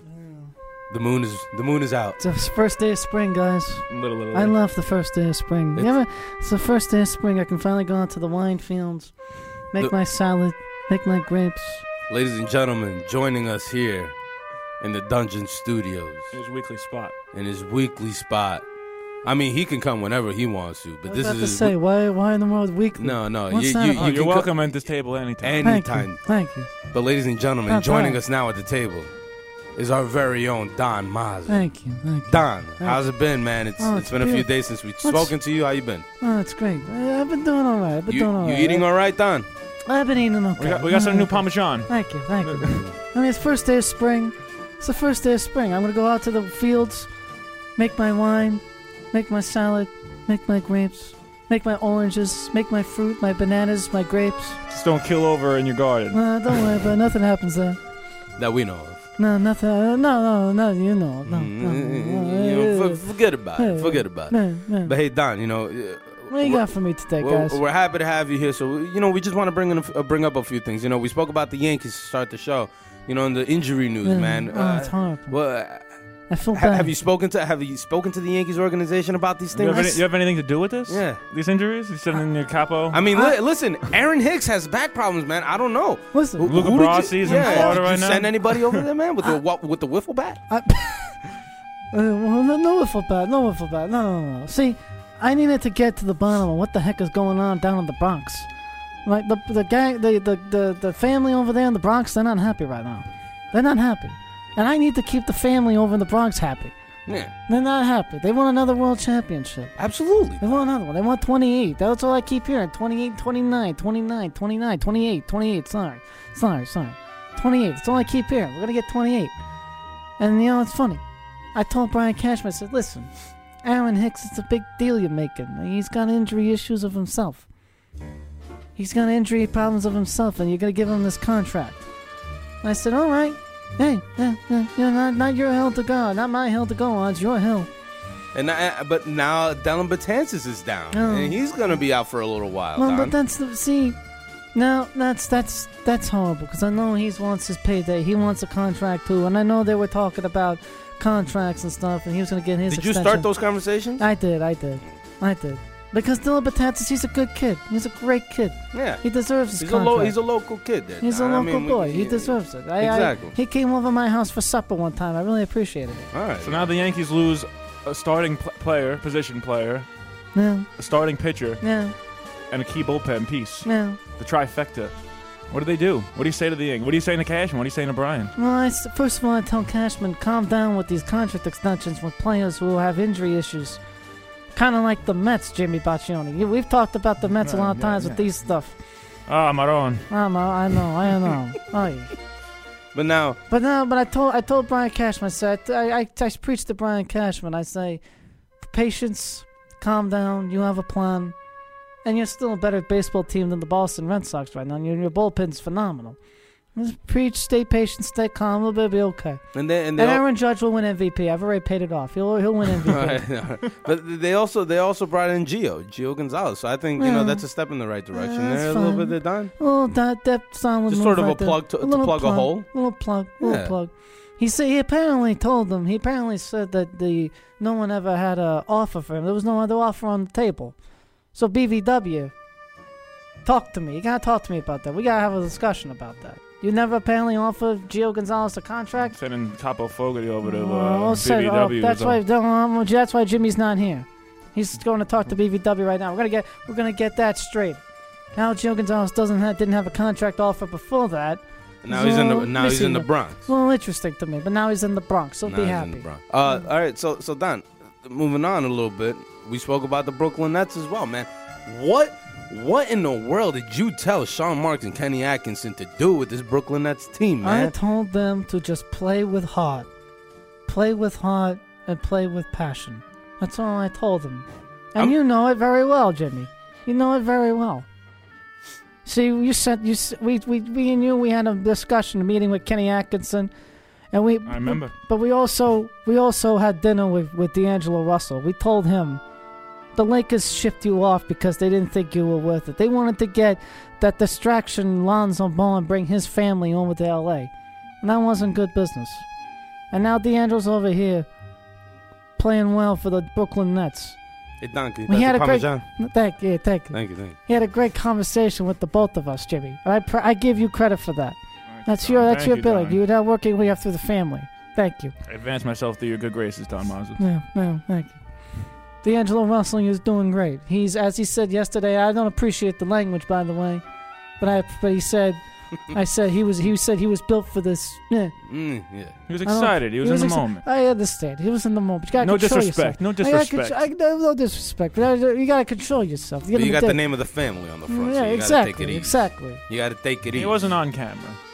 Speaker 3: the moon is the moon is out.
Speaker 4: It's the first day of spring, guys.
Speaker 5: Little little.
Speaker 4: I love the first day of spring. You ever, it's the first day of spring. I can finally go out to the wine fields, make
Speaker 3: The-
Speaker 4: my salad, make my grapes.
Speaker 3: Ladies and gentlemen, joining us here in the Dungeon Studios
Speaker 5: his weekly spot.
Speaker 3: in his weekly spot. I mean, he can come whenever he wants to, but
Speaker 4: I was
Speaker 3: this
Speaker 4: about
Speaker 3: is
Speaker 4: to
Speaker 3: his
Speaker 4: say,
Speaker 3: wee-
Speaker 4: why, why in the world weekly?
Speaker 3: no, no.
Speaker 4: What's that about?
Speaker 5: Oh,
Speaker 3: can
Speaker 5: you're
Speaker 3: co-
Speaker 5: welcome at this table anytime.
Speaker 4: Thank
Speaker 3: anytime.
Speaker 4: you, thank you,
Speaker 3: But ladies and gentlemen,
Speaker 4: Not
Speaker 3: joining
Speaker 4: bad.
Speaker 3: us now at the table is our very own Don Mazza.
Speaker 4: thank you, thank you.
Speaker 3: Don, how's it been, man? It's,
Speaker 4: Oh,
Speaker 3: it's
Speaker 4: it's
Speaker 3: been a few
Speaker 4: beautiful.
Speaker 3: days since we've spoken to you. How you been?
Speaker 4: Oh, it's great. I, I've been doing all right. I've been
Speaker 3: You,
Speaker 4: doing all
Speaker 3: you
Speaker 4: right. eh?
Speaker 3: eating all right, Don?
Speaker 4: I've been eating okay.
Speaker 5: We got, we got some new Parmesan.
Speaker 4: Thank you, thank you. I mean, it's first day of spring. It's the first day of spring. I'm gonna go out to the fields, make my wine, make my salad, make my grapes, make my oranges, make my fruit, my bananas, my grapes.
Speaker 5: Just don't kill over in your garden.
Speaker 4: Uh, don't worry, but nothing happens there.
Speaker 3: That we know of.
Speaker 4: No, nothing. Uh, no, no, no. You know, no,
Speaker 3: Mm,
Speaker 4: no,
Speaker 3: You know,
Speaker 4: no.
Speaker 3: for- forget about it. Forget about it.
Speaker 4: Man, man.
Speaker 3: But hey, Don, you know, uh,
Speaker 4: What you got for me today,
Speaker 3: we're,
Speaker 4: guys?
Speaker 3: we're happy to have you here. So you know, we just want to bring in a f- uh, bring up a few things. You know, we spoke about the Yankees to start the show. You know, and the injury news,
Speaker 4: Yeah,
Speaker 3: man.
Speaker 4: oh, it's horrible.
Speaker 3: Well, uh,
Speaker 4: I feel
Speaker 3: ha-
Speaker 4: bad.
Speaker 3: have you spoken to have you spoken to the Yankees organization about these
Speaker 5: You
Speaker 3: things?
Speaker 5: have, any, you have anything to do with this?
Speaker 3: Yeah.
Speaker 5: These injuries? You sitting in your capo?
Speaker 3: I mean, li- listen, Aaron Hicks has back problems, man. I don't know.
Speaker 4: Listen.
Speaker 3: Who-
Speaker 5: Luca
Speaker 3: who did you-
Speaker 5: Brasi is in
Speaker 3: yeah,
Speaker 5: Florida
Speaker 3: did you
Speaker 5: right now.
Speaker 3: Send anybody over there, man, with the wa- with the wiffle bat?
Speaker 4: I, Uh, well, no, no wiffle bat, no wiffle bat, no, no, no. See, I needed to get to the bottom of what the heck is going on down in the Bronx. Like the the gang, the the, the, the family over there in the Bronx, they're not happy right now. They're not happy, and I need to keep the family over in the Bronx happy.
Speaker 3: Yeah,
Speaker 4: They're not happy. They want another world championship.
Speaker 3: absolutely.
Speaker 4: They want another one. They want 28. That's all I keep hearing. 28, 29, 29, 29, 28, 28. Sorry. Sorry, sorry. 28. That's all I keep hearing. We're going to get 28. And, you know, it's funny. I told Brian Cashman, I said, listen, Aaron Hicks, it's a big deal you're making. He's got injury issues of himself. He's got injury problems of himself, and you're going to give him this contract. I said, all right. Hey, yeah, yeah, you know, not, not uh, your hill to go. Not my hill to go on. It's your hill.
Speaker 3: And I, but now Dylan Batances is down,
Speaker 4: Oh.
Speaker 3: and he's gonna be out for a little while.
Speaker 4: Well,
Speaker 3: Don.
Speaker 4: but that's the see. No, that's that's that's horrible because I know he wants his payday. He wants a contract too, and I know they were talking about contracts and stuff, and he was going to get his.
Speaker 3: Did you
Speaker 4: extension.
Speaker 3: start those conversations?
Speaker 4: I did, I did, I did. Because Dylan Batanzas, he's a good kid. He's a great kid.
Speaker 3: Yeah.
Speaker 4: he deserves his
Speaker 3: He's a
Speaker 4: contract.
Speaker 3: lo- he's a local kid. There,
Speaker 4: He's a
Speaker 3: Don. I
Speaker 4: local
Speaker 3: mean, we-
Speaker 4: boy. He deserves it. I, I-
Speaker 3: exactly.
Speaker 4: he came over my house for supper one time. I really appreciated it.
Speaker 3: All right.
Speaker 5: So now the Yankees lose a starting pl- player, position player,
Speaker 4: Yeah.
Speaker 5: a starting pitcher,
Speaker 4: Yeah.
Speaker 5: and a key bullpen piece.
Speaker 4: Yeah.
Speaker 5: The trifecta. What do they do? What do you say to the Yankees? What do you say to Cashman? What do you say to Brian?
Speaker 4: Well, I s first of all, I tell Cashman, calm down with these contract extensions with players who have injury issues. Kind of like the Mets, Jimmy Boccioni. You- We've talked about the Mets a
Speaker 5: Yeah,
Speaker 4: lot of
Speaker 5: yeah,
Speaker 4: times with
Speaker 5: yeah.
Speaker 4: these stuff.
Speaker 5: Ah, Maron.
Speaker 4: I'm, uh, I know, I know. oh, yeah.
Speaker 3: But now
Speaker 4: But no, but I told I told Brian Cashman. I said I, I, I preached to Brian Cashman. I say, patience, calm down. You have a plan, and you're still a better baseball team than the Boston Red Sox right now. And your, your bullpen's phenomenal. Just preach, stay patient, stay calm. It'll be- it'll be okay.
Speaker 3: and then and
Speaker 4: And,
Speaker 3: they al-
Speaker 4: Aaron Judge will win MVP. I've already paid it off. He'll he'll win MVP.
Speaker 3: but they also they also brought in Gio Gio Gonzalez. So I think you know
Speaker 4: Yeah.
Speaker 3: that's a step in the right direction.
Speaker 4: Yeah, that's
Speaker 3: there a little
Speaker 4: fine.
Speaker 3: bit of dime.
Speaker 4: Oh, that that solid.
Speaker 3: Just
Speaker 4: move
Speaker 3: sort of
Speaker 4: right
Speaker 3: a
Speaker 4: there.
Speaker 3: plug to- to
Speaker 4: little
Speaker 3: plug a hole?
Speaker 4: Little plug, little
Speaker 3: Yeah.
Speaker 4: plug. He said he apparently told them. He apparently said that the no one ever had a offer for him. There was no other offer on the table. So BVW, talk to me. You gotta talk to me about that. We gotta have a discussion about that. You never apparently offered Gio Gonzalez a contract.
Speaker 5: Sending Capo Fogarty over to uh,
Speaker 3: Um,
Speaker 4: Oh, said- oh,
Speaker 5: BBW.
Speaker 4: that's
Speaker 5: So-
Speaker 4: why. um, that's why Jimmy's not here. He's going to talk to BVW right now. We're gonna get. We're gonna get that straight. Now Joe Gonzalez doesn't have, didn't have a contract offer before that.
Speaker 3: And now he's in the now he's in the
Speaker 4: missing-
Speaker 3: Bronx.
Speaker 4: A little interesting to me, but now he's in the Bronx. So
Speaker 3: Now
Speaker 4: be
Speaker 3: he's in the
Speaker 4: happy.
Speaker 3: Bronx. Uh, all right, so so Don, moving on a little bit. We spoke about the Brooklyn Nets as well, man. What what in the world did you tell Sean Marks and Kenny Atkinson to do with this Brooklyn Nets team,
Speaker 4: I
Speaker 3: man?
Speaker 4: told them to just play with heart, play with heart, and play with passion. That's all I told them, and you know it very well, Jimmy. You know it very well. See, you said you s- we we we and you we had a discussion, a meeting with Kenny Atkinson, and we.
Speaker 5: I remember.
Speaker 4: But we also we also had dinner with with D'Angelo Russell. We told him the Lakers shipped you off because they didn't think you were worth it. They wanted to get that distraction Lonzo Ball and bring his family over to L.A. And that wasn't good business. And now D'Angelo's over here playing well for the Brooklyn Nets.
Speaker 3: Hey, Don, can you
Speaker 4: We
Speaker 3: pass
Speaker 4: had
Speaker 3: the
Speaker 4: a great
Speaker 3: Parmesan?
Speaker 4: thank you, thank you.
Speaker 3: Thank you, thank you.
Speaker 4: He had a great conversation with the both of us, Jimmy. And I pr- I give you credit for that. That's your
Speaker 5: Don.
Speaker 4: that's
Speaker 5: Oh, Thank
Speaker 4: your
Speaker 5: you,
Speaker 4: ability.
Speaker 5: Don.
Speaker 4: You're now working your way up through the family. Thank you.
Speaker 5: I advanced myself through your good graces, Don Mazza.
Speaker 4: No, no, thank you. D'Angelo Russell is doing great. He's, as he said yesterday, I don't appreciate the language, by the way, but I, but he said, I said he was, he said he was built for this. Yeah.
Speaker 3: Mm, yeah.
Speaker 5: He was
Speaker 4: I don't-
Speaker 5: excited. He was in the
Speaker 4: exci-
Speaker 5: moment.
Speaker 4: I understand. He was in the moment. You gotta
Speaker 5: No
Speaker 4: control
Speaker 5: disrespect.
Speaker 4: Yourself.
Speaker 5: No
Speaker 4: I gotta
Speaker 5: disrespect.
Speaker 4: contr- I- no, no disrespect. But I- you gotta control yourself.
Speaker 3: But you
Speaker 4: gotta
Speaker 3: got the
Speaker 4: take-
Speaker 3: name of the family on the front. so
Speaker 4: Yeah,
Speaker 3: you
Speaker 4: exactly,
Speaker 3: Gotta take it easy.
Speaker 4: exactly.
Speaker 3: You got to take it easy.
Speaker 5: He wasn't on camera.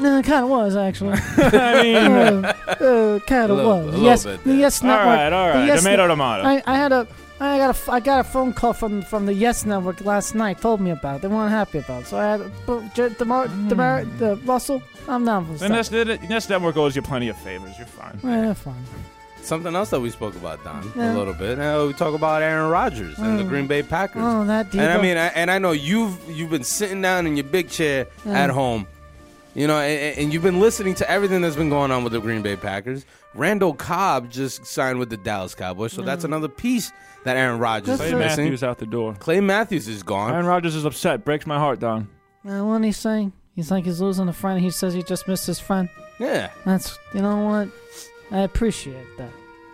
Speaker 4: No, it kind of was actually.
Speaker 5: I mean-
Speaker 4: kind
Speaker 3: A
Speaker 4: of
Speaker 3: little-
Speaker 4: was.
Speaker 3: a little
Speaker 4: yes,
Speaker 3: bit
Speaker 4: the
Speaker 3: there.
Speaker 4: Yes
Speaker 5: All
Speaker 4: Network.
Speaker 5: right, all
Speaker 4: the
Speaker 5: right.
Speaker 4: Yes
Speaker 5: Tomato,
Speaker 4: Ne-
Speaker 5: tomato.
Speaker 4: I, I had a, I got a, f- I got a phone call from from the Yes Network last night. Told me about. it. They weren't happy about. It. So I had, but J- Demar,
Speaker 3: Hmm.
Speaker 4: Demar, the Russell. I'm not.
Speaker 5: The Nest, the Nest Network owes you plenty of favors. You're fine.
Speaker 4: Yeah, Eh, fine.
Speaker 3: Something else that we spoke about, Don,
Speaker 4: Yeah.
Speaker 3: a little bit. Uh, we talk about Aaron Rodgers and the
Speaker 4: Mm.
Speaker 3: Green Bay Packers.
Speaker 4: Oh, that
Speaker 3: And I
Speaker 4: Debo.
Speaker 3: mean, I, and I know you've you've been sitting down in your big chair
Speaker 4: Mm.
Speaker 3: at home, you know, and, and you've been listening to everything that's been going on with the Green Bay Packers. Randall Cobb just signed with the Dallas Cowboys, so that's another piece that Aaron Rodgers
Speaker 5: Clay
Speaker 3: is missing.
Speaker 5: Matthews out the door.
Speaker 3: Clay Matthews is gone.
Speaker 5: Aaron Rodgers is upset. Breaks my heart, Don.
Speaker 4: Uh, what did he say? He's like he's losing a friend. He says he just missed his friend.
Speaker 3: Yeah.
Speaker 4: That's you know what? I appreciate that.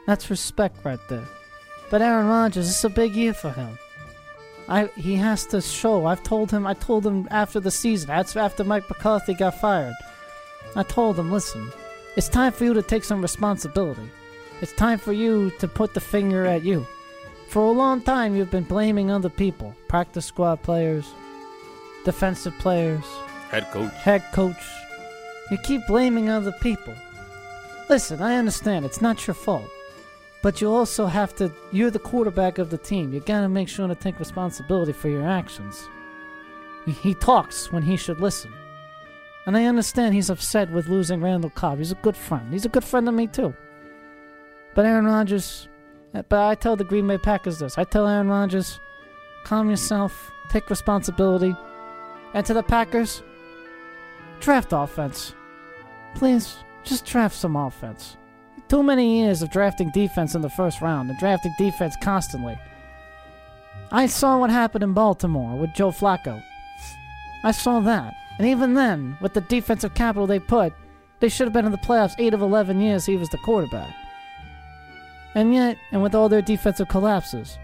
Speaker 4: That's respect right there. But Aaron Rodgers, it's a big year for him. I he has to show. I've told him. I told him after the season. That's after Mike McCarthy got fired. I told him, listen, it's time for you to take some responsibility. It's time for you to put the finger at you. For a long time, you've been blaming other people, practice squad players, defensive players,
Speaker 3: Head coach.
Speaker 4: head coach. You keep blaming other people. Listen, I understand it's not your fault, but you also have to. You're the quarterback of the team. You gotta make sure to take responsibility for your actions. He talks when he should listen, and I understand he's upset with losing Randall Cobb. He's a good friend. He's a good friend to me too. But Aaron Rodgers, uh, But I tell the Green Bay Packers this. I tell Aaron Rodgers, calm yourself, take responsibility. And to the Packers, draft offense. Please, just draft some offense. Too many years of drafting defense in the first round and drafting defense constantly. I saw what happened in Baltimore with Joe Flacco. I saw that. And even then, with the defensive capital they put, they should have been in the playoffs 8 of 11 years he was the quarterback. And yet, and with all their defensive collapses.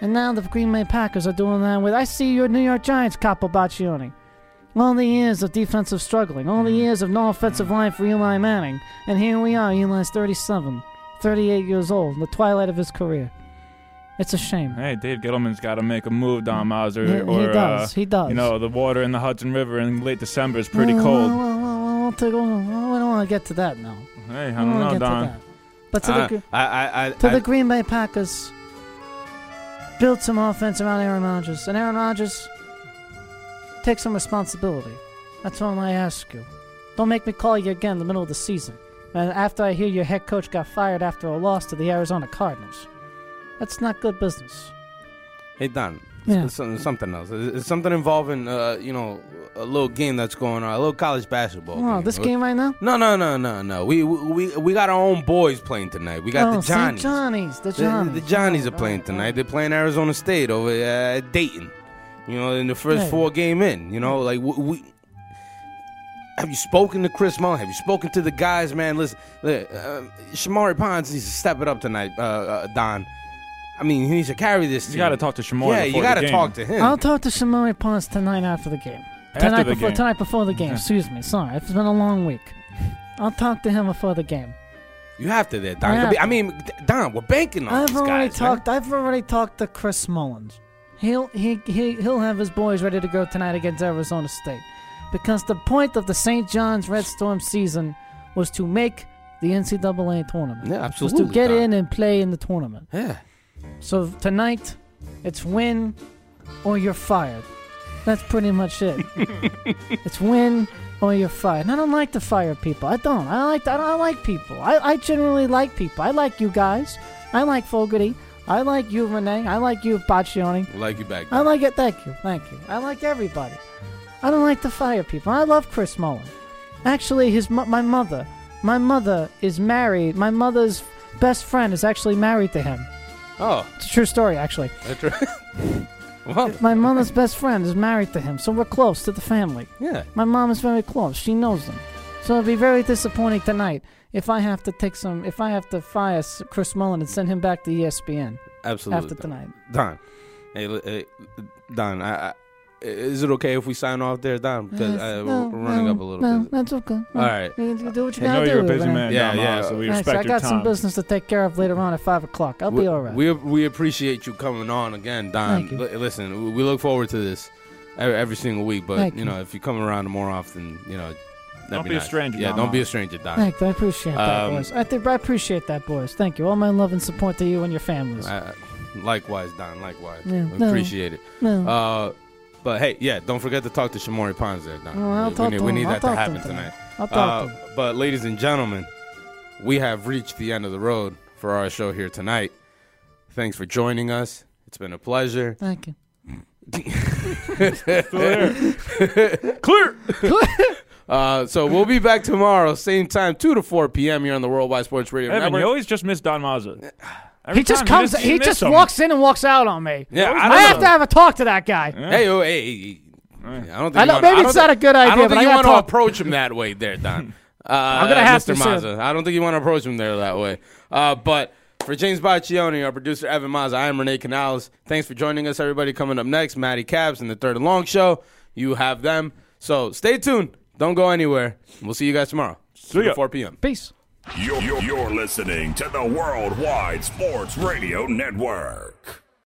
Speaker 4: And now the Green Bay Packers are doing that with, I see your New York Giants, Capo Baccioni. All the years of defensive struggling, all the years of no offensive line for Eli Manning. And here we are, Eli's 37, 38 years old, in the twilight of his career. It's a shame.
Speaker 5: Hey, Dave Gettleman's got to make a move, Don Mauser.
Speaker 4: Yeah, Mm. he
Speaker 5: or,
Speaker 4: does,
Speaker 5: Uh,
Speaker 4: he does.
Speaker 5: You know, the water in the Hudson River in late December is pretty
Speaker 4: Well,
Speaker 5: cold.
Speaker 4: well, well, well, well, I'll take- well, well, I don't want to get to that now.
Speaker 5: Hey, I
Speaker 4: I
Speaker 5: don't
Speaker 4: wanna
Speaker 5: know,
Speaker 4: get to
Speaker 5: Don.
Speaker 4: that. But to the
Speaker 3: I-
Speaker 4: gr-
Speaker 3: I, I, I,
Speaker 4: to
Speaker 3: I-
Speaker 4: the Green Bay Packers. Build some offense around Aaron Rodgers, and Aaron Rodgers, take some responsibility. That's all I ask you. Don't make me call you again in the middle of the season, and after I hear your head coach got fired after a loss to the Arizona Cardinals. That's not good business.
Speaker 3: Hey Don,
Speaker 4: Yeah.
Speaker 3: it's, it's something else. It's, it's something involving uh, you know a little game that's going on, a little college basketball.
Speaker 4: Oh, this game right now?
Speaker 3: No, no, no, no, no. We we we- we got our own boys playing tonight. We got
Speaker 4: oh,
Speaker 3: the
Speaker 4: St.
Speaker 3: Johnnies.
Speaker 4: Johnny's, the
Speaker 3: The-
Speaker 4: Johnnies.
Speaker 3: The, Johnnies are playing tonight. They're playing Arizona State over uh, at Dayton. You know, in the first
Speaker 4: Hey.
Speaker 3: four game in. You know, like we, we. Have you spoken to Chris Mullen? Have you spoken to the guys, man? Listen, look, uh, Shamari Pons needs to step it up tonight, uh, uh, Don. I mean, he needs to carry this.
Speaker 5: You
Speaker 3: team.
Speaker 5: gotta talk to Shamari
Speaker 3: Yeah, you
Speaker 5: before the
Speaker 3: gotta
Speaker 5: game.
Speaker 3: talk to him.
Speaker 4: I'll talk to Shamari Pons tonight after the game.
Speaker 3: After
Speaker 4: Tonight
Speaker 3: the
Speaker 4: before
Speaker 3: game.
Speaker 4: tonight before the game.
Speaker 3: Yeah.
Speaker 4: Excuse me. Sorry, it's been a long week. I'll talk to him before the game.
Speaker 3: you have to there, Don.
Speaker 4: I have
Speaker 3: I mean, Don, we're banking on
Speaker 4: I've
Speaker 3: these
Speaker 4: already
Speaker 3: Oh, guys, man.
Speaker 4: talked. I've already talked to Chris Mullins. He'll he, he he'll have his boys ready to go tonight against Arizona State, because the point of the St. John's Red Storm season was to make the NCAA tournament.
Speaker 3: Yeah,
Speaker 4: Was
Speaker 3: absolutely,
Speaker 4: to get
Speaker 3: Don.
Speaker 4: in and play in the tournament.
Speaker 3: Yeah.
Speaker 4: So tonight, it's win or you're fired. That's pretty much it. it's win or you're fired. And I don't like to fire people. I don't. I like. I don't like people. I, I generally like people. I like you guys. I like Fogarty. I like you, Renee. I like you, Baccioni.
Speaker 3: We like you back.
Speaker 4: I like it. Thank you. Thank you. I like everybody. I don't like to fire people. I love Chris Mullen. Actually, his mo- my mother, my mother is married. My mother's best friend is actually married to him.
Speaker 3: Oh,
Speaker 4: It's a true story, actually.
Speaker 3: that's right. well,
Speaker 4: My mother's best friend is married to him, so we're close to the family.
Speaker 3: Yeah.
Speaker 4: My mom is very close. She knows them. So it'll be very disappointing tonight if I have to take some, if I have to fire S- Chris Mullen and send him back to E ESPN.
Speaker 3: Absolutely.
Speaker 4: After tonight.
Speaker 3: Don. Hey, li- hey, Don, I, I, is it okay if we sign off there, Don? Because
Speaker 4: Yes,
Speaker 3: uh,
Speaker 4: no,
Speaker 3: we're running
Speaker 4: no,
Speaker 3: up a little
Speaker 4: no,
Speaker 3: bit.
Speaker 4: that's okay. No.
Speaker 3: All right.
Speaker 4: You can do what you
Speaker 3: I
Speaker 4: gotta
Speaker 3: know
Speaker 4: do.
Speaker 3: you're a busy
Speaker 4: Renee.
Speaker 3: man, Yeah, Don yeah. Miles, so we
Speaker 4: Thanks,
Speaker 3: respect
Speaker 4: I
Speaker 3: your
Speaker 4: got some
Speaker 3: time.
Speaker 4: business to take care of later on at 5 o'clock. I'll
Speaker 3: we,
Speaker 4: be all right.
Speaker 3: We, we appreciate you coming on again, Don.
Speaker 4: Thank you.
Speaker 3: Li- listen, we- we look forward to this every, every single week, but,
Speaker 4: Thank
Speaker 3: you
Speaker 4: you.
Speaker 3: know, if you come around more often, you know, that'd
Speaker 5: Don't be a
Speaker 3: nice.
Speaker 5: stranger,
Speaker 3: Yeah,
Speaker 5: Don
Speaker 3: don't be a
Speaker 5: Miles.
Speaker 3: stranger, Don.
Speaker 4: Thank you. I appreciate that,
Speaker 3: Um,
Speaker 4: boys. I, think I appreciate that, boys. Thank you. All my love and support to you and your families.
Speaker 3: I- Uh, likewise, Don. Likewise.
Speaker 4: Yeah,
Speaker 3: We
Speaker 4: no.
Speaker 3: Appreciate it.
Speaker 4: No.
Speaker 3: Uh, but hey, yeah, don't forget to talk to Shamori Pons there, Don.
Speaker 4: No, I'll
Speaker 3: we
Speaker 4: talk
Speaker 3: need,
Speaker 4: to
Speaker 3: we
Speaker 4: him.
Speaker 3: need
Speaker 4: I'll
Speaker 3: that
Speaker 4: talk
Speaker 3: to
Speaker 4: to
Speaker 3: happen
Speaker 4: him
Speaker 3: tonight.
Speaker 4: tonight. I'll talk
Speaker 3: Uh,
Speaker 4: to
Speaker 3: But ladies and gentlemen, we have reached the end of the road for our show here tonight. Thanks for joining us. It's been a pleasure.
Speaker 4: Thank you.
Speaker 3: Clear. Clear. Uh, so we'll be back tomorrow, same time, two to four p.m. here on the Worldwide Sports Radio
Speaker 5: Evan,
Speaker 3: Network.
Speaker 5: you always just miss Don Mazza.
Speaker 4: he just comes. he just walks in and walks out on me.
Speaker 3: Yeah, I
Speaker 4: I,
Speaker 3: don't
Speaker 4: have
Speaker 3: know.
Speaker 4: to have a talk to that guy.
Speaker 3: Hey, oh, hey, hey, hey. I don't think
Speaker 4: I
Speaker 3: you
Speaker 4: know-
Speaker 3: wanna-
Speaker 4: maybe
Speaker 3: I don't
Speaker 4: it's
Speaker 3: thi-
Speaker 4: not a good
Speaker 3: I
Speaker 4: idea,
Speaker 3: don't
Speaker 4: but
Speaker 3: think
Speaker 4: I
Speaker 3: you
Speaker 4: gotta
Speaker 3: wanna
Speaker 4: talk-
Speaker 3: approach him that way, there, Don. Uh,
Speaker 4: I'm gonna have
Speaker 3: Mr.
Speaker 4: to soon.
Speaker 3: Mazza. I don't think you want to approach him there that way. Uh, but for James Baccioni, our producer Evan Mazza, I am Renee Canales. Thanks for joining us, everybody. Coming up next, Maddie Cabs and the Third and Long Show. You have them, so stay tuned. Don't go anywhere. We'll see you guys tomorrow. See ya. 4 p.m.
Speaker 4: Peace.
Speaker 1: You're, you're, you're listening to the Worldwide Sports Radio Network.